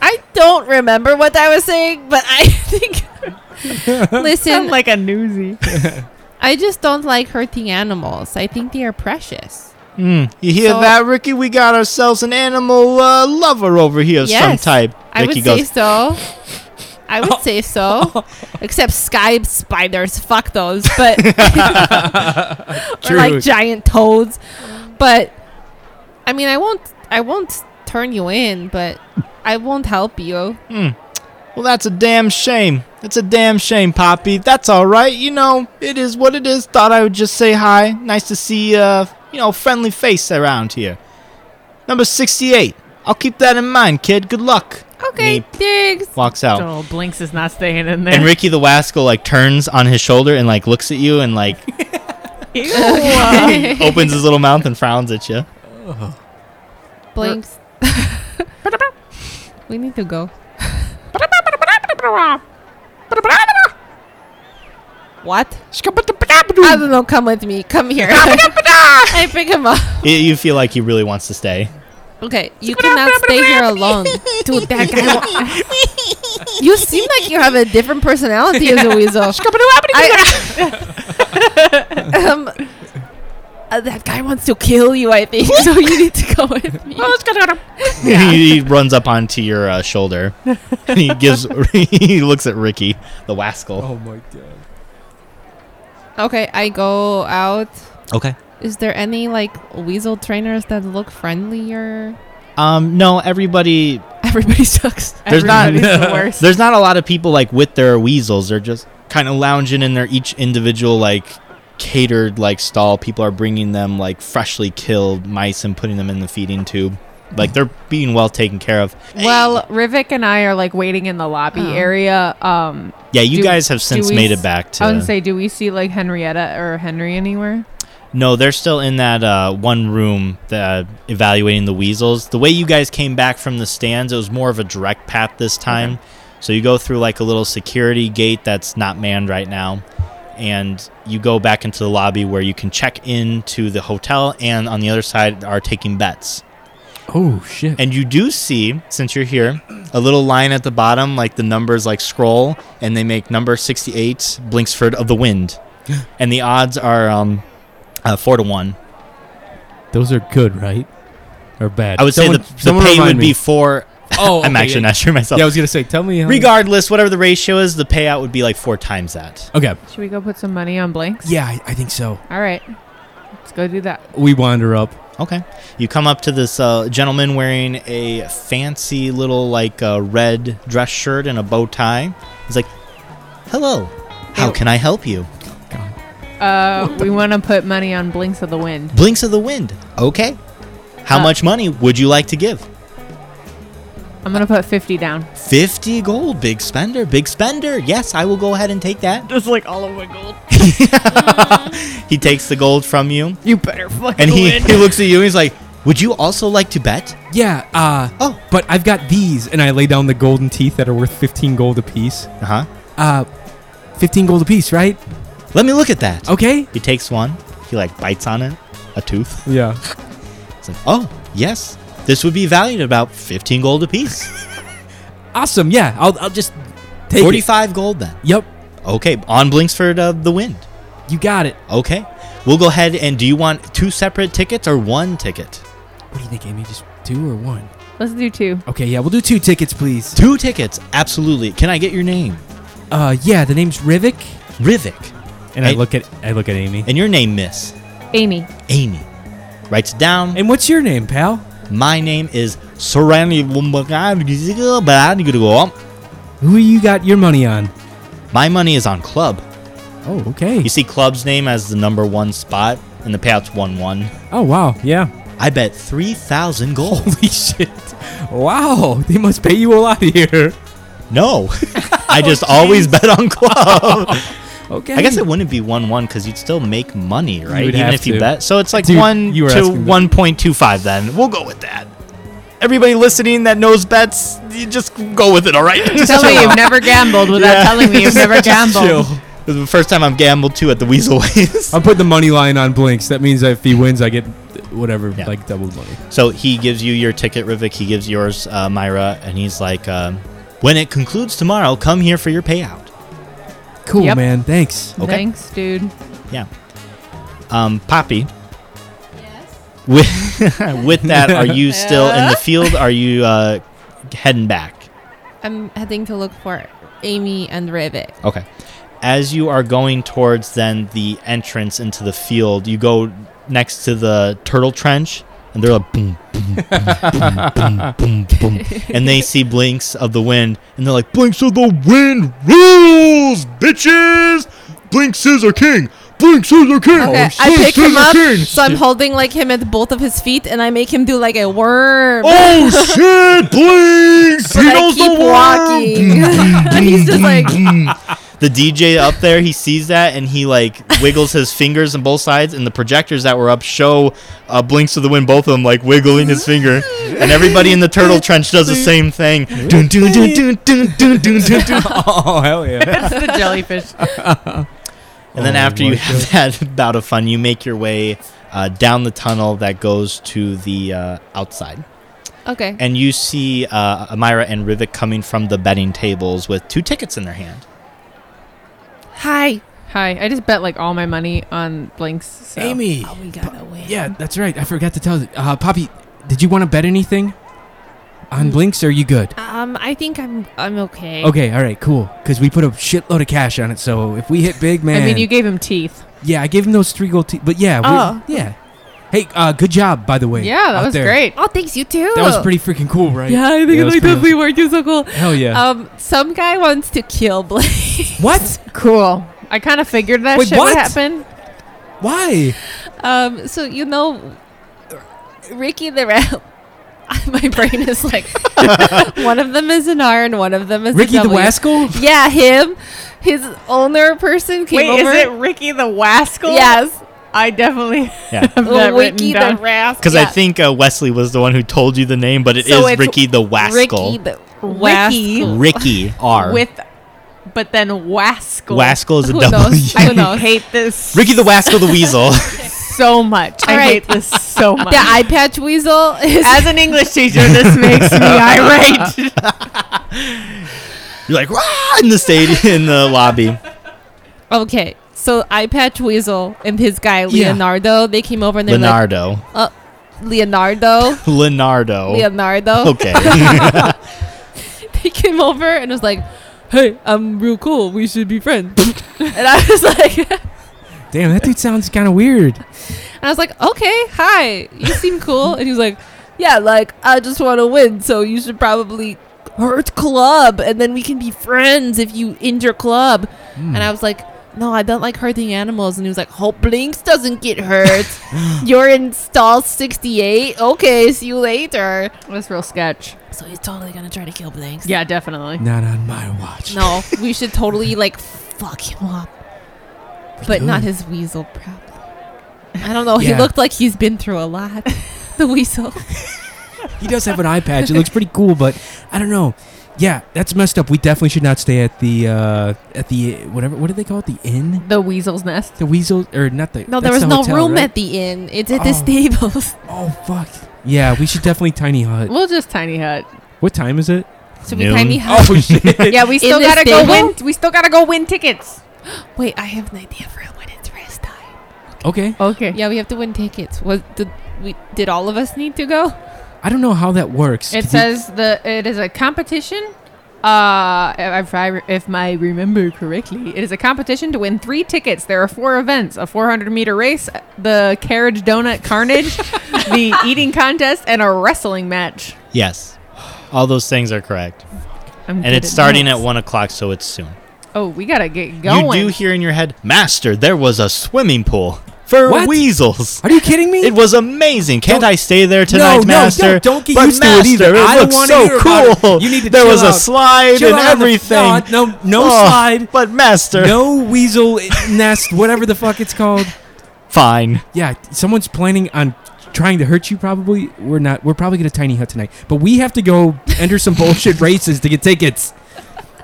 S4: I don't remember what I was saying, but I *laughs*
S2: *laughs*
S4: think. Listen,
S3: like a newsie.
S4: I just don't like hurting animals. I think they are precious.
S2: Mm, you hear
S4: So-
S2: that, Ricky? We got ourselves an animal uh, lover over here of some
S4: Yes,
S2: type.
S4: I
S2: Ricky
S4: would say so. I would say so. Except sky spiders, fuck those. But or
S1: True.
S4: like giant toads. But I mean, I won't. I won't turn you in, but I won't help you.
S2: Well, that's a damn shame. That's a damn shame, Poppy. That's all right. You know, it is what it is. Thought I would just say hi. Nice to see, uh, you know, friendly face around here. Number 68. I'll keep that in mind, kid. Good luck.
S4: Okay,
S2: And
S4: thanks.
S2: he walks out.
S3: Oh, Blinks is not staying in there. *laughs*
S2: And Ricky the Wascal, like, turns on his shoulder and, like, looks at you and,
S4: *laughs*
S2: like, opens his little mouth and frowns at you.
S4: Blinks. we need to go. What?
S5: *laughs*
S4: I don't know. Come with me. Come here. *laughs* I pick him up.
S2: Y- you feel like he really wants to stay.
S4: Okay, you cannot stay here alone, *laughs* dude. That guy. wa- you seem like you have a different personality as a weasel. I, *laughs* um, uh, that guy wants to kill you. I think *laughs* so. You need to go with me.
S2: *laughs* he, he runs up onto your uh,
S3: *laughs*
S2: shoulder. And he gives. *laughs* he looks at Ricky, the
S1: *laughs*
S2: Wascal.
S1: oh my god.
S4: Okay, I go out.
S2: Okay.
S4: Is there any like weasel trainers that look friendlier? *laughs*
S2: Um, no, everybody.
S4: Everybody sucks.
S2: *laughs* There's not-
S3: Everybody's the worst.
S2: There's not a lot of people like with their weasels. They're just kind of lounging in their each individual like catered like stall. People are bringing them like freshly killed mice and putting them in the feeding tube. Like they're being well taken care of.
S3: Well, Rivik and I are like waiting in the lobby
S4: Oh.
S3: area. Um,
S2: Yeah, you
S3: do-
S2: guys have
S3: do
S2: since
S3: we
S2: made
S3: s-
S2: it back to.
S3: I would say, do we see like Henrietta or Henry anywhere?
S2: No, they're still in that uh, one room uh, evaluating the weasels. The way you guys came back from the stands, it was more of a direct path this time. So you go through like a little security gate that's not manned right now, and you go back into the lobby where you can check into the hotel, and on the other side are taking bets.
S1: Oh shit.
S2: And you do see, since you're here, a little line at the bottom, like the numbers like scroll, and they make number 68, Blinksford of the Wind. and the odds are um, uh, 4 to 1.
S1: Those are good, right? Or bad?
S2: I would
S1: Someone-
S2: say the, the
S1: someone
S2: pay would
S1: remind
S2: be
S1: me.
S2: four.
S1: Oh,
S2: I'm
S1: okay,
S2: actually
S1: yeah.
S2: not sure myself.
S1: Yeah, I was gonna say. Tell me. How
S2: Regardless, whatever the ratio is, the payout would be like four times that.
S1: Okay.
S3: Should we go put some money on Blinks?
S1: Yeah, I, I think so.
S3: All right, let's go do that.
S1: We wander up.
S2: Okay. You come up to this uh, gentleman wearing a fancy little like uh, red dress shirt and a bow tie. He's like, "Hello, how
S3: Ew.
S2: can I help you?"
S3: Uh, *laughs* we want to put money on Blinks of the Wind.
S2: Blinks of the wind. Okay. How
S3: Uh,
S2: much money would you like to give?
S3: I'm gonna put fifty down.
S2: 50 gold, big spender, big spender. Yes, I will go ahead and take that.
S3: Just like all of
S2: *laughs*
S3: my gold.
S2: He takes the gold from you
S3: You better fucking
S2: and he,
S3: win.
S2: he looks at you and he's like, Would you also like to bet?
S1: Yeah. Uh.
S2: Oh.
S1: But I've got these, and I lay down the golden teeth that are worth 15 gold apiece.
S2: Uh huh.
S1: Uh, 15 gold apiece, right?
S2: Let me look at that.
S3: Oh.
S1: Okay.
S2: He takes one. He like bites on it, a tooth.
S1: Yeah.
S2: It's like, oh yes, this would be valued at about fifteen
S3: *laughs*
S2: gold apiece.
S1: Awesome. Yeah. I'll, I'll just take it.
S2: Forty-five gold then.
S1: Yep.
S2: Okay, on Blinksford uh, the Wind.
S1: You got it.
S2: Okay, we'll go ahead and do you want two separate tickets or one ticket?
S1: What do you think, Amy? Just two or one?
S4: Let's do two.
S1: Okay, yeah, we'll do two tickets, please.
S2: Two tickets, absolutely. Can I get your name?
S1: Uh, yeah, the name's Rivik.
S2: Rivik.
S1: And I
S2: Hey.
S1: look at I look at Amy.
S2: And your name, Miss
S3: Amy.
S2: Amy. Writes it down.
S1: And what's your name, pal?
S2: My name is Sarani Wumbagadigidigobadigidigobom.
S1: Who you got your money on?
S2: My money is on club.
S1: Oh, okay.
S2: You see club's name as the number one spot, and the payout's 1 1.
S1: Oh, wow. Yeah. *laughs*
S2: I bet 3,000 gold. *laughs*
S1: Holy shit. Wow, they must pay you a lot here.
S2: no. *laughs* I just always bet on club.
S1: Okay.
S2: I guess it wouldn't be 1 1 because you'd still make money, right?
S1: would
S2: Even
S1: have
S2: if you
S1: to.
S2: bet. So it's like
S1: Dude,
S2: 1
S1: you were
S2: to
S1: asking me.
S2: 1.25 then. We'll go with that. Everybody listening that knows bets, you just go with it, all right?
S3: Tell me you've never gambled without
S2: Yeah.
S3: telling me
S2: *laughs*
S3: you've never gambled.
S2: This is the first time I've gambled too at the Weasel Ways.
S1: I'm putting the money line on blinks. That means that if he wins, I get whatever,
S2: Yeah.
S1: like double the money.
S2: *laughs* so he gives you your ticket, Rivik. He gives yours, uh, Myra, and he's like, um, "When it concludes tomorrow, come here for your payout."
S1: Cool,
S3: Yep.
S1: man. Thanks.
S2: Okay.
S3: Thanks, dude.
S2: Yeah. Um, Poppy. With *laughs* with that, are
S4: *laughs*
S2: you still in the field? Are you uh, heading back?
S4: I'm heading to look for Amy and Rivik.
S2: Okay. As you are going towards then the entrance into the field, you go next to the turtle trench, and they're like boom, boom, boom, boom, boom, boom, boom, and they see blinks of the wind, and they're like blinks of the wind rules, bitches. Blinks is our king. Blinks is our king. Oh,
S4: Okay, I pick him up, so I'm holding like him at both of his feet, and I make him do like a worm.
S2: Oh
S4: *laughs*
S2: shit, blinks.
S4: and I keep walking, *laughs* and he's just like, "Mm."
S2: *laughs* the DJ up there, he sees that and he like wiggles his fingers on both sides, and the projectors that were up show uh, blinks to the wind, both of them like wiggling his finger, and everybody in the turtle trench does the same thing. Dun, dun, dun, dun, dun, dun, dun, dun, dun.
S1: *laughs* Oh, hell yeah.
S3: It's the jellyfish.
S2: And then
S1: Oh
S2: after you
S1: my
S4: *laughs*
S2: have that bout of fun, you make your way uh, down the tunnel that goes to the uh, outside,
S4: okay,
S2: and you see uh, Amira and Rivik coming from the betting tables with two tickets in their hand.
S4: hi.
S3: Hi. I just bet like all my money on blinks.
S1: *laughs*
S3: So.
S1: Amy.
S4: Oh, we gotta win.
S1: Yeah, that's right. I forgot to tell you. Uh, Poppy, did you want to bet anything on blinks? Or are you good?
S4: Um, I think I'm I'm okay.
S1: Okay, all right, cool. Because we put a shitload of cash on it, so if we hit big, man.
S3: I mean, you gave him teeth.
S1: Yeah, I gave him those three gold teeth. But yeah, we,
S4: Oh.
S1: yeah. Hey, uh, good job, by the way.
S3: yeah,
S1: out
S3: that was
S1: there.
S3: great.
S4: Oh, thanks you too.
S1: That was pretty freaking cool, right?
S4: Yeah, I think
S1: Yeah, it was
S4: like
S1: pretty
S4: definitely worked. You're so cool.
S1: Hell yeah.
S4: Um, some guy wants to kill Blake.
S1: *laughs* what?
S3: Cool. I kind of figured that
S1: Wait,
S3: shit
S1: what?
S3: would happen.
S1: Why?
S4: Um, so you know, Ricky the Rat. *laughs* My brain is like, *laughs* one of them is an R and one of them is
S1: Ricky
S4: a
S1: the
S4: W.
S1: Wascal?
S4: *laughs* Yeah, him. His owner person came over.
S3: Ricky the Wascal?
S4: Yes,
S3: I definitely
S2: Yeah.
S3: have that
S4: Ricky
S3: written
S4: the
S3: down.
S4: Rascal.
S2: Because I think uh, Wesley was the one who told you the name, but it is
S4: So it's
S2: Ricky the
S4: Ricky
S2: Wascal.
S4: the
S3: Ricky
S4: Ricky.
S2: Ricky R.
S3: with, but then Wascal.
S2: Wascal is a
S4: Who
S2: double. *laughs*
S4: knows?
S2: U.
S4: Who
S3: I
S4: knows?
S3: hate this
S2: Ricky the Wascal the Weasel. *laughs*
S3: so much. I
S4: All right.
S3: hate this *laughs* so much.
S4: The eye patch weasel is
S3: As an English teacher,
S1: *laughs*
S3: this makes me irate.
S2: You're like Rah! in the stadium *laughs* in the lobby.
S4: *laughs* okay. So eye patch weasel and his guy
S1: Yeah.
S4: Leonardo, they came over and they're
S2: Leonardo.
S4: like, uh, Leonardo,
S2: Leonardo.
S4: Leonardo.
S2: Oh.
S4: *laughs*
S2: Okay. *laughs*
S4: he came over and was like, "Hey, I'm real cool. We should be friends." and I was like, *laughs* and
S1: Damn, that dude sounds kind of weird.
S4: I was like, "Okay, hi. You seem cool." And he was like, "Yeah, like I just want to win, so you should probably hurt club, and then we can be friends if you injure club." And I was like. No, I don't like hurting animals. And he was like, Hope Blinks doesn't get hurt. You're in stall 68. Okay, see you later.
S3: That's real sketch.
S4: So he's totally going to try to kill Blinks.
S3: Yeah, definitely.
S1: Not on my watch.
S4: No, we should totally like fuck him up. But not his weasel problem. I don't know. He
S1: Yeah.
S4: looked like he's been through a lot. *laughs* The weasel.
S1: He does have an eye patch. It looks pretty cool, but I don't know. Yeah, that's messed up. We definitely should not stay at the uh at the whatever. What do they call it? The inn?
S3: The weasel's nest.
S1: The weasel or not the?
S4: No, there
S1: that's
S4: was
S1: the
S4: no
S1: hotel,
S4: room
S1: right?
S4: at the inn. It's at the
S1: Oh.
S4: stables. *laughs*
S1: Oh fuck. Yeah, we should definitely tiny hut.
S3: We'll just tiny hut.
S1: What time is it?
S4: So we
S2: Noon.
S4: kind
S2: *laughs*
S4: of have.
S1: Oh shit!
S3: *laughs* Yeah, we still
S4: this
S3: gotta go
S4: stable?
S3: win. We still gotta go win tickets.
S4: Wait, I have an idea for when it's rest time.
S1: Okay,
S3: Okay.
S4: Yeah, we have to win tickets. Was did we? Did all of us need to go?
S1: I don't know how that works.
S3: It
S1: Could you-
S3: says the it is a competition. Uh, if I if I remember correctly, it is a competition to win three tickets. There are four events: a 400 meter race, the carriage donut *laughs* carnage, the eating contest, and a wrestling match.
S2: Yes. All those things are correct.
S3: I'm
S2: And it's starting at 1 o'clock, so it's soon.
S3: Oh, we gotta get going.
S2: You do hear in your head, Master, there was a swimming pool for
S1: What?
S2: weasels.
S1: Are you kidding me?
S2: It was amazing. Can't
S1: Don't-
S2: I stay there tonight,
S1: no,
S2: Master?
S1: don't- don't get
S2: but
S1: used to it
S2: master,
S1: either. I don't
S2: looks
S1: wanna
S2: so
S1: hear about it.
S2: cool.
S1: You need to
S2: There
S1: chill
S2: was a
S1: out.
S2: slide
S1: Chill
S2: and
S1: out on the-
S2: everything.
S1: no, no, no
S2: Oh,
S1: slide.
S2: But Master,
S1: No weasel nest, whatever the fuck it's called.
S2: fine.
S1: Yeah, someone's planning on trying to hurt you. Probably we're not. We're probably gonna tiny hut tonight, but we have to go enter some bullshit *laughs* races to get tickets.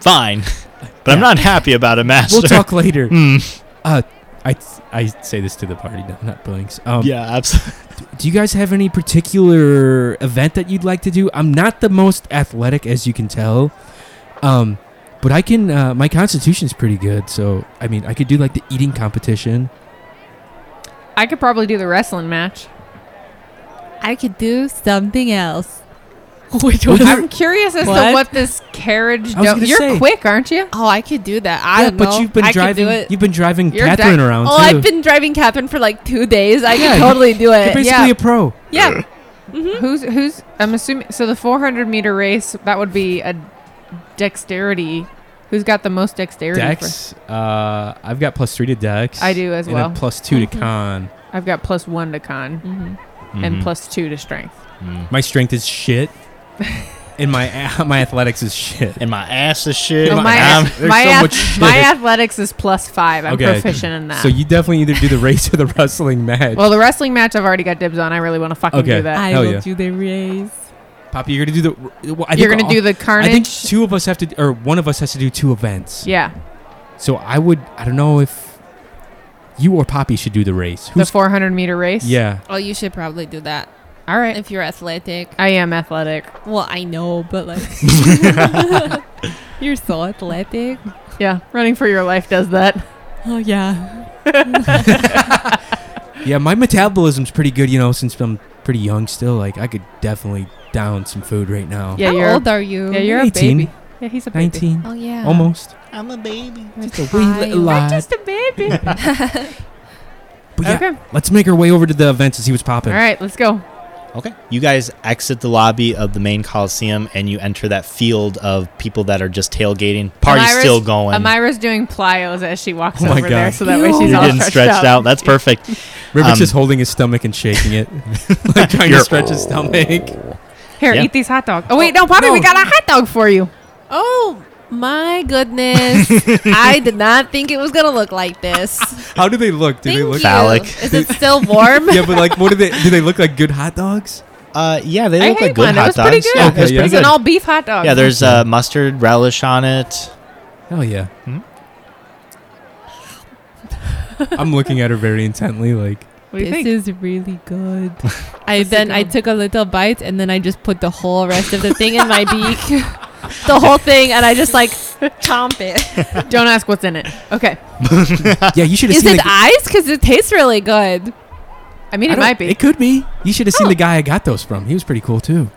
S2: Fine. But I'm
S1: Yeah.
S2: not happy about it, Master.
S1: We'll
S2: *laughs*
S1: talk later.
S2: Mm.
S1: Uh, I *laughs* I say this to the party, no, not Blinks. Um,
S2: Yeah, absolutely.
S1: Do you guys have any particular event that you'd like to do? I'm not the most athletic, as you can tell, um, but I can. Uh, my constitution's pretty good, so I mean, I could do like the eating competition.
S3: I could probably do the
S2: *laughs*
S3: wrestling match.
S4: I could do something *laughs* else.
S1: Which
S3: I'm curious as to
S4: What?
S3: what this carriage.
S1: I was
S3: Don-
S1: gonna
S3: you're
S1: say.
S3: quick, aren't you?
S4: Oh, I could do that. I
S1: yeah,
S4: don't
S1: but
S4: know.
S1: you've been
S4: I
S1: driving.
S4: Could do it.
S1: You've been driving
S3: You're
S1: Catherine
S3: di-
S1: around
S4: Oh,
S1: too.
S4: I've been driving Catherine for like two days. I
S1: Yeah.
S4: could totally do
S1: You're
S4: it.
S1: basically
S3: Uh, yeah.
S1: a pro.
S4: Yeah.
S3: Who's who's? I'm assuming so. The 400 meter race that would be a dexterity. Who's got the most dexterity? For,
S1: Dex. Uh, I've got plus three to Dex.
S3: I do as
S1: and
S3: well. Mm-hmm.
S1: Then plus two to
S4: Mhm.
S1: Con.
S3: I've got plus one to con
S4: Mm-hmm.
S2: Mm-hmm.
S1: Mm-hmm.
S3: and plus two to strength.
S1: My strength is
S3: *laughs*
S1: shit, and my *laughs* my athletics is shit. *laughs*
S2: And my ass is shit.
S3: No,
S1: my
S3: my
S2: I'm-
S1: ath-
S3: ath-
S1: there's
S3: my,
S1: so
S3: ath-
S1: much
S3: my
S1: *laughs* shit.
S3: athletics is plus five. I'm
S1: Okay.
S3: proficient in
S1: *laughs*
S3: that.
S1: So you definitely either do the race *laughs* or the wrestling match.
S3: well, the wrestling match I've already got dibs on. I really want to fucking
S1: Okay.
S3: do that.
S1: I Hell will yeah.
S4: do the race.
S1: Poppy, you're gonna do the. Well, I
S3: You're
S1: think
S3: gonna
S1: all-
S3: do the carnage.
S1: I think two of us have to, or one of us has to do two events.
S3: yeah,
S1: So I would, I don't know if you or Poppy should do the race.
S3: the 400 meter race.
S1: yeah,
S4: Oh, you should probably do that
S3: All right.
S4: if you're athletic.
S3: I am athletic.
S4: Well, I know, but like, *laughs* you're so athletic.
S3: Yeah, running for your life does that.
S4: Oh yeah.
S1: yeah. My metabolism's pretty good, you know, since I'm pretty young still. Like I could definitely down some food right now.
S3: Yeah,
S4: How
S3: you're.
S4: old are you?
S3: Yeah, you're
S1: 18.
S3: a baby. Yeah, he's a baby.
S1: nineteen,
S4: Oh yeah.
S1: almost.
S2: I'm a baby.
S1: Just a wee little
S3: I'm
S1: lad.
S3: just a
S1: *laughs*
S3: baby.
S1: But yeah,
S3: Okay.
S1: let's make our way over to the events and see what's popping.
S3: All right, let's go.
S2: Okay. You guys exit the lobby of the main coliseum and you enter that field of people that are just tailgating. Party's
S3: Amira's-
S2: still going.
S3: Amira's doing plyos as she walks
S1: Oh my
S3: over there,
S1: God.
S3: so that way she's
S2: You're
S3: all
S2: getting
S3: stretched,
S2: stretched out. That's
S3: *laughs*
S2: perfect.
S1: River's
S2: Um,
S1: just holding his stomach and shaking it, *laughs* like trying to
S2: You're-
S1: stretch his stomach.
S2: *laughs*
S3: Here,
S2: Yeah.
S3: eat these hot dogs. Oh wait, no, Poppy, we
S1: no.
S3: got a hot dog for you.
S4: Oh my
S1: *laughs*
S4: goodness! I did not think it was gonna look like *laughs* this.
S1: How do they look? Do
S4: Thank
S1: they
S4: you.
S1: look?
S2: Phallic.
S4: Is it still warm?
S1: *laughs* Yeah, but like, what do they? Do they look like good hot dogs?
S2: Uh, yeah, they
S3: I
S2: look
S3: had
S2: like good
S3: one. It
S2: hot
S3: was
S2: dogs.
S3: pretty good.
S2: Yeah,
S1: Okay,
S2: it's
S1: yeah.
S2: pretty
S3: It's an
S2: good.
S3: all beef hot dog.
S2: yeah, there's uh, mustard relish on it.
S1: Hell yeah.
S2: Hmm?
S1: *laughs* I'm looking at her very intently,
S2: *laughs*
S1: like,
S3: What do you think?
S4: is really
S1: *laughs*
S4: good. I
S3: This is
S4: then I
S3: good.
S4: took a little bite and then I just put the whole rest of the thing in *laughs* my beak, the whole thing, and I just like chomp it.
S3: Don't ask what's in it. Okay,
S1: yeah, you should have
S4: Is
S1: seen.
S4: it
S1: the,
S4: ice? Because it tastes
S1: *laughs*
S4: really good.
S3: I mean
S1: I
S3: it
S1: don't-
S3: might be.
S1: It could be. You should have seen the guy I got those from. He was pretty cool too.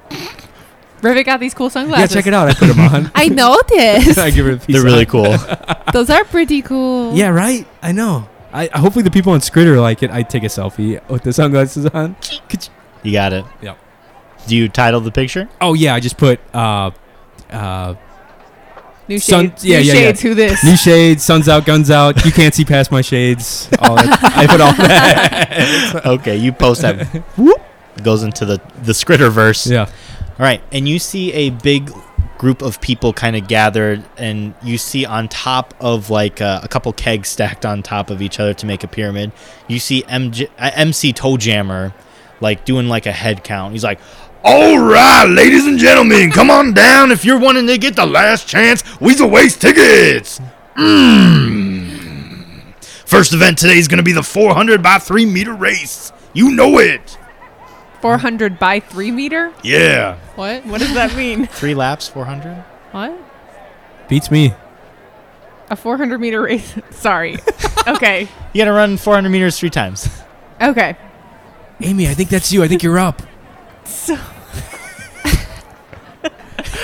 S3: Rivet got these cool
S1: Yeah,
S3: sunglasses.
S1: check it out. I put them
S3: *laughs*
S1: on. *laughs*
S4: I noticed.
S1: I give her a piece.
S2: They're really cool.
S4: Those are pretty cool.
S1: Yeah, right. I know. I hopefully the people on Skritter like it. I take a selfie with the sunglasses on.
S2: You got it.
S1: Yep.
S2: Do you title the picture?
S1: *laughs* Oh yeah, I just put uh, uh,
S3: New
S1: Sun-
S3: shades.
S1: yeah,
S3: New
S1: yeah, yeah.
S3: shades. Who this?
S1: new shades, suns out, guns out. You can't see past my shades. All that. I put all that.
S3: *laughs*
S2: okay, you post that. Whoop. It goes into the the Skritterverse.
S1: Yeah.
S2: All right, and you see a big group of people kind of gathered, and you see on top of like uh, a couple kegs stacked on top of each other to make a pyramid. You see MJ, uh, MC Toe Jammer, like doing like a head count. He's like, "All right, ladies and gentlemen, come on down if you're wanting to get the last chance Weasel Waste tickets." Mm. First event today is going to be the 400 by 3 meter race. You know it.
S3: 400 by 3 meter?
S2: Yeah.
S3: What? What
S1: *laughs*
S3: does that mean?
S2: Three laps, 400?
S3: what?
S1: Beats me.
S3: A 400 meter race? Sorry.
S1: *laughs*
S3: Okay.
S2: You gotta run 400 meters three times.
S4: *laughs*
S3: Okay.
S1: Amy, I think that's you. I think you're up.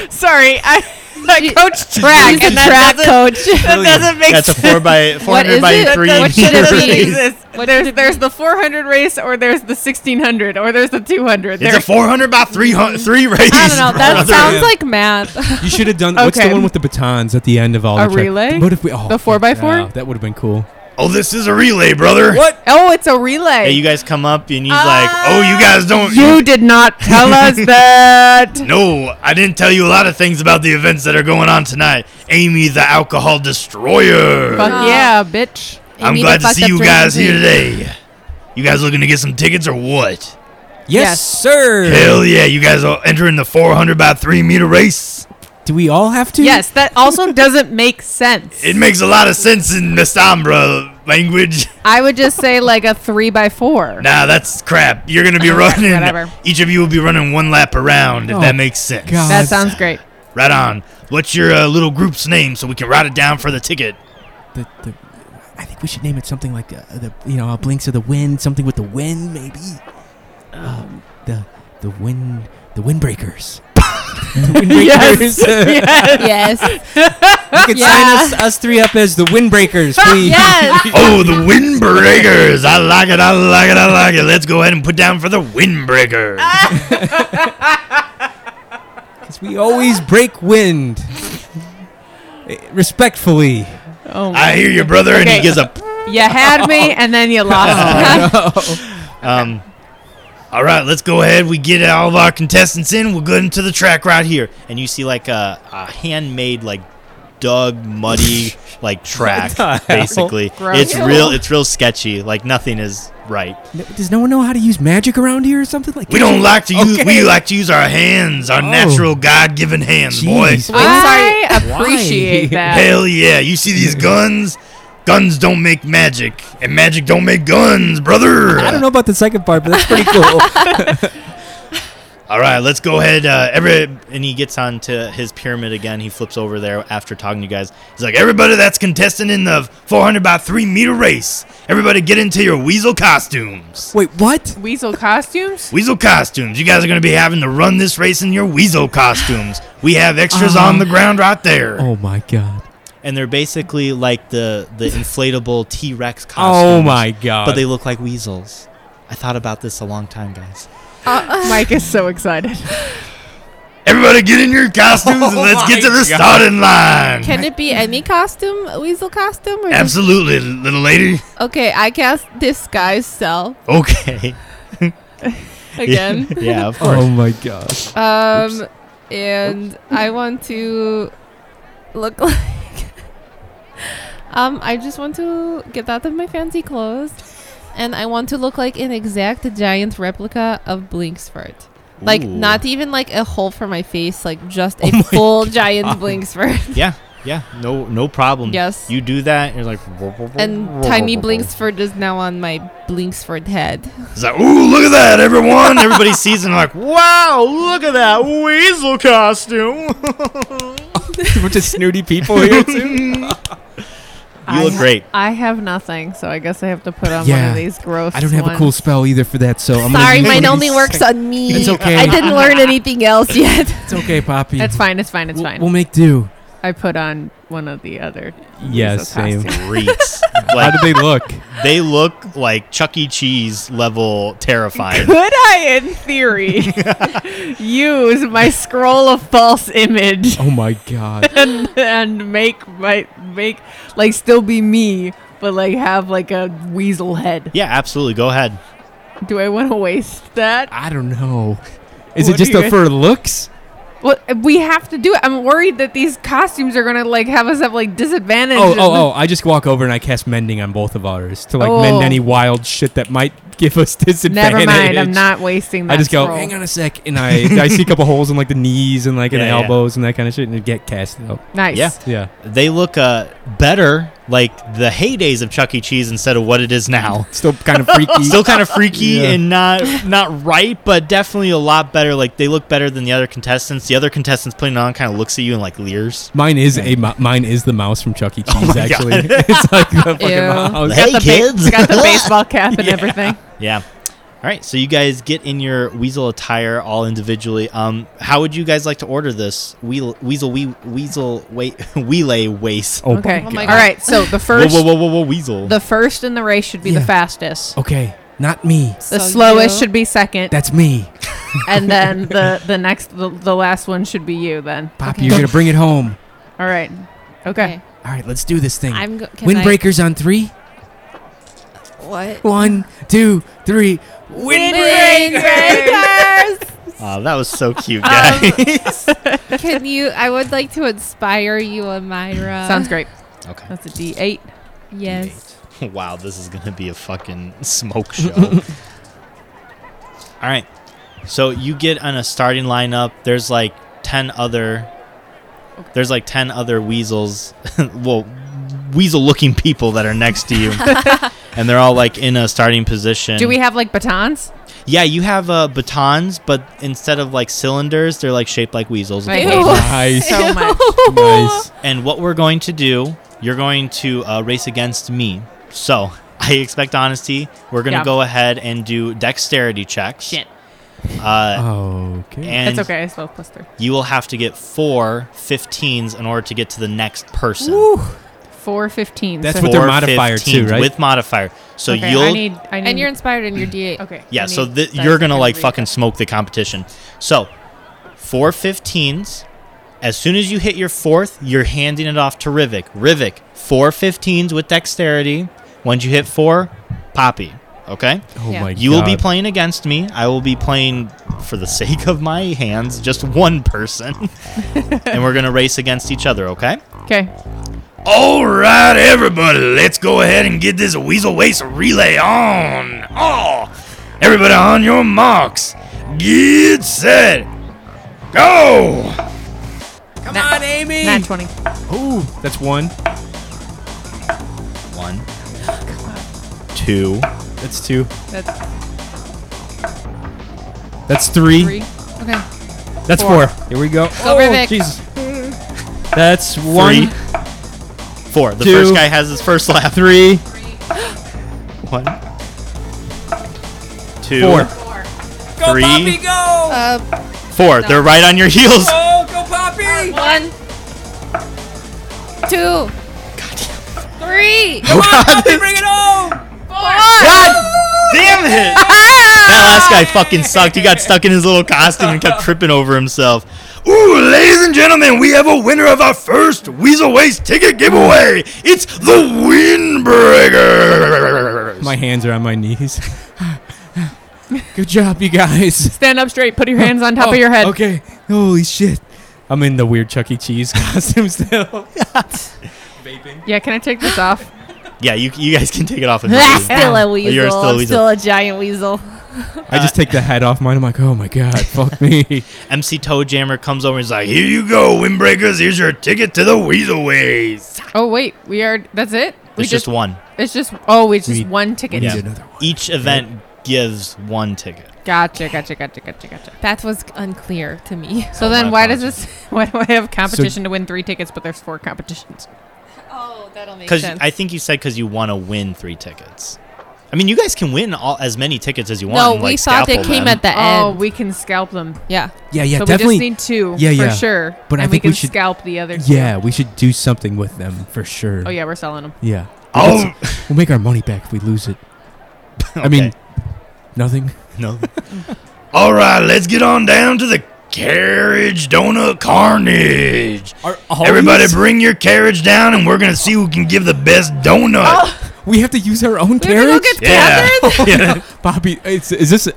S3: Sorry. I, *laughs* I coach track.
S4: He's a
S3: and that
S4: track
S3: doesn't-
S4: coach.
S3: That doesn't make
S2: That's a
S3: sense.
S2: four by 400
S4: is
S2: by
S4: it?
S2: three.
S4: What should
S2: meter
S4: it
S2: race.
S4: be?
S3: There's, there's the 400 race, or there's the 1600, or there's the 200.
S2: It's
S3: There-
S2: a 400 by 300, three race.
S4: I don't know. That
S1: brother.
S4: sounds
S2: *laughs*
S4: like math.
S1: You should have done. What's the
S3: Okay.
S1: one with the batons at the end of all
S3: A
S1: the track?
S3: relay?
S1: What if we? Oh,
S3: The four by four?
S1: yeah, that would have been cool.
S2: oh, this is a relay, brother.
S1: What?
S3: oh, it's a relay.
S2: Yeah, you guys come up and he's like,
S4: Uh,
S2: oh, you guys don't.
S3: You did not
S2: *laughs*
S3: tell us that.
S2: no, I didn't tell you a lot of things about the events that are going on tonight. Amy, the alcohol destroyer.
S3: Fuck yeah, bitch.
S2: I'm
S4: Amy,
S2: glad
S4: the
S2: to
S4: fucked
S2: see
S4: up
S2: you guys
S4: Ramsey.
S2: here today. You guys looking to get some tickets or what?
S1: Yes,
S3: Yes.
S1: sir.
S2: Hell yeah, you guys are entering the 400 by 3 meter race.
S1: Do we all have to?
S3: Yes, that
S2: *laughs*
S3: also doesn't make sense.
S2: It makes a lot of sense in the Sambra language. *laughs*
S3: I would just say like a three by four.
S2: Nah, that's crap. You're
S3: *laughs*
S2: gonna be running.
S3: whatever.
S2: Each of you will be running one lap around, if
S1: Oh,
S2: that makes sense.
S1: God.
S3: That sounds great.
S2: Right on. What's your uh, little group's name so we can write it down for the ticket?
S1: The, the, I think we should name it something like uh, the you know blinks of the wind, something with the wind maybe. Um, the the wind the windbreakers. the windbreakers.
S4: yes.
S1: You can sign us, us three up as the windbreakers, please.
S4: Yes.
S2: Oh, the windbreakers! I like it. I like it. I like it. Let's go ahead and put down for the windbreakers.
S3: Ah.
S1: Because we always break wind. Eh, Respectfully.
S3: Oh, my-
S2: I hear you, brother, and he
S3: Okay.
S2: gives a.
S3: you
S2: *laughs*
S3: had me and then you
S2: Oh.
S3: lost. me.
S2: Um, all right, let's go ahead. We get all of our contestants in. We'll go into the track right here, and you see like a, a handmade like dug muddy like
S1: *laughs*
S2: track
S1: What the hell?
S2: basically.
S3: Gross.
S2: It's real. It's real sketchy. Like nothing is right.
S1: No- does no one know how to use magic around here or something like
S2: We
S1: that?
S2: don't like to use.
S1: Okay.
S2: We like to use our hands, our
S1: Oh.
S2: natural God-given hands, boys.
S1: Jeez.
S2: boy.
S3: I
S1: Why?
S3: appreciate that.
S2: Hell yeah! You see these guns? Guns don't make magic, and magic don't make guns, brother.
S1: I don't know about the second part, but that's pretty *laughs* cool.
S2: All right, let's go ahead. Uh, every and he gets onto his pyramid again. He flips over there after talking to you guys. He's like, "Everybody that's contestant in the 400 by 3 meter race, everybody get into your weasel costumes.
S1: Wait, what?
S3: Weasel costumes?
S2: Weasel costumes. You guys are gonna be having to run this race in your weasel costumes. We have extras on the ground right there,
S1: Oh my god.
S2: and they're basically like the the inflatable T Rex
S1: Oh my god.
S2: But they look like weasels. I thought about this a long time, guys.
S3: Mike is so excited.
S2: Everybody get in your costumes and *laughs*
S1: Oh
S2: let's get to
S1: my
S2: the
S1: God.
S2: starting line.
S4: Can it be any costume? A weasel costume? Or just-
S2: Absolutely, little lady.
S4: okay, I cast disguise self
S2: Okay.
S1: *laughs*
S4: again.
S2: *laughs* yeah, of course.
S1: Oh my god.
S4: Um, and I want to look *laughs* like. um, I just want to get out of my fancy clothes, and I want to look like an exact giant replica of Blinksford. Like
S2: Ooh.
S4: not even like a hole for my face, like just
S1: *laughs* Oh
S4: a
S1: my
S4: full giant Blinksford
S2: Yeah, yeah. No, no problem.
S4: Yes.
S2: You do that, and you're like.
S4: and tiny Blinksford is now on my Blinksford head.
S2: It's like, ooh, look at that, everyone!
S4: *laughs*
S2: Everybody sees it, and like, wow, look at that weasel costume. *laughs*
S1: a *laughs* bunch of snooty people here
S3: *laughs*
S1: too.
S2: You look
S3: I-
S2: great.
S3: I have nothing, so I guess I have to put on one
S1: Yeah.
S3: of these gross.
S1: I don't have a cool
S3: ones.
S1: spell either for that, so I'm gonna
S4: Sorry,
S1: use
S4: mine
S1: these.
S4: only works on me.
S1: It's okay. *laughs*
S4: I didn't learn anything else yet.
S1: It's okay, Poppy.
S3: It's fine. It's fine. It's
S1: We'll-
S3: fine.
S1: We'll make do.
S3: I put on one of
S1: *laughs*
S3: the other.
S1: Yeah,
S3: weasel
S1: same.
S3: costumes.
S4: *laughs*
S2: Great.
S1: *laughs*
S2: like
S1: they look?
S2: they look like Chuck E. Cheese level
S4: *laughs*
S2: terrifying.
S3: Could I, in theory,
S1: *laughs*
S3: use my scroll of false image *laughs*
S1: Oh my god.
S3: and, and make my make like still be me, but like have like a weasel head?
S2: yeah, absolutely. Go ahead.
S3: Do I want to waste that?
S1: I don't know. Is
S3: What
S1: it just
S3: do
S1: a
S3: you-
S1: for looks?
S3: Well, we have to do it. I'm worried that these costumes are gonna like have us have like disadvantage.
S1: Oh, oh, oh! I just walk over and I cast mending on both of ours to like mend
S3: Oh.
S1: any wild shit that might give us *laughs*
S3: Never
S1: disadvantage.
S3: mind. I'm not wasting that.
S1: I just go.
S3: scroll.
S1: Hang on a sec, and I I see a couple holes in like the knees and like in
S2: Yeah,
S1: the
S2: yeah.
S1: elbows and that kind of shit, and it get casted out.
S3: Nice.
S2: Yeah.
S1: Yeah.
S2: They look uh better, like the heydays of Chuck E. Cheese instead of what it is now.
S1: Still kind of freaky.
S3: *laughs*
S2: Still kind of freaky
S1: Yeah.
S2: and not not right, but definitely a lot better. Like they look better than the other contestants. The other contestants putting it on kind of looks at you and like leers.
S1: Mine is a mo- mine is the mouse from Chuck E. Cheese.
S2: my God.
S1: actually, *laughs* it's like the *laughs* fucking
S3: Ew.
S1: mouse.
S2: Hey,
S3: the
S2: kids.
S3: got the baseball cap and
S2: Yeah.
S3: everything.
S2: *laughs* Yeah. All right, so you guys get in your weasel attire all individually. Um, how would you guys like to order this weasel weasel we weasel wait *laughs* wheelay waist?
S1: Oh,
S3: Okay.
S1: my
S3: All
S1: God.
S4: my God.
S3: right. So the
S2: Whoa,
S3: first,
S2: whoa, whoa, whoa, whoa, weasel!
S3: the first in the race should be
S1: Yeah. Oh.
S3: the fastest.
S1: Okay, not me.
S3: The
S4: So
S3: slowest
S4: you-
S3: should be second,
S1: That's me.
S3: and then the the next the, the last one should be you. Then.
S1: Pop,
S4: Okay.
S1: you're gonna bring it home.
S3: All right. Okay.
S4: Okay.
S1: All right, let's do this thing.
S4: I'm go- can
S1: Windbreakers on three.
S4: I- what?
S1: One, two, three. Windbreaker.
S4: Windbreakers.
S2: Aw, that was
S3: *laughs*
S2: so cute,
S3: Um,
S2: guys. *laughs*
S4: can you? I would like to inspire you, *laughs* Amira.
S3: Sounds great.
S2: okay.
S3: That's a D eight.
S4: Yes.
S2: *laughs* Wow, this is gonna be a fucking smoke show. *laughs* All right, so you get on a starting lineup. There's like ten other. There's like ten other weasels, *laughs* well, weasel-looking people that are next
S3: *laughs*
S2: to you, and they're all like in a starting position.
S3: Do we have like batons?
S2: Yeah, you have uh, batons, but instead of like cylinders, they're like shaped like weasels.
S3: I
S2: With
S3: hate
S2: holes.
S4: *laughs*
S1: Nice.
S3: So much.
S1: Nice.
S2: And what we're going to do, you're going to uh, race against me. So *laughs* I expect honesty. We're going to
S3: Yeah.
S2: go ahead and do dexterity checks.
S3: Shit.
S2: Uh,
S1: Okay.
S2: and
S3: That's okay. I still have plus three.
S2: you will have to get four 15s in order to get to the next person.
S3: Four fifteen.
S1: That's
S3: so
S1: With what their
S2: Four
S1: modifier too,
S2: 15s
S1: right?
S2: With modifier. So
S3: okay,
S2: you'll
S3: I need. I need.
S4: And you're inspired in your D8.
S3: okay.
S2: Yeah,
S3: I
S2: so
S3: need
S2: th-
S3: dice
S2: you're gonna
S3: to
S2: like
S3: read.
S2: fucking smoke the competition. So, four 15s. As soon as you hit your fourth, you're handing it off to Rivik. Rivik, four 15s with dexterity. Once you hit four, Poppy. Okay?
S1: oh
S4: Yeah.
S1: my god.
S2: You will be playing against me. I will be playing, for the *laughs* sake of my hands, just one person. *laughs* and we're gonna race against each other, okay?
S3: Okay.
S2: All right, everybody, let's go ahead and get this Weasel Waste Relay on. Oh, everybody on your marks. Get set. Go.
S1: Come on, Amy.
S3: Nat twenty.
S1: Ooh, that's one.
S2: One, two,
S1: That's two.
S3: That's
S1: That's three.
S3: three. Okay.
S1: That's
S3: Four.
S1: four. Here we go.
S4: Go, Rivik.
S1: Jesus. That's
S2: three,
S1: one,
S2: four. The
S1: two,
S2: first guy has his first lap.
S1: three,
S2: One, two,
S1: four.
S2: three,
S4: Uh,
S2: four. They're right on your heels.
S4: one, two, three,
S2: *laughs* Damn it!
S4: Ah!
S2: that last guy fucking sucked. He got stuck in his little costume and kept tripping over himself. Ooh, ladies and gentlemen, we have a winner of our first Weasel Waste ticket giveaway. It's the Windbreakers.
S1: My hands are on my knees. *laughs* Good job, you guys.
S3: Stand up straight. Put your hands on top
S1: Oh,
S3: of your head.
S1: Okay. Holy shit. I'm in the weird Chuck E. Cheese *laughs* costume still.
S3: Yeah. Can I take this off?
S2: yeah, you, you guys can take it off. And
S4: Ah,
S2: leave.
S4: still a weasel.
S2: Oh, you're still a
S4: I'm
S2: weasel.
S4: still a giant weasel.
S1: I just take the hat off mine. I'm like, oh my god, *laughs* fuck me.
S2: MC Toadjammer comes over and is like, "Here you go, Windbreakers. Here's your ticket to the Weasel Waste."
S3: Oh wait. We are. That's it. We
S2: It's just one.
S3: It's just. Oh, it's just
S1: We-
S3: one ticket.
S1: we
S2: Yeah.
S1: another one.
S2: Each event gives one ticket.
S3: Gotcha. Gotcha. Gotcha. Gotcha. Gotcha.
S4: That was unclear to me.
S3: So
S2: Oh, my
S3: then, why does
S2: apologies.
S3: this? *laughs* Why do I have competition to win three tickets, but there's four competitions?
S4: *laughs* Oh, that'll make
S2: Because I think you said because you want to win three tickets. I mean, you guys can win all as many tickets as you want.
S4: no,
S2: and,
S4: we
S2: like,
S4: thought it
S2: scalpel
S4: came
S2: them.
S4: at the
S3: Oh,
S4: end.
S3: we can scalp them.
S4: yeah.
S1: Yeah, yeah,
S3: so
S1: definitely.
S3: we just need two.
S1: Yeah, yeah.
S3: For sure.
S1: But I
S3: and
S1: think
S3: we
S1: we
S3: can
S1: should-
S3: scalp the other. two.
S1: yeah, we should do something with them for sure.
S3: Oh yeah, we're selling them.
S1: Yeah.
S2: Oh,
S1: We'll make our money back if we lose
S2: *laughs*
S1: it. I mean, nothing.
S2: *laughs* no. all right, let's get on down to the carriage donut carnage. Everybody, bring your carriage down, and we're gonna see who can give the best donut.
S3: Oh.
S1: we have to use our own
S4: We have to go
S1: carriage.
S2: yeah.
S4: get
S2: yeah.
S1: Bobby, it's, is this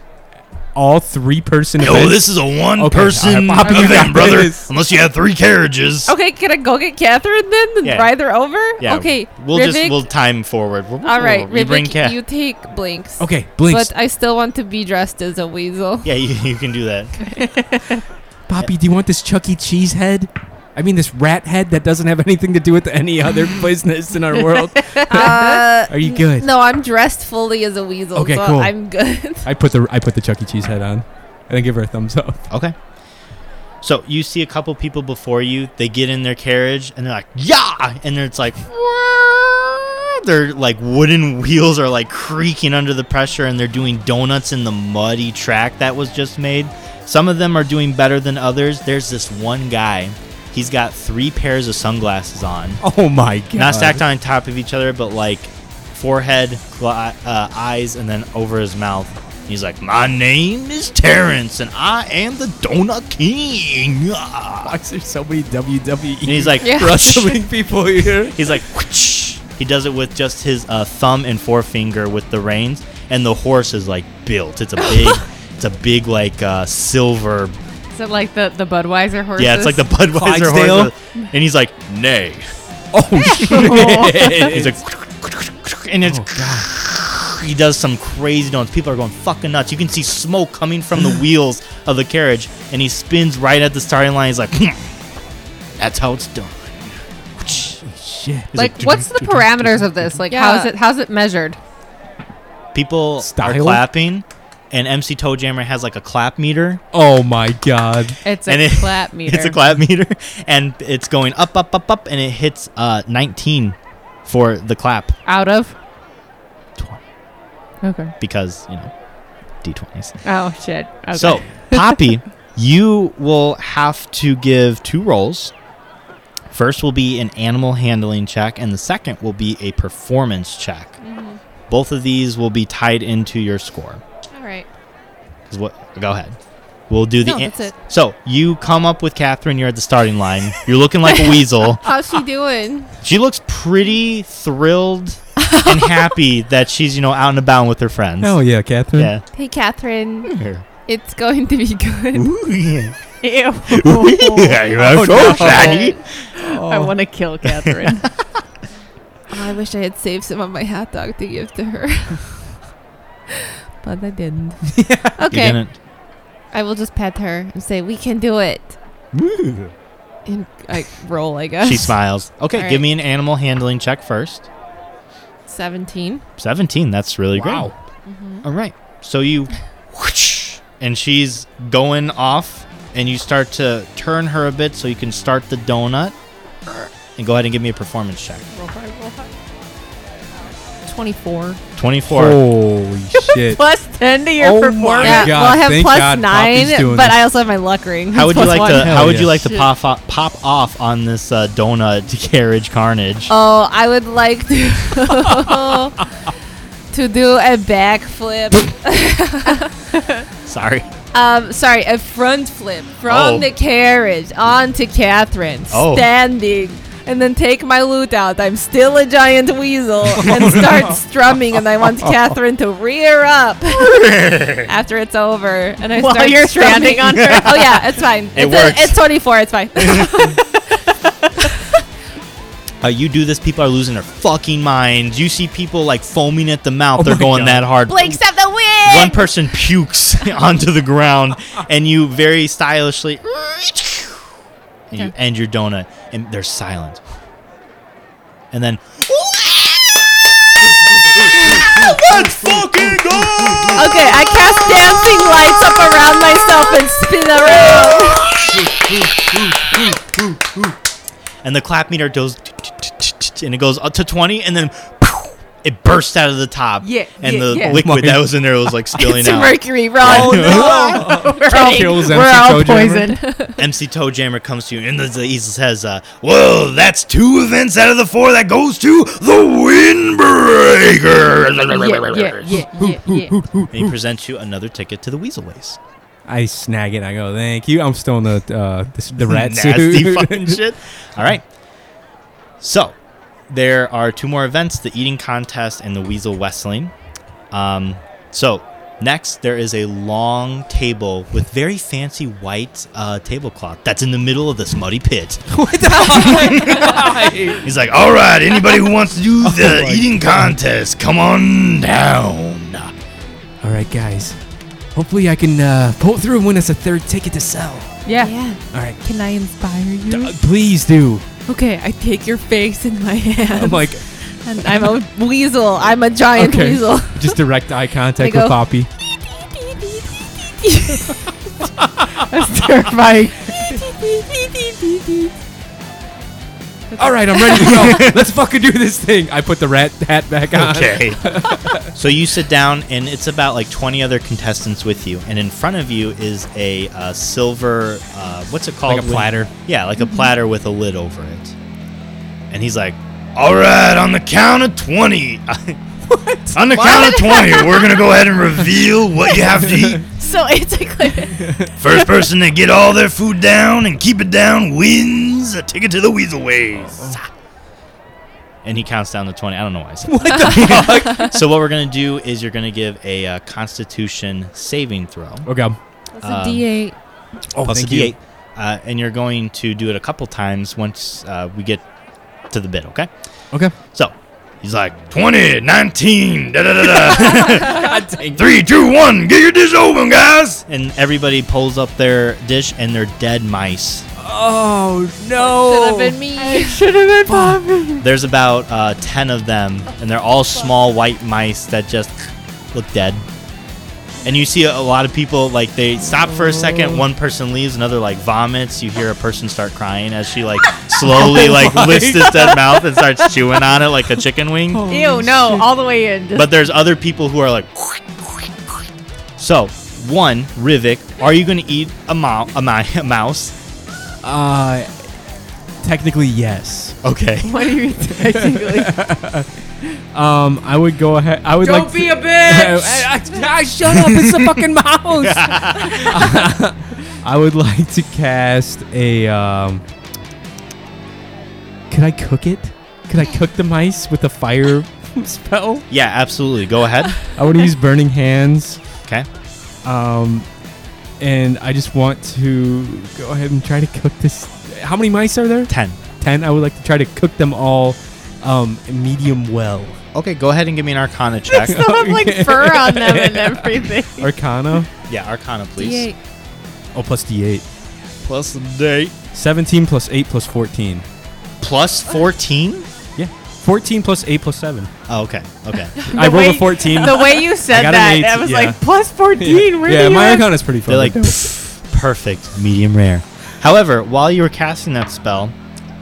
S1: all three person?
S2: Yo,
S1: event?
S2: this is a
S1: all right,
S2: one-person
S1: Bobby, you
S2: event,
S1: got
S2: brother.
S1: this.
S2: Unless you have three carriages.
S4: Okay, can I go get Catherine then and
S2: Yeah.
S4: ride her over? Okay.
S2: We'll
S4: Rivik-
S2: just we'll time forward.
S4: All right,
S2: we bring
S4: Rivik,
S2: Cat.
S4: you take blinks.
S1: okay. Blinks,
S4: But I still want to be dressed as a
S2: *laughs*
S4: weasel. *laughs*
S2: Yeah, you, you can do that.
S1: Bobby, do you want this Chuck E. Cheese head? I mean, this rat head that doesn't have anything to do with any *laughs* other business in our world.
S4: Uh,
S1: Are you good?
S4: No, I'm dressed fully as a weasel.
S1: Okay,
S4: so
S1: cool.
S4: I'm good.
S1: I put the I put the Chuck E. Cheese head on, and I give her a thumbs up.
S2: Okay. So you see a couple people before you. They get in their carriage and they're like, "Yeah!" And then it's like, "Wah!" their like wooden wheels are like creaking under the pressure, and they're doing donuts in the muddy track that was just made. Some of them are doing better than others. There's this one guy. He's got three pairs of sunglasses on,
S1: *laughs* Oh my god!
S2: not stacked on top of each other, but like forehead, gla- uh, eyes, and then over his mouth. He's like, "My name is Terrence, and I am the Donut King." Ah.
S1: Why is there so many E WWE?
S2: And he's
S1: *laughs*
S2: like,
S3: Yeah.
S1: wrestling E people
S2: *laughs*
S1: here.
S2: he's like, "Whoosh." he does it with just his uh, thumb and forefinger with the reins, and the horse is like built. It's a big, it's a big like uh, silver.
S3: Is it like the, the Budweiser horses?
S2: Yeah, it's like the Budweiser
S1: Clydesdale?
S2: horse. And he's like, "Nay."
S1: Oh *laughs* shit!
S2: He's like, and it's he does some crazy donuts. People are going fucking nuts. You can see smoke coming from the wheels of the carriage, and he spins right at the starting line. He's like, "Hmm, "That's how it's done."
S1: shit.
S2: He's
S3: Like, what's the parameters of this? Like, how's
S4: Yeah.
S3: it how's it measured?
S2: People are
S1: Style?
S2: clapping, and MC Toe Jammer has like a clap meter. *laughs*
S1: Oh my god!
S3: It's a
S2: and it-
S3: clap
S2: *laughs*
S3: meter.
S2: It's a clap meter, and it's going up, up, up, up, and it hits uh, 19 for the clap
S3: Out of?
S2: 20
S3: Okay.
S2: because you know D20s.
S3: Oh shit. Okay.
S2: So,
S4: *laughs*
S2: Poppy, you will have to give two rolls. First will be an animal handling check, and the second will be a performance check.
S4: Mm-hmm.
S2: Both of these will be tied into your score.
S4: All right.
S2: 'Cause What? Go ahead. We'll do the.
S4: No,
S2: an-
S4: that's it.
S2: So you come up with Catherine. You're at the starting line. You're looking like
S4: *laughs*
S2: a weasel.
S4: How's she doing?
S2: She looks pretty thrilled
S4: *laughs*
S2: and happy that she's you know out and about with her friends.
S1: Hell Oh, yeah, Catherine.
S2: yeah.
S4: Hey, Catherine.
S2: Here.
S4: *laughs* It's going to be good.
S2: Ooh, yeah.
S3: Ew. Oh,
S2: Ooh, yeah, you are so shiny.
S3: I want to kill *laughs* Catherine.
S4: Oh, I wish I had saved some of my hot dog to give to her. *laughs* but
S3: *laughs*
S4: I didn't.
S2: You
S4: Okay.
S2: didn't.
S4: I will just pet her and say, We can do it. And I roll, I guess.
S2: She smiles. Okay,
S4: All
S2: give
S4: right.
S2: me an animal handling check first.
S4: 17.
S2: 17, that's really
S1: Wow.
S2: great. All right. So you whoosh, and she's going off and you start to turn her a bit so you can start the donut. And go ahead and give me a performance check.
S4: 24.
S2: 24. *laughs*
S1: Holy shit!
S3: Plus ten to your
S1: Oh my
S3: performance.
S1: Yeah, God,
S4: well, I have
S1: thank
S4: plus
S1: God Poppy's
S4: nine,
S1: doing
S4: but
S1: this.
S4: I also have my luck ring.
S2: How would you
S4: Plus
S2: like
S4: one.
S2: to how
S1: Hell
S2: would you
S1: yeah.
S2: like to
S4: Shit.
S2: pop off, pop off on this uh, donut *laughs* carriage carnage?
S4: *laughs* Oh, I would
S1: *laughs*
S4: like to *laughs* to do a backflip.
S2: Sorry.
S4: Um, sorry, a front flip from
S2: Oh.
S4: the carriage onto Catherine,
S2: Oh.
S4: standing, and then take my loot out. I'm still a giant weasel and
S2: *laughs*
S4: start strumming, and I want Catherine to rear up after it's over, and I
S3: While
S4: start
S3: you're
S4: strumming.
S3: standing on her?
S4: *laughs* oh yeah, it's fine.
S2: It
S4: it's,
S2: works.
S4: it's 24.
S2: *laughs*
S4: It's fine.
S2: Uh, you do this, people are losing their fucking minds. You see people like foaming at the mouth.
S1: Oh
S2: They're
S1: my
S2: going
S1: God.
S2: that hard.
S4: Blake, stop the
S2: one
S4: wig.
S2: person pukes *laughs* onto the ground, and you very stylishly and you end your donut, and there's silence. And then let's *laughs* fucking go!
S4: Okay, I cast dancing lights up around myself and spin around.
S2: And the clap meter goes, and it goes up to twenty, and then it bursts out of the top.
S3: Yeah,
S2: and
S3: yeah,
S2: the
S3: yeah.
S2: liquid
S1: Oh my
S2: that was in there was like spilling *laughs*
S4: It's
S2: out.
S4: Mercury, wrong.
S3: we're all,
S1: Kills
S3: we're
S1: MC Toe
S3: all
S1: Jammer.
S3: poisoned.
S2: MC Toe Jammer comes to you, and the, the easel says, uh, "Well, that's two events out of the four that goes to the Windbreaker."
S3: *laughs* yeah, *laughs* yeah, yeah, yeah.
S2: And he presents you another ticket to the Weasel Ways.
S1: I snag it. I go, thank you. I'm still in the uh, the, the
S2: *laughs*
S1: rat
S2: Nasty
S1: suit.
S2: fucking shit. All right. So there are two more events: the eating contest and the weasel wrestling. Um, so next, there is a long table with very fancy white uh, tablecloth that's in the middle of this
S1: *laughs*
S2: muddy pit.
S1: Oh
S2: He's like, "All right, anybody who wants
S1: *laughs*
S2: to do the
S1: Oh my
S2: eating contest, come on down."
S1: All right, guys. Hopefully, I can uh, pull through and win us a third ticket to sell.
S3: Yeah.
S4: *laughs* Yeah.
S1: All right,
S4: Can I inspire you?
S1: D- Uh, please do.
S4: Okay, I take your face in my hand.
S1: *laughs* I'm like,
S4: and I'm a weasel. I'm a giant
S1: okay,
S2: *laughs*
S4: weasel.
S1: *laughs* just direct eye contact
S4: I
S1: with
S4: go-
S1: Poppy.
S3: That's terrifying.
S1: All right, I'm ready to go. *laughs* Let's fucking do this thing. I put the rat hat back on. *laughs*
S2: Okay. so you sit down, and it's about like 20 other contestants with you. And in front of you is a uh, silver, uh, what's it called?
S1: Like a
S2: when-
S1: platter.
S2: yeah, like a platter with a lid over it. And he's like, All right, on the count of
S1: *laughs*
S2: 20. what? On the count of 20, we're going to go ahead and reveal what
S1: *laughs*
S2: you have to eat.
S4: so it's like *laughs*
S2: First person to get all their food down and keep it down wins a ticket to the Weasel Ways. Oh. And he counts down to 20. I don't know why I said What the fuck? *laughs* so what we're going to do is you're going to give a uh, constitution saving throw.
S1: Okay.
S4: That's
S2: Um,
S4: a D8.
S1: Oh,
S2: plus a
S1: thank you.
S2: D8. Uh, and you're going to do it a couple times once uh, we get to the bid, okay?
S1: Okay.
S2: So he's like, 20, 19, da da da da. *laughs* Three, two, one, get your dish open, guys. And everybody pulls up their dish and they're dead mice.
S1: Oh no.
S4: Should have been me.
S3: Should have been Bob.
S2: There's about uh, 10 of them, and they're all small white mice that just look dead. And you see a lot of people, like, they stop for a second, one person leaves, another, like, vomits. You hear a person start crying as she, like, *laughs* slowly, like,
S1: my
S2: lifts this dead mouth and starts chewing on it like a chicken wing.
S3: *laughs* Ew, no, all the way in. Just
S2: But there's other people who are like. So, one, Rivik, are you going to eat a, mo- a, mi- a mouse?
S1: Uh, technically yes.
S2: Okay.
S3: what
S2: *laughs*
S3: are you technically?
S1: Um, I would go ahead. I would
S3: Don't
S1: like.
S3: be
S1: to-
S3: a
S1: *laughs*
S3: bitch. *laughs*
S1: I,
S4: Ah,
S1: I- I- shut up! It's the fucking
S2: *laughs*
S1: mouse. I would *laughs* like to cast a. Um, could I cook it? Could I cook the mice with a fire *laughs* spell?
S2: Yeah, absolutely. Go ahead.
S1: I would use burning hands.
S2: Okay.
S1: Um, and I just want to go ahead and try to cook this. How many mice are there?
S2: 10.
S1: Ten. I would like to try to cook them all, um, medium well.
S2: Okay, go ahead and give me an Arcana check.
S3: Still have like fur on them and everything.
S1: Arcana.
S2: yeah, Arcana, please.
S4: D8.
S1: Oh, plus D8.
S2: Plus date.
S1: 17 plus 8 plus 14.
S2: Plus 14?
S1: Yeah. 14 plus 8 plus 7.
S2: Oh, okay. Okay.
S1: I
S3: The
S1: rolled a
S3: way-
S1: 14.
S3: *laughs* The way you said
S1: got an
S3: that,
S1: eight,
S3: I was
S1: yeah.
S3: like, plus
S1: *laughs*
S3: 14,
S1: yeah,
S3: where
S1: yeah
S3: do you
S1: my
S3: have-
S1: account is pretty fun.
S2: They're like, "Pff, perfect, medium rare. However, while you were casting that spell,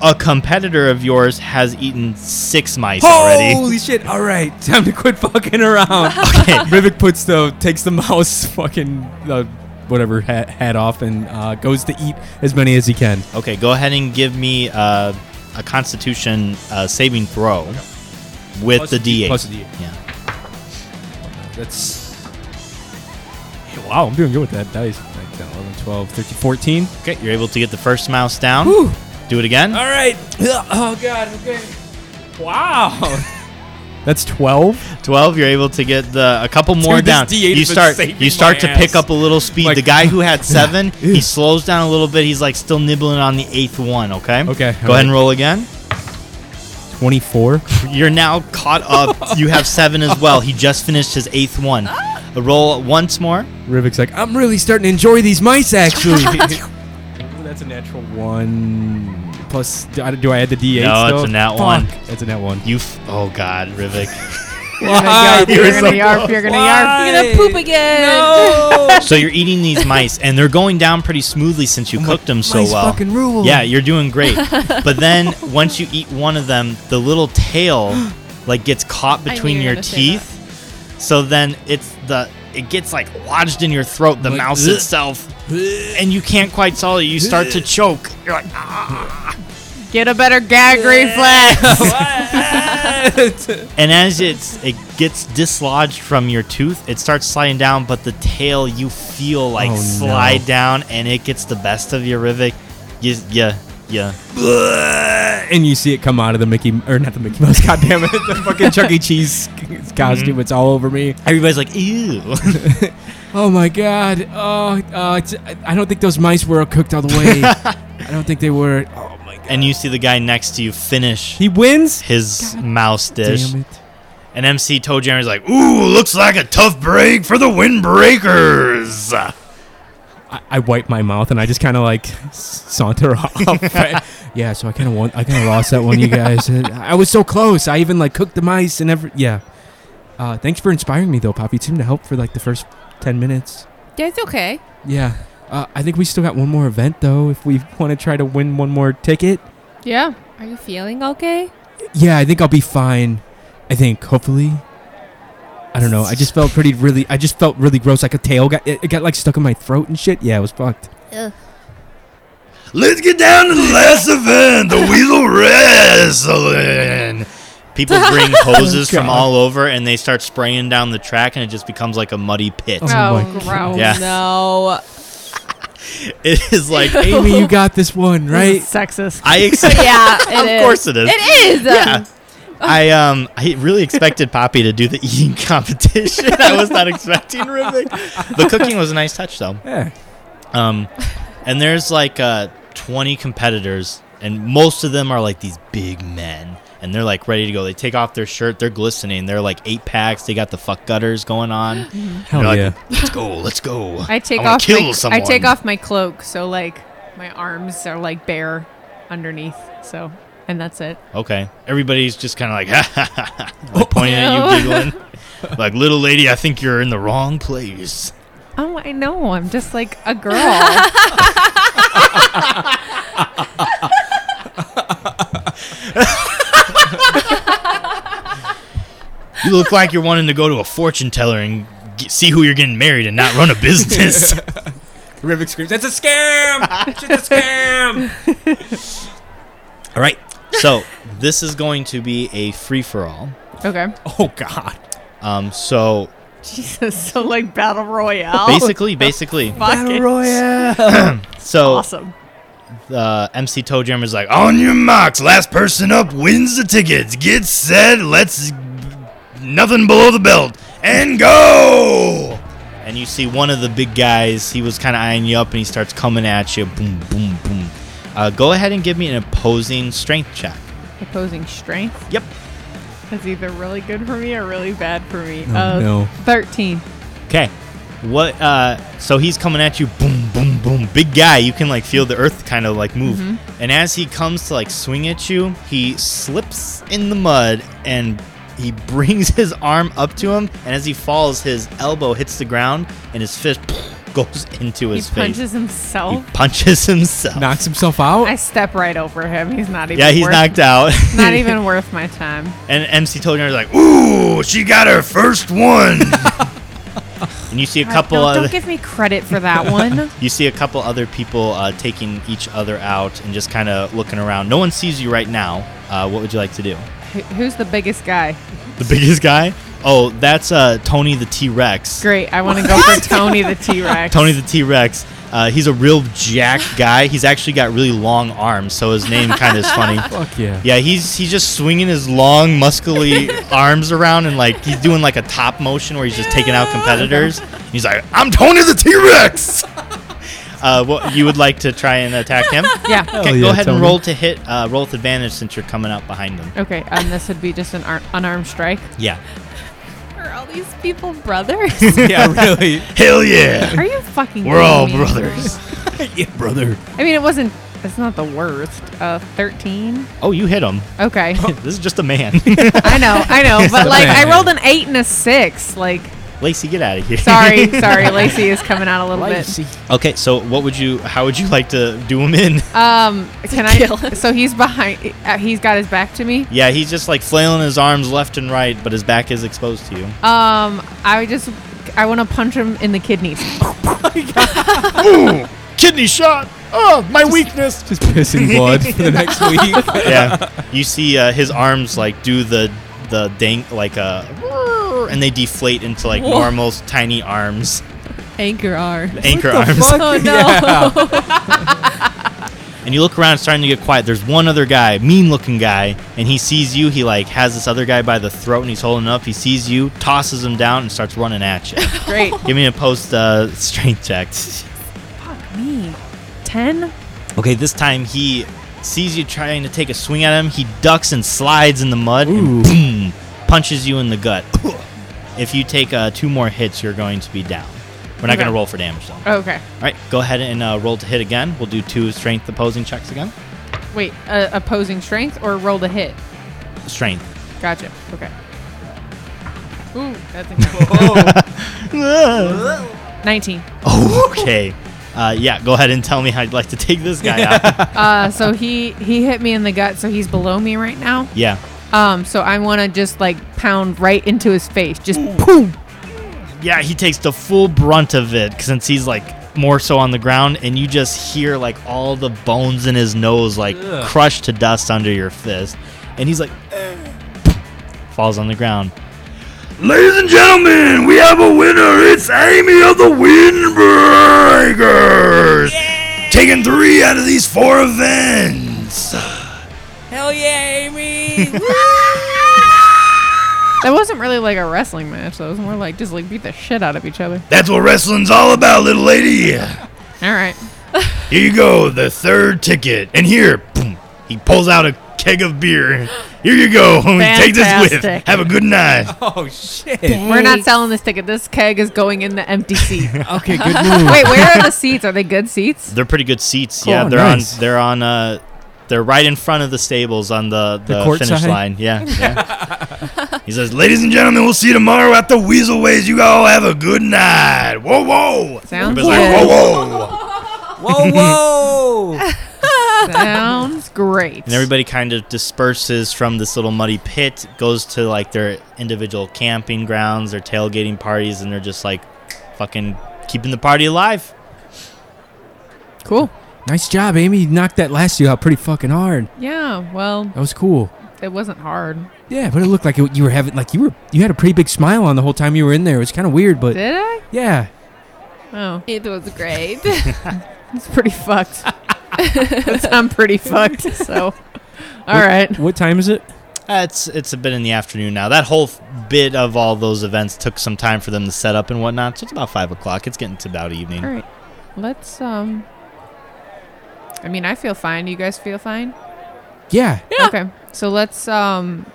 S2: a competitor of yours has eaten six mice already.
S1: holy shit, all right, *laughs* time to quit fucking around. *laughs* okay. Rivik puts the, takes the *laughs* mouse fucking, uh, whatever, hat, hat off and uh, goes to eat as many as he can.
S2: Okay, go ahead and give me uh, a Constitution uh, saving throw with
S1: Plus
S2: the
S1: a D-
S2: D8.
S1: plus a D8.
S2: Yeah.
S1: That's. Wow, I'm doing good with that dice. Like, uh, 11, 12, 13, 14.
S2: Okay, you're able to get the first mouse down.
S1: Whew.
S2: Do it again.
S1: All right. Oh, God. Okay. Wow. *laughs* That's 12.
S2: 12 you're able to get the a couple more
S1: Dude, this
S2: down
S1: D8
S2: you
S1: has been
S2: start
S1: saving
S2: you start to
S1: my
S2: pick
S1: ass.
S2: up a little speed
S1: Like-
S2: the guy who
S1: *laughs*
S2: had seven he slows down a little bit he's like still nibbling on the eighth one okay
S1: Okay,
S2: go ahead and
S1: alright.
S2: roll again
S1: 24.
S2: you're now
S1: *laughs*
S2: caught up you have seven as well he just finished his
S1: *laughs*
S2: eighth one roll once more
S1: Rivik's like, I'm really starting to enjoy these mice,
S2: *laughs*
S1: actually. *laughs* That's a natural one. Plus, do I, do I add the D8?
S2: No,
S1: still?
S2: it's a nat
S1: Fuck.
S2: one.
S1: It's a nat one.
S2: you f- oh god rivik
S3: You're gonna yarp,
S2: You're
S3: you're
S2: so
S3: gonna yarp, you're gonna yarp.
S4: I'm gonna poop again.
S1: Oh,
S2: *laughs* so you're eating
S1: *laughs*
S2: these mice and they're going down pretty smoothly since you cooked them so
S1: mice
S2: well
S1: fucking rule. *laughs*
S2: Yeah, you're doing great. but then once you eat one of them, the little tail like gets caught
S4: knew
S2: between
S4: you were
S2: your
S4: gonna say
S2: teeth. So then it's the it gets like lodged in your throat, the
S1: Like,
S2: mouse
S1: "Ugh."
S2: itself, and you can't quite swallow. it. You start to choke. You're like,
S3: Get a better gag reflex.
S2: and as it's it gets dislodged from your tooth, it starts sliding down. But the tail you feel like
S1: Oh, no.
S2: slide down, and it gets the best of you, Rivik. You, you, you
S1: and you see it come out of the Mickey, or not the Mickey Mouse, *laughs* God damn it, the fucking Chuck E. Cheese *laughs* costume.
S2: Mm-hmm.
S1: It's all over me.
S2: Everybody's like, *laughs* ew.
S1: Oh my god. Oh, uh, it's- I- I don't think those mice were cooked all the
S2: *laughs*
S1: way. I don't think they were. Oh my god.
S2: and you see the guy next to you finish
S1: He wins?
S2: his mouse dish,
S1: Damn it.
S2: And MC told Jeremy's like, "Ooh, looks like a tough break for the windbreakers."
S6: I, I wipe my mouth and I just kind of like s- saunter *laughs* off. yeah, so I kind of won. I kind of lost that one, you guys. *laughs* Uh, I was so close. I even like cooked the mice and every. Yeah. Uh, thanks for inspiring me though, Poppy. It seemed to help for like the first ten minutes.
S4: Yeah, it's okay.
S6: Yeah. Uh, I think we still got one more event though. If we *laughs* want to try to win one more ticket.
S3: Yeah.
S4: Are you feeling okay?
S6: Yeah, I think I'll be fine. I think hopefully. I don't know. I just felt pretty really. I just felt really gross. Like a tail got it it got like stuck in my throat and shit. Yeah, it was fucked.
S2: Let's get down to the last event, the Weasel Wrestling.
S6: *laughs*
S2: People bring hoses from
S6: Oh God.
S2: all over and they start spraying down the track, and it just becomes like a muddy pit.
S6: Oh
S3: Oh,
S6: my
S3: gross.
S2: Yeah.
S4: No.
S2: *laughs* It is like
S6: *laughs* Amy, you got this one right.
S3: Sexist.
S2: I expect.
S4: Yeah, it
S2: of
S4: is.
S2: course it is.
S4: It is.
S2: Yeah. I um I really expected Poppy to do the eating *laughs* competition. I was not expecting Rivik. The cooking was a nice touch though.
S6: Yeah.
S2: Um, and there's like uh, 20 competitors, and most of them are like these big men, and they're like ready to go. They take off their shirt, they're glistening. They're like eight packs. They got the fuck gutters going on.
S6: Hell
S1: Oh,
S2: They're like,
S6: yeah.
S2: Let's go, let's go.
S3: I take
S2: wanna
S3: off
S2: Kill
S3: my,
S2: someone.
S3: I take off my cloak, so like my arms are like bare underneath. So and that's it.
S2: Okay. Everybody's just kind of like, *laughs* ha ha ha, ha,
S3: Oh,
S2: like pointing at you,
S3: *laughs*
S2: giggling. like little lady, I think you're in the wrong place.
S3: Oh, I know. I'm just like *laughs* a girl.
S2: You look like you're wanting to go to a fortune teller and get, see who you're getting married and not run a
S3: *laughs*
S2: business.
S6: Rivik screams, "That's a scam! It's a
S1: *laughs*
S6: scam!"
S2: All right. So *laughs* this is going to be a free for all.
S3: okay.
S6: Oh God!
S2: Um, so
S3: *laughs* Jesus. So like battle royale. *laughs*
S2: basically, basically,
S3: Fuck it.
S2: *clears throat* so
S3: Awesome.
S2: uh, MC Toe Jam is like, on your marks, last person up wins the tickets. Get set, let's nothing below the belt and go. And you see one of the big guys. He was kind of eyeing you up, and he starts coming at you. Boom, boom, boom. Uh, go ahead and give me an opposing strength check.
S3: Opposing strength.
S2: Yep.
S3: That's either really good for me or really bad for me.
S6: Oh,
S3: Uh,
S6: no.
S3: Thirteen.
S2: Okay. What uh so he's coming at you boom boom boom big guy you can like feel the earth kind of like move
S3: Mm-hmm.
S2: and as he comes to like swing at you he slips in the mud and he *laughs* brings his arm up to him and as he falls his elbow hits the ground and his fist *laughs* goes into
S3: He
S2: his face
S3: punches himself.
S2: he punches himself
S6: Knocks himself out.
S3: I step right over him. He's not even.
S2: *laughs* yeah he's
S3: worth,
S2: knocked out
S3: *laughs* Not even worth my time.
S2: *laughs* And MC Toadner is like, "Ooh, she got her first
S3: *laughs*
S2: one." and you see a couple
S3: No,
S2: of
S3: don't give me credit for that one.
S2: You see a couple other people uh, taking each other out and just kind of looking around. No one sees you right now. Uh, what would you like to do?
S3: *laughs* Who- Who's the biggest guy?
S2: The biggest guy? Oh, that's uh, Tony the T Rex.
S3: Great. I want to go for Tony the T Rex.
S2: Tony the T Rex. Uh, he's a real jack *laughs* guy. He's actually got really long arms, so his name kind of is funny.
S6: Fuck yeah.
S2: Yeah, he's he's just swinging his long, muscly arms around and like he's doing like a top motion where he's just taking out competitors. He's like, "I'm Tony the T Rex." uh, what you would like to try and attack him?
S3: Yeah.
S2: Okay,
S6: Hell
S2: go
S6: Oh, yeah,
S2: ahead and
S6: Tony.
S2: roll to hit, uh, roll with advantage since you're coming up behind
S6: *laughs*
S2: them.
S3: Okay. And this would be just an ar- unarmed strike.
S2: *laughs* Yeah.
S4: Are all these people brothers?
S6: yeah, really.
S2: Hell yeah!
S3: *laughs* Are you fucking?
S6: *laughs*
S2: We're all
S3: kidding me?
S2: brothers.
S6: yeah, brother. *laughs*
S3: I mean, it wasn't. It's not the worst. Uh, thirteen.
S2: Oh, you hit him.
S3: Okay.
S2: *laughs*
S6: Oh.
S2: this is just
S6: *laughs*
S2: a man.
S3: I know. I know. But
S6: the
S3: like, I
S6: man.
S3: rolled an eight and a six. Like,
S2: Lacey, get out of here. *laughs*
S3: sorry, sorry. Lacey is coming out a little bit.
S2: Okay, so what would you? How would you like to do him in?
S3: Um, can I?
S4: Kill him.
S3: So he's behind. Uh, he's got his back to me.
S2: *laughs* Yeah, he's just like flailing his arms left and right, but his back is exposed
S3: *laughs*
S2: to you.
S3: Um, I would just. I want to punch him in the kidneys. Uh,
S2: Kidney shot. Oh, my weakness.
S6: Just pissing blood for the next
S2: *laughs*
S6: week. *laughs*
S2: yeah, you see uh, his arms like do the the dank like a, and they deflate into like normal tiny arms,
S4: Anchor R.
S2: anchor
S6: What the
S2: arms.
S6: fuck?
S4: Oh, no.
S6: Yeah.
S2: And you look around, it's starting to get quiet. There's one other guy, mean looking guy, and he sees you. He like has this other guy by the throat and he's holding up. He sees you, tosses him down, and starts running
S6: *laughs*
S2: at you.
S4: *laughs*
S3: Great.
S2: Give me a post uh, strength check.
S3: me. Ten.
S2: Okay, this time he sees you trying to take a swing at him. He ducks and slides in the mud.
S6: Ooh.
S2: And boom! punches you in
S6: *laughs*
S2: the gut. If you take uh, two more hits, you're going to be down. We're not
S3: Okay.
S2: going to roll for damage, though. All
S3: Okay.
S2: right, go ahead and uh, roll to hit again. We'll do two strength opposing checks again.
S3: Wait, uh, opposing strength or roll to hit?
S2: Strength.
S3: Gotcha. Okay. Ooh,
S1: *laughs*
S3: that's incredible. 19.
S2: *laughs* okay. Uh, yeah, go ahead and tell me how you'd like to take this guy out.
S3: Uh, so he he hit me in the gut, so he's below me right now.
S2: yeah.
S3: Um, so I want to just like pound right into his face, just boom.
S2: Yeah, he takes the full brunt of it since he's like more so on the ground, and you just hear like all the bones in his nose like crushed to dust under your fist. And he's like, *sniffs* falls on the ground.
S7: Ladies and gentlemen, we have a winner. It's Amy of the Windbreakers. Taking three out of these four events.
S4: Hell yeah, Amy!
S3: That wasn't really like a wrestling match. That was more like just like beat the shit out of each other.
S7: That's what wrestling's all about, little lady.
S3: All right.
S7: Here you go, the third ticket. And here, boom, he pulls out a keg of beer. Here you go. Take this with.
S3: Fantastic.
S7: Have a good night.
S1: Oh shit.
S3: We're not selling this ticket. This keg is going in
S1: *laughs*
S3: the empty seat.
S1: Okay,
S3: *laughs*
S1: good move.
S3: Wait, where are the seats? Are they good
S1: *laughs*
S2: *laughs*
S3: seats?
S2: They're pretty good seats.
S1: Cool,
S2: yeah, they're
S1: nice.
S2: on. They're on. Uh, they're right in front of the stables on the the,
S1: The court
S2: finish
S1: side?
S2: line. Yeah. yeah. he says,
S7: Ladies and gentlemen, we'll see you tomorrow at the Weasel Ways. You all have a good night. Whoa, whoa.
S3: Sounds
S2: Everybody's like,
S3: good.
S7: Whoa, whoa.
S1: Whoa, whoa.
S3: Sounds great.
S2: And everybody kind of disperses from this little muddy pit, goes to like their individual camping grounds, their tailgating parties, and they're just like fucking keeping the party alive.
S3: cool.
S1: nice job, Amy. You knocked that last you out pretty fucking hard.
S3: Yeah. Well,
S1: That was cool.
S3: it wasn't hard.
S1: Yeah, but it looked like it, you were having like you were you had a pretty big smile on the whole time you were in there. It was kind of weird, but
S3: Did I?
S1: yeah.
S3: Oh,
S4: it was great.
S3: it's pretty *laughs* fucked. I'm pretty fucked. So, all right.
S1: What time is it?
S2: Uh, it's it's a bit in the afternoon now. That whole f- bit of all those events took some time for them to set up and whatnot. So it's about five o'clock. It's getting to about evening.
S3: All right. Let's um. I mean, I feel fine. You guys feel fine?
S1: Yeah.
S3: Okay. So let's um.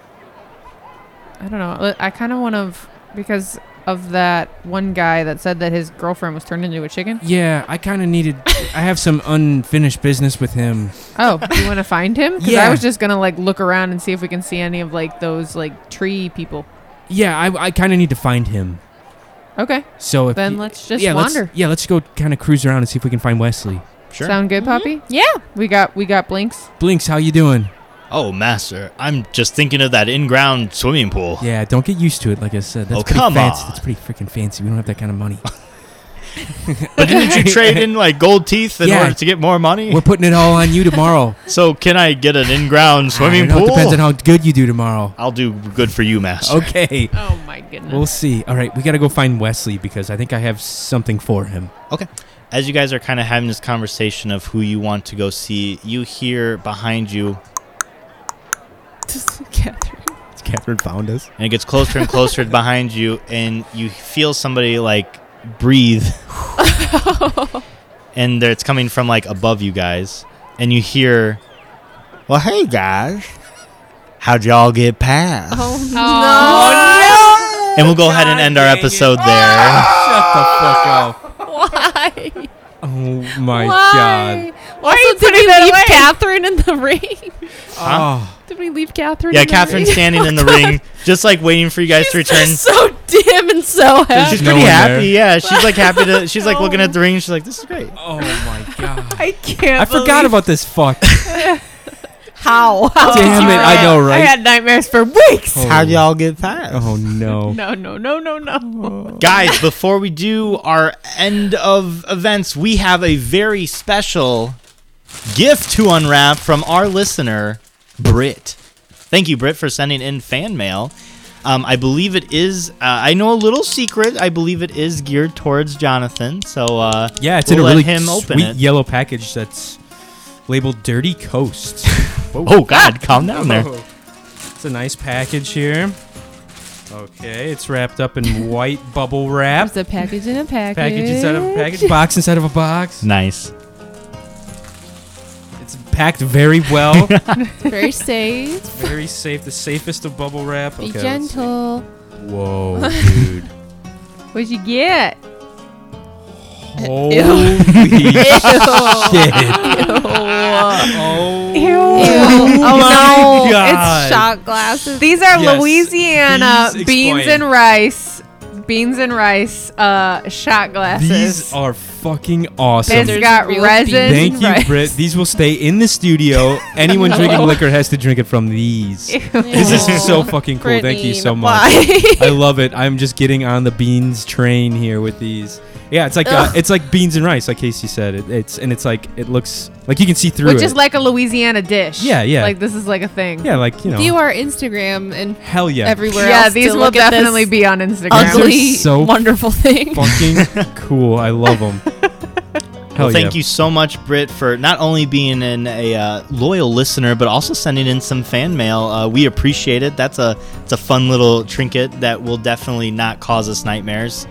S3: I don't know. Let- I kind of want to because of that one guy that said that his girlfriend was turned into a chicken.
S1: Yeah, I kind of needed I have some unfinished business with him.
S3: Oh, you want to find him? Because I
S1: Yeah.
S3: was just gonna like look around and see if we can see any of like those like tree people.
S1: Yeah, I, I kind of need to find him.
S3: Okay.
S1: So if
S3: Then
S1: you-
S3: let's just
S1: yeah, let's-
S3: wander.
S1: yeah, let's go kind of cruise around and see if we can find Wesley.
S2: Sure.
S3: Sound good, Poppy?
S4: yeah.
S3: We got we got blinks.
S1: Blinks, how you doing?
S2: oh, master, I'm just thinking of that in-ground swimming pool.
S1: *laughs* Yeah, don't get used to it. Like I said, that's
S2: Oh,
S1: pretty
S2: come
S1: fancy.
S2: on.
S1: That's pretty freaking fancy. We don't have that kind of *laughs* money.
S2: But didn't you trade in like gold teeth in
S1: Yeah.
S2: order to get more money?
S1: We're putting it all on you tomorrow.
S2: So can I get an in-ground
S1: I
S2: *laughs*
S1: don't
S2: swimming
S1: know,
S2: pool?
S1: It depends on how good you do *laughs* tomorrow.
S2: I'll do good for you, master.
S1: Okay.
S3: Oh my goodness.
S1: We'll see. All right, we got to go find Wesley because I think I have something for him.
S2: Okay. As you guys are kind of having this conversation of who you want to go see, you hear behind you,
S4: *laughs* Just Catherine.
S1: Catherine found us.
S2: and it gets closer and closer behind you, and you feel somebody like breathe. and there, it's coming from like above you guys. And you hear, Well, hey guys, how'd y'all get past?
S4: Oh,
S2: *laughs* and we'll go ahead and end our episode there.
S1: *laughs* Shut the fuck up. Why? Oh my god.
S4: Why also, did we leave Catherine in
S1: *laughs*
S4: the ring?
S1: Oh.
S4: Did we leave Catherine?
S2: Yeah,
S4: in the
S2: Catherine's
S4: ring?
S2: standing in the
S4: Oh, God.
S2: ring, just like waiting for you guys to return.
S4: So dim and so happy.
S2: She's
S1: no
S2: pretty
S1: one
S2: happy. Yeah, she's like happy to. She's like looking at the ring. She's like, "This is great."
S1: Oh my god.
S4: I can't.
S1: *laughs* I forgot about this *laughs* fuck.
S4: how. how
S1: Damn it, I know, right?
S4: I had nightmares for weeks.
S1: *laughs* Oh.
S2: get past?
S1: Oh *laughs* no.
S3: No, no, no, no, no.
S2: Guys, before we do our end of events, we have a very special gift to unwrap from our listener, Britt. Thank you, Britt, for sending in fan mail. Um, I believe it is. Uh, I know a little secret. I believe it is geared towards Jonathan. So uh,
S1: Yeah, it's
S2: we'll
S1: in a really
S2: let him open
S1: sweet
S2: it.
S1: yellow package that's labeled Dirty
S2: *laughs*
S1: Coast.
S2: Oh God, calm
S1: *laughs*
S2: down there.
S1: It's a nice package here. Okay, it's wrapped up in white bubble wrap.
S4: It's a package in a package.
S1: Package inside of a package. Box inside of a box.
S2: Nice.
S1: It's packed very
S2: *laughs*
S1: well.
S4: *laughs* Very safe.
S1: very safe. The safest of bubble wrap.
S4: Be
S1: Okay, let's-
S2: *laughs*
S4: gentle.
S1: Whoa, dude.
S3: What'd you get?
S2: *laughs*
S1: Holy shit. Oh.
S3: *laughs*
S4: *laughs*
S3: Oh,
S1: my God.
S4: It's shot glasses.
S3: These are
S1: Yes.
S3: Louisiana
S1: Please
S3: beans
S1: explain.
S3: and rice, beans and rice uh, shot glasses.
S1: These are fucking awesome.
S3: it's got
S4: Real
S3: resin.
S4: beans.
S1: Thank you,
S3: rice.
S1: Britt. These will stay in the studio. Anyone drinking liquor has to drink it from these. This is so fucking cool. Thank you
S4: Brittany,
S1: so much.
S4: why?
S1: I love it. I'm just getting on the beans train here with these. Yeah, it's like uh, it's like beans and rice, like Casey said. It, it's and it's like it looks like you can see through
S3: Which
S1: it.
S3: is like a Louisiana dish.
S1: Yeah, yeah.
S3: Like this is like a thing.
S1: yeah, like you know,
S4: View our Instagram and
S1: hell yeah,
S3: *laughs*
S4: everywhere
S3: yeah,
S4: else.
S3: these
S4: to
S3: will
S4: look at this
S3: definitely be on Instagram.
S4: ugly,
S1: so
S4: wonderful thing.
S1: fucking cool. I love them. Hell
S2: Well, thank
S1: Oh, yeah.
S2: you so much, Britt, for not only being an, a uh, loyal listener, but also sending in some fan mail. Uh, we appreciate it. That's a it's a fun little trinket that will definitely not cause us nightmares,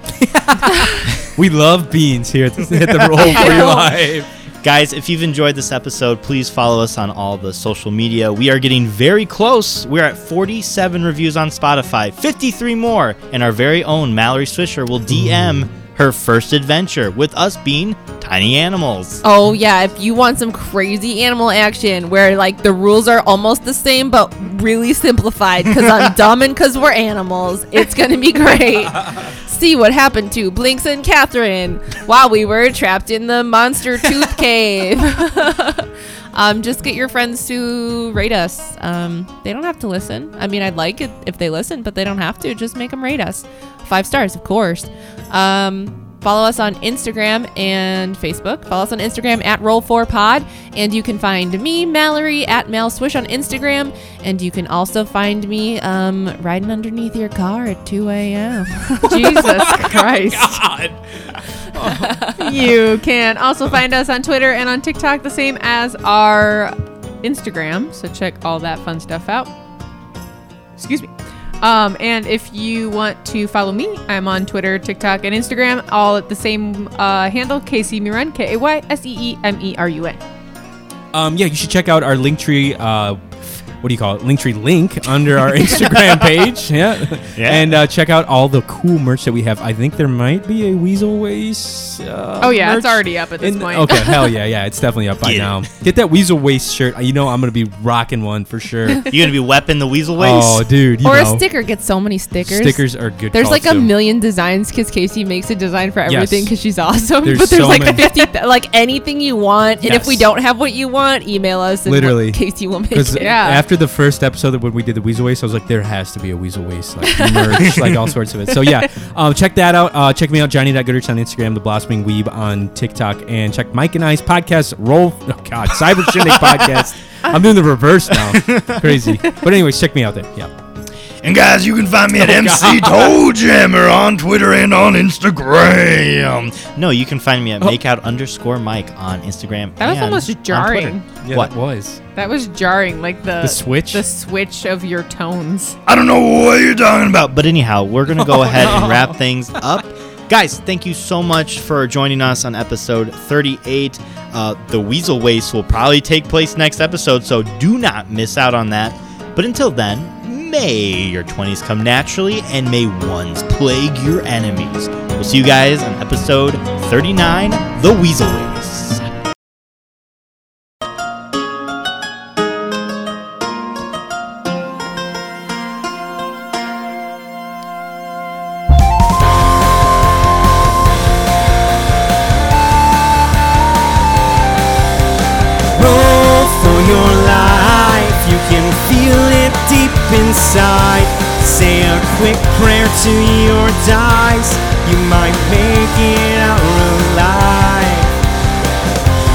S1: We love beans here at the, at the Roll for Your Life.
S2: guys. If you've enjoyed this episode, please follow us on all the social media. We are getting very close. We're at 47 reviews on Spotify, 53 more, and our very own Mallory Swisher will DM her first adventure with us being tiny animals.
S4: Oh yeah, if you want some crazy animal action where like the rules are almost the same but really simplified cuz I'm dumb and cuz we're animals, it's going to be great. See what happened to Blinks and Catherine while we were trapped in the monster tooth cave. *laughs* um just get your friends to rate us. Um they don't have to listen. I mean, I'd like it if they listen, but they don't have to. Just make them rate us. 5 stars, of course. Um Follow us on Instagram and Facebook. Follow us on Instagram at Roll4Pod. And you can find me, Mallory, at Mal Swish on Instagram. And you can also find me um, riding underneath your car at 2 a.m.
S1: *laughs* Oh
S3: Jesus Christ. *laughs* you can also find us on Twitter and on TikTok, the same as our Instagram. So check all that fun stuff out. Excuse me. Um, and if you want to follow me, I'm on Twitter, TikTok, and Instagram, all at the same uh, handle, Casey Murun, K A Y S E E M E R U N.
S1: Oh, Um, yeah, you should check out our Linktree. Uh, what do you call it? Linktree link under our *laughs* Instagram page. Yeah.
S2: Yeah.
S1: And uh, check out all the cool merch that we have. I think there might be a Weasel Waste. Uh,
S3: Oh, yeah,
S1: merch
S3: it's already up at this
S1: in-
S3: point.
S1: Okay,
S3: *laughs*
S1: hell yeah, yeah, it's definitely up by
S2: Get it.
S1: now. Get that Weasel Waste shirt. You know I'm gonna be rocking one for
S3: *laughs*
S1: sure.
S2: You're gonna be weapon the weasel waist.
S1: oh, dude, you
S4: or a
S1: know,
S4: sticker gets so many stickers.
S1: stickers are good.
S4: There's
S1: calls,
S4: like a
S1: too.
S4: million designs because Casey makes a design for everything
S1: Yes.
S4: because she's awesome.
S1: There's
S4: but there's
S1: so
S4: like
S1: many.
S4: 50, th- like anything you want. And if we
S1: Yes.
S4: don't have what you want, email us. And
S1: Literally.
S4: Casey will make
S1: Because
S4: it.
S3: Yeah.
S1: after the first episode of when we did the Weasel Waste, I was like, there has to be a Weasel Waste like merch, like all sorts of it. So
S3: *laughs*
S1: yeah, um, check that out. Uh, check me out, Johnny.Goodrich on Instagram, The Blossoming Weeb on TikTok, and check Mike and I's podcast, Roll. Oh God, Cyber
S3: *laughs*
S1: Shindig podcast. I'm doing the reverse now. Crazy. But anyways, check me out there. Yeah.
S8: And guys, you can find me at MC Toe Jammer on Twitter and on Instagram.
S2: Um, No, you can find me at makeout underscore Mike on Instagram.
S3: That was
S2: and
S3: almost
S2: on Twitter.
S3: jarring.
S2: what?
S1: was
S3: That was jarring, like the,
S1: the switch?
S3: the switch of your tones.
S8: I don't know what you're talking about.
S2: But anyhow, we're gonna go ahead and wrap things up. Guys, thank you so much for joining us on episode 38. Uh, the Weasel Waste will probably take place next episode, so do not miss out on that. But until then, may your 20s come naturally and may ones plague your enemies. We'll see you guys on episode 39 The Weasel Waste.
S9: roll for your life. You can feel it deep inside. Say a quick prayer to your dice. You might make it out alive.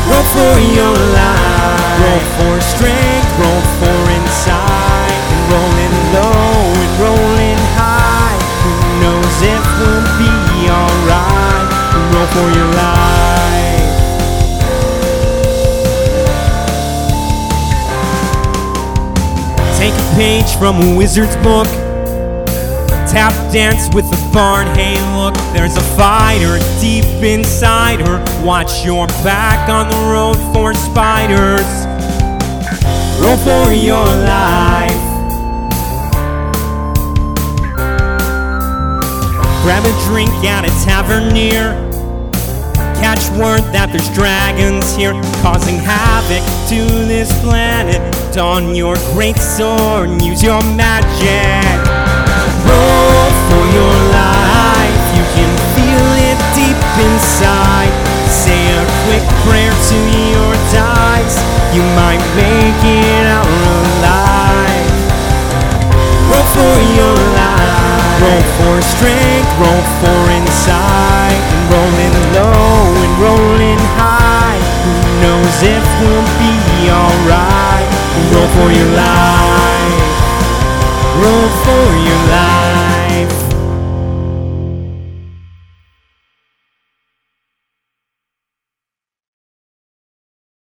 S9: Roll for your life. Roll for strength. Roll for insight. And rolling low and rolling high. Who knows if we'll be alright? Roll for your life. Take a page from a wizard's book. Tap dance with the bard. Hey, look, there's a fighter deep inside her. Watch your back on the road for spiders. Roll for your life. Grab a drink at a tavern near. Catch word that there's dragons here causing havoc to this planet. Don your great sword and use your magic. Roll for your life. You can feel it deep inside. Say a quick prayer to your dice. You might make it out alive. Roll for your life. Roll for strength. Roll for insight. And rolling low and rolling high. Who knows if we'll be alright? Roll for your life. Roll for your life.